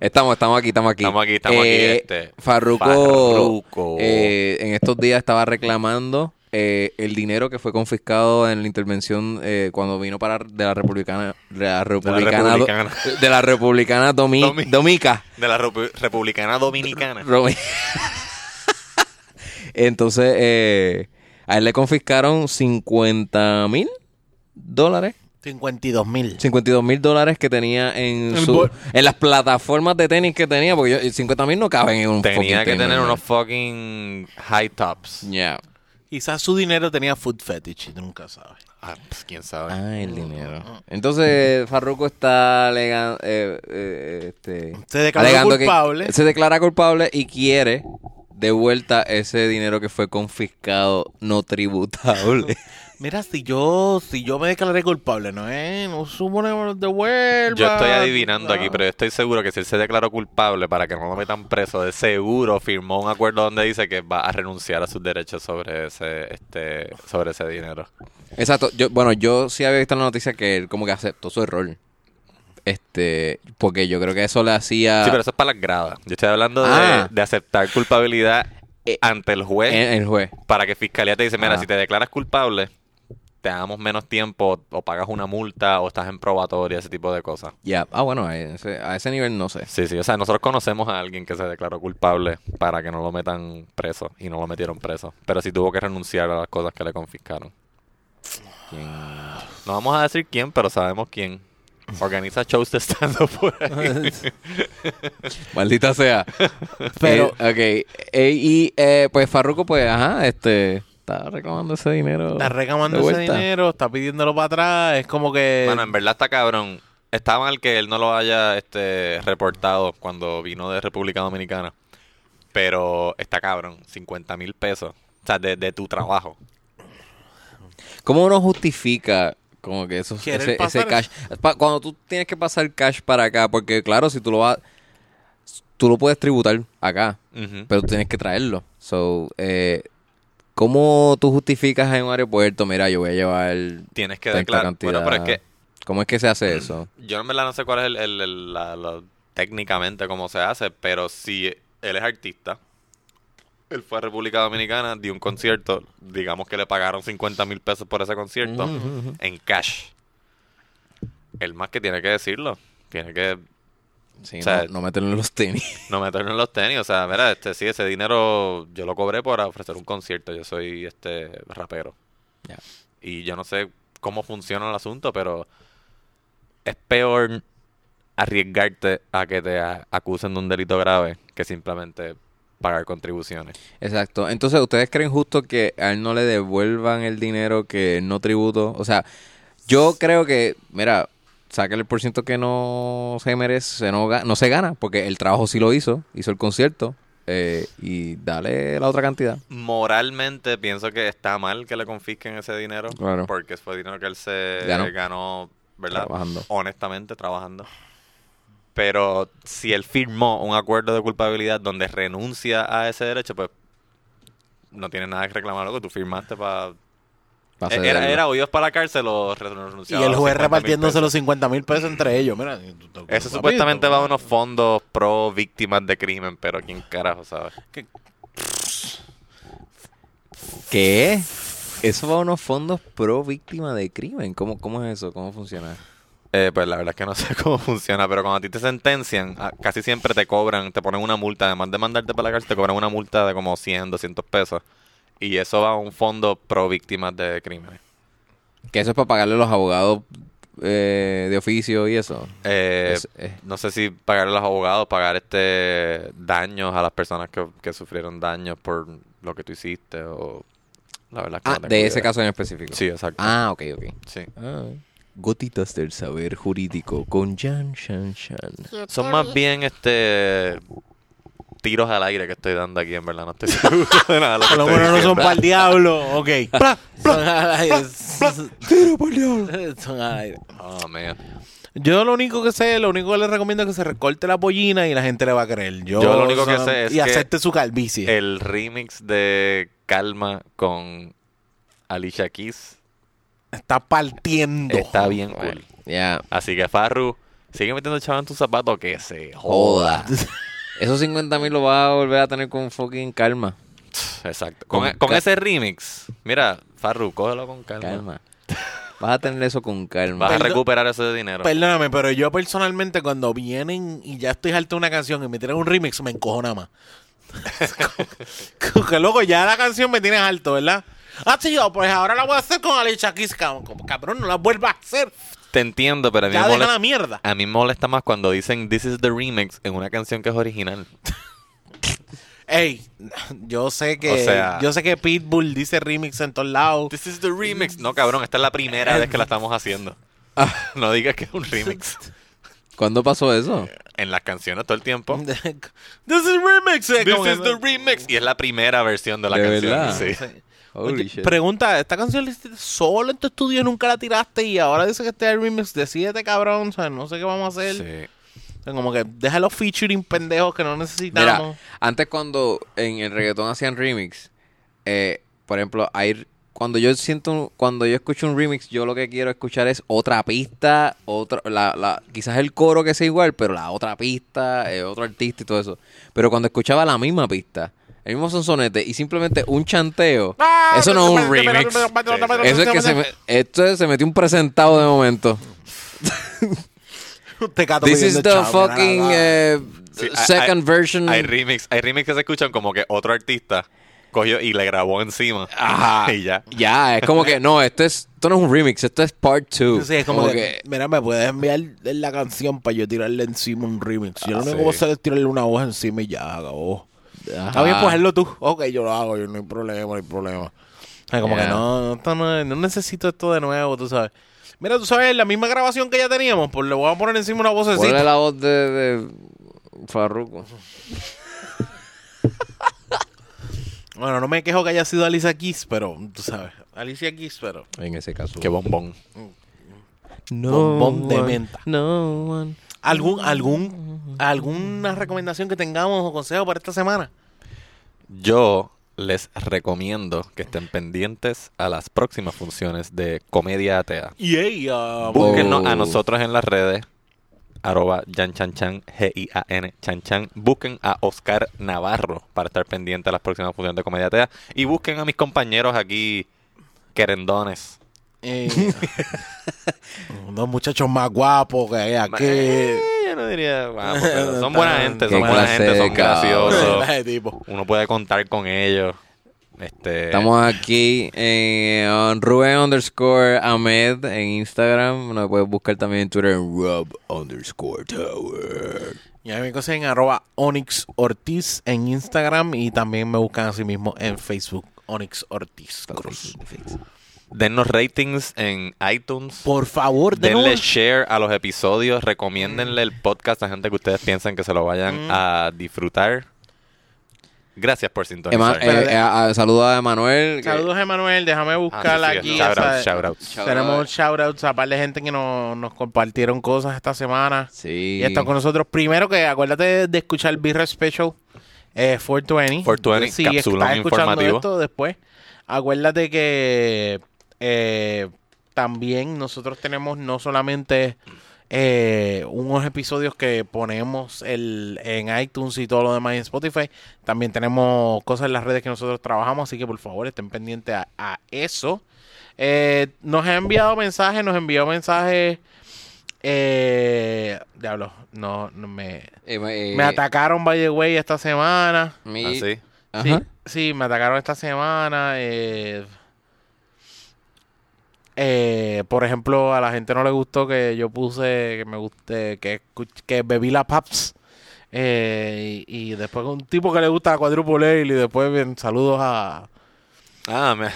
Estamos, estamos aquí, estamos aquí.
Estamos aquí, estamos aquí,
Eh,
este,
Farruko,
Farruko.
eh, en estos días estaba reclamando eh, el dinero que fue confiscado en la intervención eh, cuando vino para de la republicana, de la republicana, do-
republicana.
de la republicana Domi-
Domi-
Domica.
De la Repu- Republicana Dominicana.
Romy. Entonces, eh, a él le confiscaron 50 mil dólares,
52 mil.
52 mil dólares que tenía en,
El
su-
bol-
en las plataformas de tenis que tenía, porque yo- 50 mil no caben en un
Tenía
fucking
que
tenis,
tener
¿no?
unos fucking high tops.
Yeah.
Quizás su dinero tenía food fetish y tú nunca sabes.
Ah, pues quién sabe.
Ah, el dinero. Entonces, Farruko está alega- eh, eh, este,
Se declaró
alegando que-
culpable.
se declara culpable y quiere de vuelta ese dinero que fue confiscado no tributable.
Mira, si yo, si yo me declaré culpable, no es, no supone que me los devuelva.
Yo estoy adivinando
Ah,
aquí, pero yo estoy seguro que si él se declaró culpable para que no lo metan preso, de seguro firmó un acuerdo donde dice que va a renunciar a sus derechos sobre ese, este, sobre ese dinero.
Exacto. Yo, bueno, yo sí había visto en la noticia que él como que aceptó su error. Este, porque yo creo que eso le hacía...
Sí, pero eso es para las gradas. Yo estoy hablando de-
Ah.
de, aceptar culpabilidad ante el juez
el, el juez.
para que fiscalía te dice, mira,
Ah.
si te declaras culpable, te damos menos tiempo o pagas una multa o estás en probatoria, ese tipo de cosas.
Ya. Ah, bueno, a ese, a ese nivel no sé.
Sí, sí, o sea, nosotros conocemos a alguien que se declaró culpable para que no lo metan preso y no lo metieron preso, pero sí tuvo que renunciar a las cosas que le confiscaron. ¿Quién? No vamos a decir quién, pero sabemos quién. Organiza shows de stand-up por ahí.
Maldita sea.
Pero-
Pero, ok. Eh, y eh, pues Farruko, pues, ajá, este, está reclamando ese dinero.
Está
de
recamando ese
vuelta.
dinero, está pidiéndolo para atrás, es como que...
Bueno, en verdad está cabrón. Está mal que él no lo haya este, reportado cuando vino de República Dominicana. Pero está cabrón. 50 mil pesos. O sea, de, de tu trabajo.
¿Cómo uno justifica como que eso,
Querer
ese, ese
pasar
cash? Pa- cuando tú tienes que pasar cash para acá, porque claro, si tú lo vas, tú lo puedes tributar acá,
Ujú.
pero tú tienes que traerlo. So, eh, ¿cómo tú justificas en un aeropuerto? Mira, yo voy a llevar
Tienes que
tanta
declarar.
cantidad.
Bueno, pero es que Mm.
¿Cómo es que se hace eso?
yo en verdad no sé cuál es el, el- el- la- la- técnicamente cómo se hace, pero si él es artista, él fue a República Dominicana, dio un concierto, digamos que le pagaron 50 mil pesos por ese concierto en cash. El más que tiene que decirlo, tiene que
Sí,
O sea,
no, no meterlo en los tenis.
No meternos en los tenis, o sea, mira, este, sí, ese dinero yo lo cobré para ofrecer un concierto, yo soy este rapero.
Ya.
Y yo no sé cómo funciona el asunto, pero es peor arriesgarte a que te a- acusen de un delito grave que simplemente pagar contribuciones.
Exacto. Entonces, ¿ustedes creen justo que a él no le devuelvan el dinero que no tributó? O sea, yo creo que, mira, sáquele el por ciento que no se merece, se no, ga- no se gana, porque el trabajo sí lo hizo, hizo el concierto, eh, y dale la otra cantidad.
Moralmente pienso que está mal que le confisquen ese dinero
Claro.
porque fue dinero que él se
Ganó.
ganó ¿verdad?
Trabajando.
Honestamente, trabajando. Pero si él firmó un acuerdo de culpabilidad donde renuncia a ese derecho, pues no tiene nada que reclamar lo que tú firmaste para...
para
Era,
cederlo.
era o ibas para la cárcel o re-
y
renunciaba
el
a
juez
50.000
repartiéndose
pesos.
los 50 mil pesos entre ellos, mira. tú te- papi,
Eso supuestamente
tú-
va a unos fondos pro víctimas de crimen, pero quién carajo sabe.
¿Qué? Eso va a unos fondos pro víctima de crimen. ¿Cómo, cómo es eso? ¿Cómo funciona?
Eh, pues la verdad es que no sé cómo funciona, pero cuando a ti te sentencian, a- casi siempre te cobran, te ponen una multa, además de mandarte para la cárcel, te cobran una multa de como 100, 200 pesos. Y eso va a un fondo pro víctimas de crímenes.
Que eso es para pagarle a los abogados eh, de oficio y eso.
Eh,
Es- eh.
No sé si pagar a los abogados, pagar este daños a las personas que, que sufrieron daños por lo que tú hiciste o... La verdad es que
Ah,
no tengo
de ese
idea.
caso en específico.
Sí, exacto.
Ah, ok, ok.
Sí.
Gotitas del saber jurídico con Jan Shan Shan.
Son más bien este tiros al aire que estoy dando aquí, en verdad. No estoy seguro de nada. de lo que
Por lo
estoy
menos no son
diciendo.
para el diablo, ok. Pla, pla, Tiro por diablo. Son al aire.
Oh, man.
Yo lo único que sé, lo único que les recomiendo es que se recorte la pollina y la gente le va a creer. Yo,
Yo lo único que
son-
sé es
Y
que- eh,
acepte su calvicie.
El remix de Calma con Alicia Keys
está partiendo.
está bien cool.
Ya.
Así que Farru, sigue metiendo chaval en tus zapatos que se joda.
Joda. Esos 50 mil lo vas a volver a tener con fucking calma.
Exacto. Con, e-,
Con
con
cal-
ese remix, mira, Farru, cógelo con calma.
Calma. Vas a tener eso con calma.
Vas a
Perdón-
recuperar ese dinero.
Perdóname, pero yo personalmente cuando vienen y ya estoy harto de una canción y me tiran un remix, me encojo nada más. Como que loco, ya la canción me tienes alto, ¿verdad? Ah, sí, yo, pues ahora la voy a hacer con Alicia Keys, cabrón. Como, cabrón, no la vuelvas a hacer.
Te entiendo, pero a mí
Ya
me
deja
molesta.
la mierda.
A mí me molesta más cuando dicen This is the remix en una canción que es original.
Ey, yo sé que
O sea-
yo sé que Pitbull dice remix en todos lados.
This is the remix. No, cabrón, esta es la primera vez que la estamos haciendo. No digas que es un remix.
¿Cuándo pasó eso?
En las canciones todo el tiempo.
This is remix. eh,
This
como que-
is the remix. Y es la primera versión de la
¿De
canción.
verdad?
sí.
Sí. Oye,
Holy shit.
pregunta, ¿esta canción la hiciste solo en tu estudio y nunca la tiraste? Y ahora dice que este es el remix, decídete cabrón, o sea, no sé qué vamos a hacer.
Sí.
O sea, como que deja los featuring pendejos que no necesitamos.
Mira, antes cuando en el reggaetón hacían remix, eh, por ejemplo, hay, cuando yo siento, cuando yo escucho un remix, yo lo que quiero escuchar es otra pista, otra, la, la, quizás el coro que sea igual, pero la otra pista, eh, otro artista y todo eso. Pero cuando escuchaba la misma pista, el mismo sonsonete y simplemente un chanteo, eso Ah, no es un remix. Eso es que se, me- esto es- se metió un presentado de momento.
Te cato
This is
pidiendo
the
chavo, mira,
fucking
nada.
eh,
Sí, hay-
second version.
Hay remix, hay remix que se escuchan como que otro artista cogió y le grabó encima.
Ajá.
Y ya.
Ya, es como que no,
este
esto es esto no es un remix, esto es part 2.
Sí, es como, que, mira, me puedes enviar la canción para yo tirarle encima un remix. Yo lo único que
sí.
sé es tirarle una voz encima y ya, acabó. Está bien, pues hazlo tú. Ok, yo lo hago, yo no hay problema, no hay problema. Ay, como que
Yeah.
no, no, esto no, es- no necesito esto de nuevo, tú sabes. Mira, tú sabes, la misma grabación que ya teníamos, pues le voy a poner encima una
Ponle
vocecita.
la voz de, de Farruko.
Bueno, no me quejo que haya sido Alicia Keys, pero, tú sabes, Alicia Keys, pero...
en ese caso.
Qué bombón.
No
Bombón de
one,
menta.
No one.
¿Algún, algún, alguna recomendación que tengamos o consejo para esta semana?
Yo les recomiendo que estén pendientes a las próximas funciones de Comedia Atea. um,
Yeah,
Bu-
Búsquennos
Oh.
a nosotros en las redes. Arroba Yanchanchan, G-I-A-N, Chan Chan. Busquen a Oscar Navarro para estar pendiente a las próximas funciones de Comedia Atea. Y busquen a mis compañeros aquí, querendones.
eh, unos muchachos más guapos que hay aquí.
Eh, yo no diría guapo, pero son buena gente,
Qué
son buena
clase
gente,
de
son
cabrón.
graciosos.
Ese tipo.
Uno puede contar con ellos. Este,
Estamos aquí en on Rubén underscore Ahmed en Instagram. Nos puedes buscar también en Twitter en Rob underscore Tower.
Y a mí me consiguen arroba Onyx Ortiz en Instagram y también me buscan así mismo en Facebook, Onyx Ortiz Cruz.
Dennos ratings en iTunes.
Por favor,
Denle
denos-
share a los episodios, recomiéndenle el podcast a gente que ustedes piensan que se lo
Mm.
vayan a disfrutar. Gracias por
Ema-
sintonizar.
eh, eh, a- saluda a Emanuel. que-
Saludos, Emanuel. Déjame buscar
Ah, sí, sí,
aquí.
shout
esa-
out, shout out.
Tenemos shoutouts a par de gente que nos, nos compartieron cosas esta semana.
Sí.
Y están con nosotros. Primero que acuérdate de, de escuchar el Birra Special eh, 420.
420,
Si
capsulón
estás escuchando
informativo.
esto después, acuérdate que eh, también nosotros tenemos no solamente eh, unos episodios que ponemos el, en iTunes y todo lo demás en Spotify, también tenemos cosas en las redes que nosotros trabajamos, así que por favor estén pendientes a, a eso. Eh, nos ha enviado mensajes, nos envió mensajes. Eh, diablo, no, no me,
Ema- eh,
me atacaron, by the way, esta semana.
mi-
Ah, sí.
Sí,
Ajá.
sí, me atacaron esta semana. eh, eh, por ejemplo, a la gente no le gustó que yo puse que me guste, que, escuch- que bebí la Paps. eh, y, y después un tipo que le gusta la cuadruple Ale, y después bien, saludos a...
Ah, me-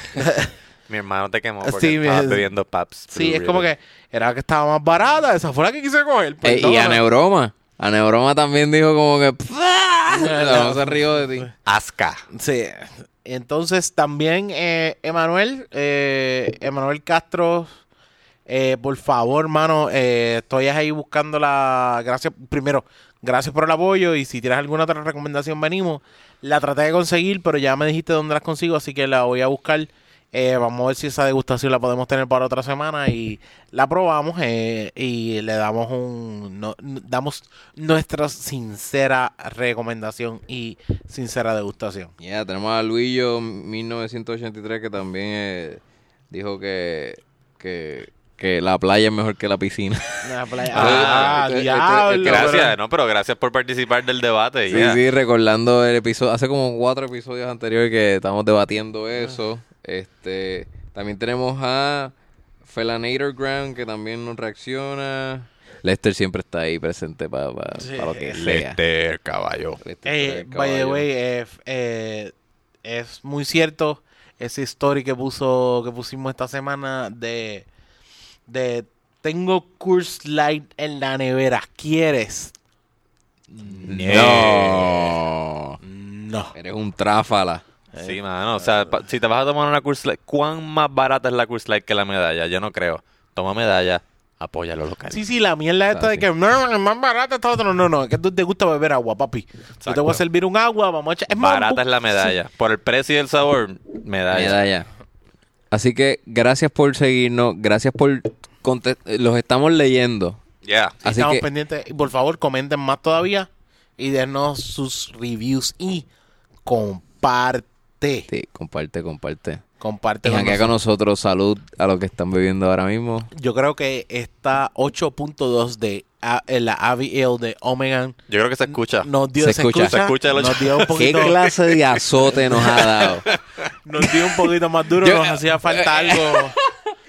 mi hermano te quemó porque
Sí, mi-
estabas bebiendo paps.
Sí, es como que era que estaba más barata, esa fue la que quise coger.
Eh, y
perdona.
Aneuroma. Aneuroma también dijo como que. no se rió de ti.
Asca.
Sí. Entonces también, eh, Emanuel, eh, Emanuel Castro, eh, por favor, mano, eh, estoy ahí buscando la... Gracias, primero, gracias por el apoyo y si tienes alguna otra recomendación, venimos. La traté de conseguir, pero ya me dijiste dónde las consigo, así que la voy a buscar. Eh, vamos a ver si esa degustación la podemos tener para otra semana y la probamos eh, y le damos un no- n- damos nuestra sincera recomendación y sincera degustación.
Ya, tenemos a Luillo 1983 que también eh, dijo que, que, que la playa es mejor que la piscina.
La playa. Ah,
Ah,
esto- esto-
diablo.
Gracias,
pero-
no, pero gracias por participar del debate.
Sí,
ya.
sí, recordando el episodio, hace como cuatro episodios anteriores que estamos debatiendo eso.
Ah.
Este, también tenemos a Felanator Ground que también nos reacciona. Lester siempre está ahí presente para
Sí.
lo que sea.
Lester, Este, caballo.
Lester
Eh,
Pérez
by the
Caballo.
way, eh, f- eh, es muy cierto esa historia que puso que pusimos esta semana de de tengo Curse Light en la nevera. ¿Quieres?
No.
No. Eh,
Eres un tráfala.
Sí, mano. O sea, pa- si te vas a tomar una Curse Light, ¿cuán más barata es la Curse Light que la medalla? Yo no creo. Toma medalla, apóyalo local.
Sí, sí, la mierda esta de que no, es más barata está otro. No, no, es que tú te gusta beber agua, papi. Yo te voy a servir un agua, vamos a echar. Es más,
barata
bu-
es la medalla. Por el precio y el sabor, medalla.
Medalla. Así que gracias por seguirnos, gracias por conte- los estamos leyendo.
Yeah.
Sí,
Así
estamos
que
pendientes. Y por favor, comenten más todavía y denos sus reviews y comparte.
sí, comparte, comparte.
Comparte.
Y
con
janguea con nosotros, salud a los que están viviendo ahora mismo.
nosotros. Yo creo que está 8.2 de a- en la AVL de Omegan.
Yo creo que se escucha.
Nos dio
Se
esa
escucha.
escucha,
Se escucha el ocho.
nos dio un
¿Qué
poquito,
clase de azote nos ha dado?
nos dio un poquito más duro,
Yo- Eh,
nos hacía falta algo.
Yo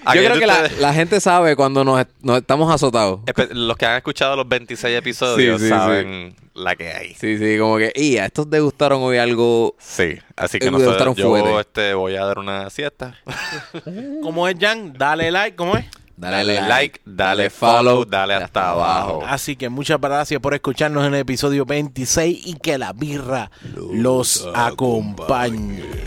Aquellos
creo
de
que la,
ustedes-
la gente sabe cuando nos, nos estamos azotados.
Espe- Los que han escuchado los 26 episodios
Sí, sí,
saben la que hay.
Sí, sí, como que, y a estos degustaron hoy algo.
Sí, así
Eh,
que
degustaron
nosotros, yo
fuerte.
este, voy a dar una siesta.
¿Cómo es, Jan? Dale like, ¿cómo es?
Dale like, dale follow, dale hasta abajo.
Así que muchas gracias por escucharnos en el episodio 26 y que la birra los acompañe.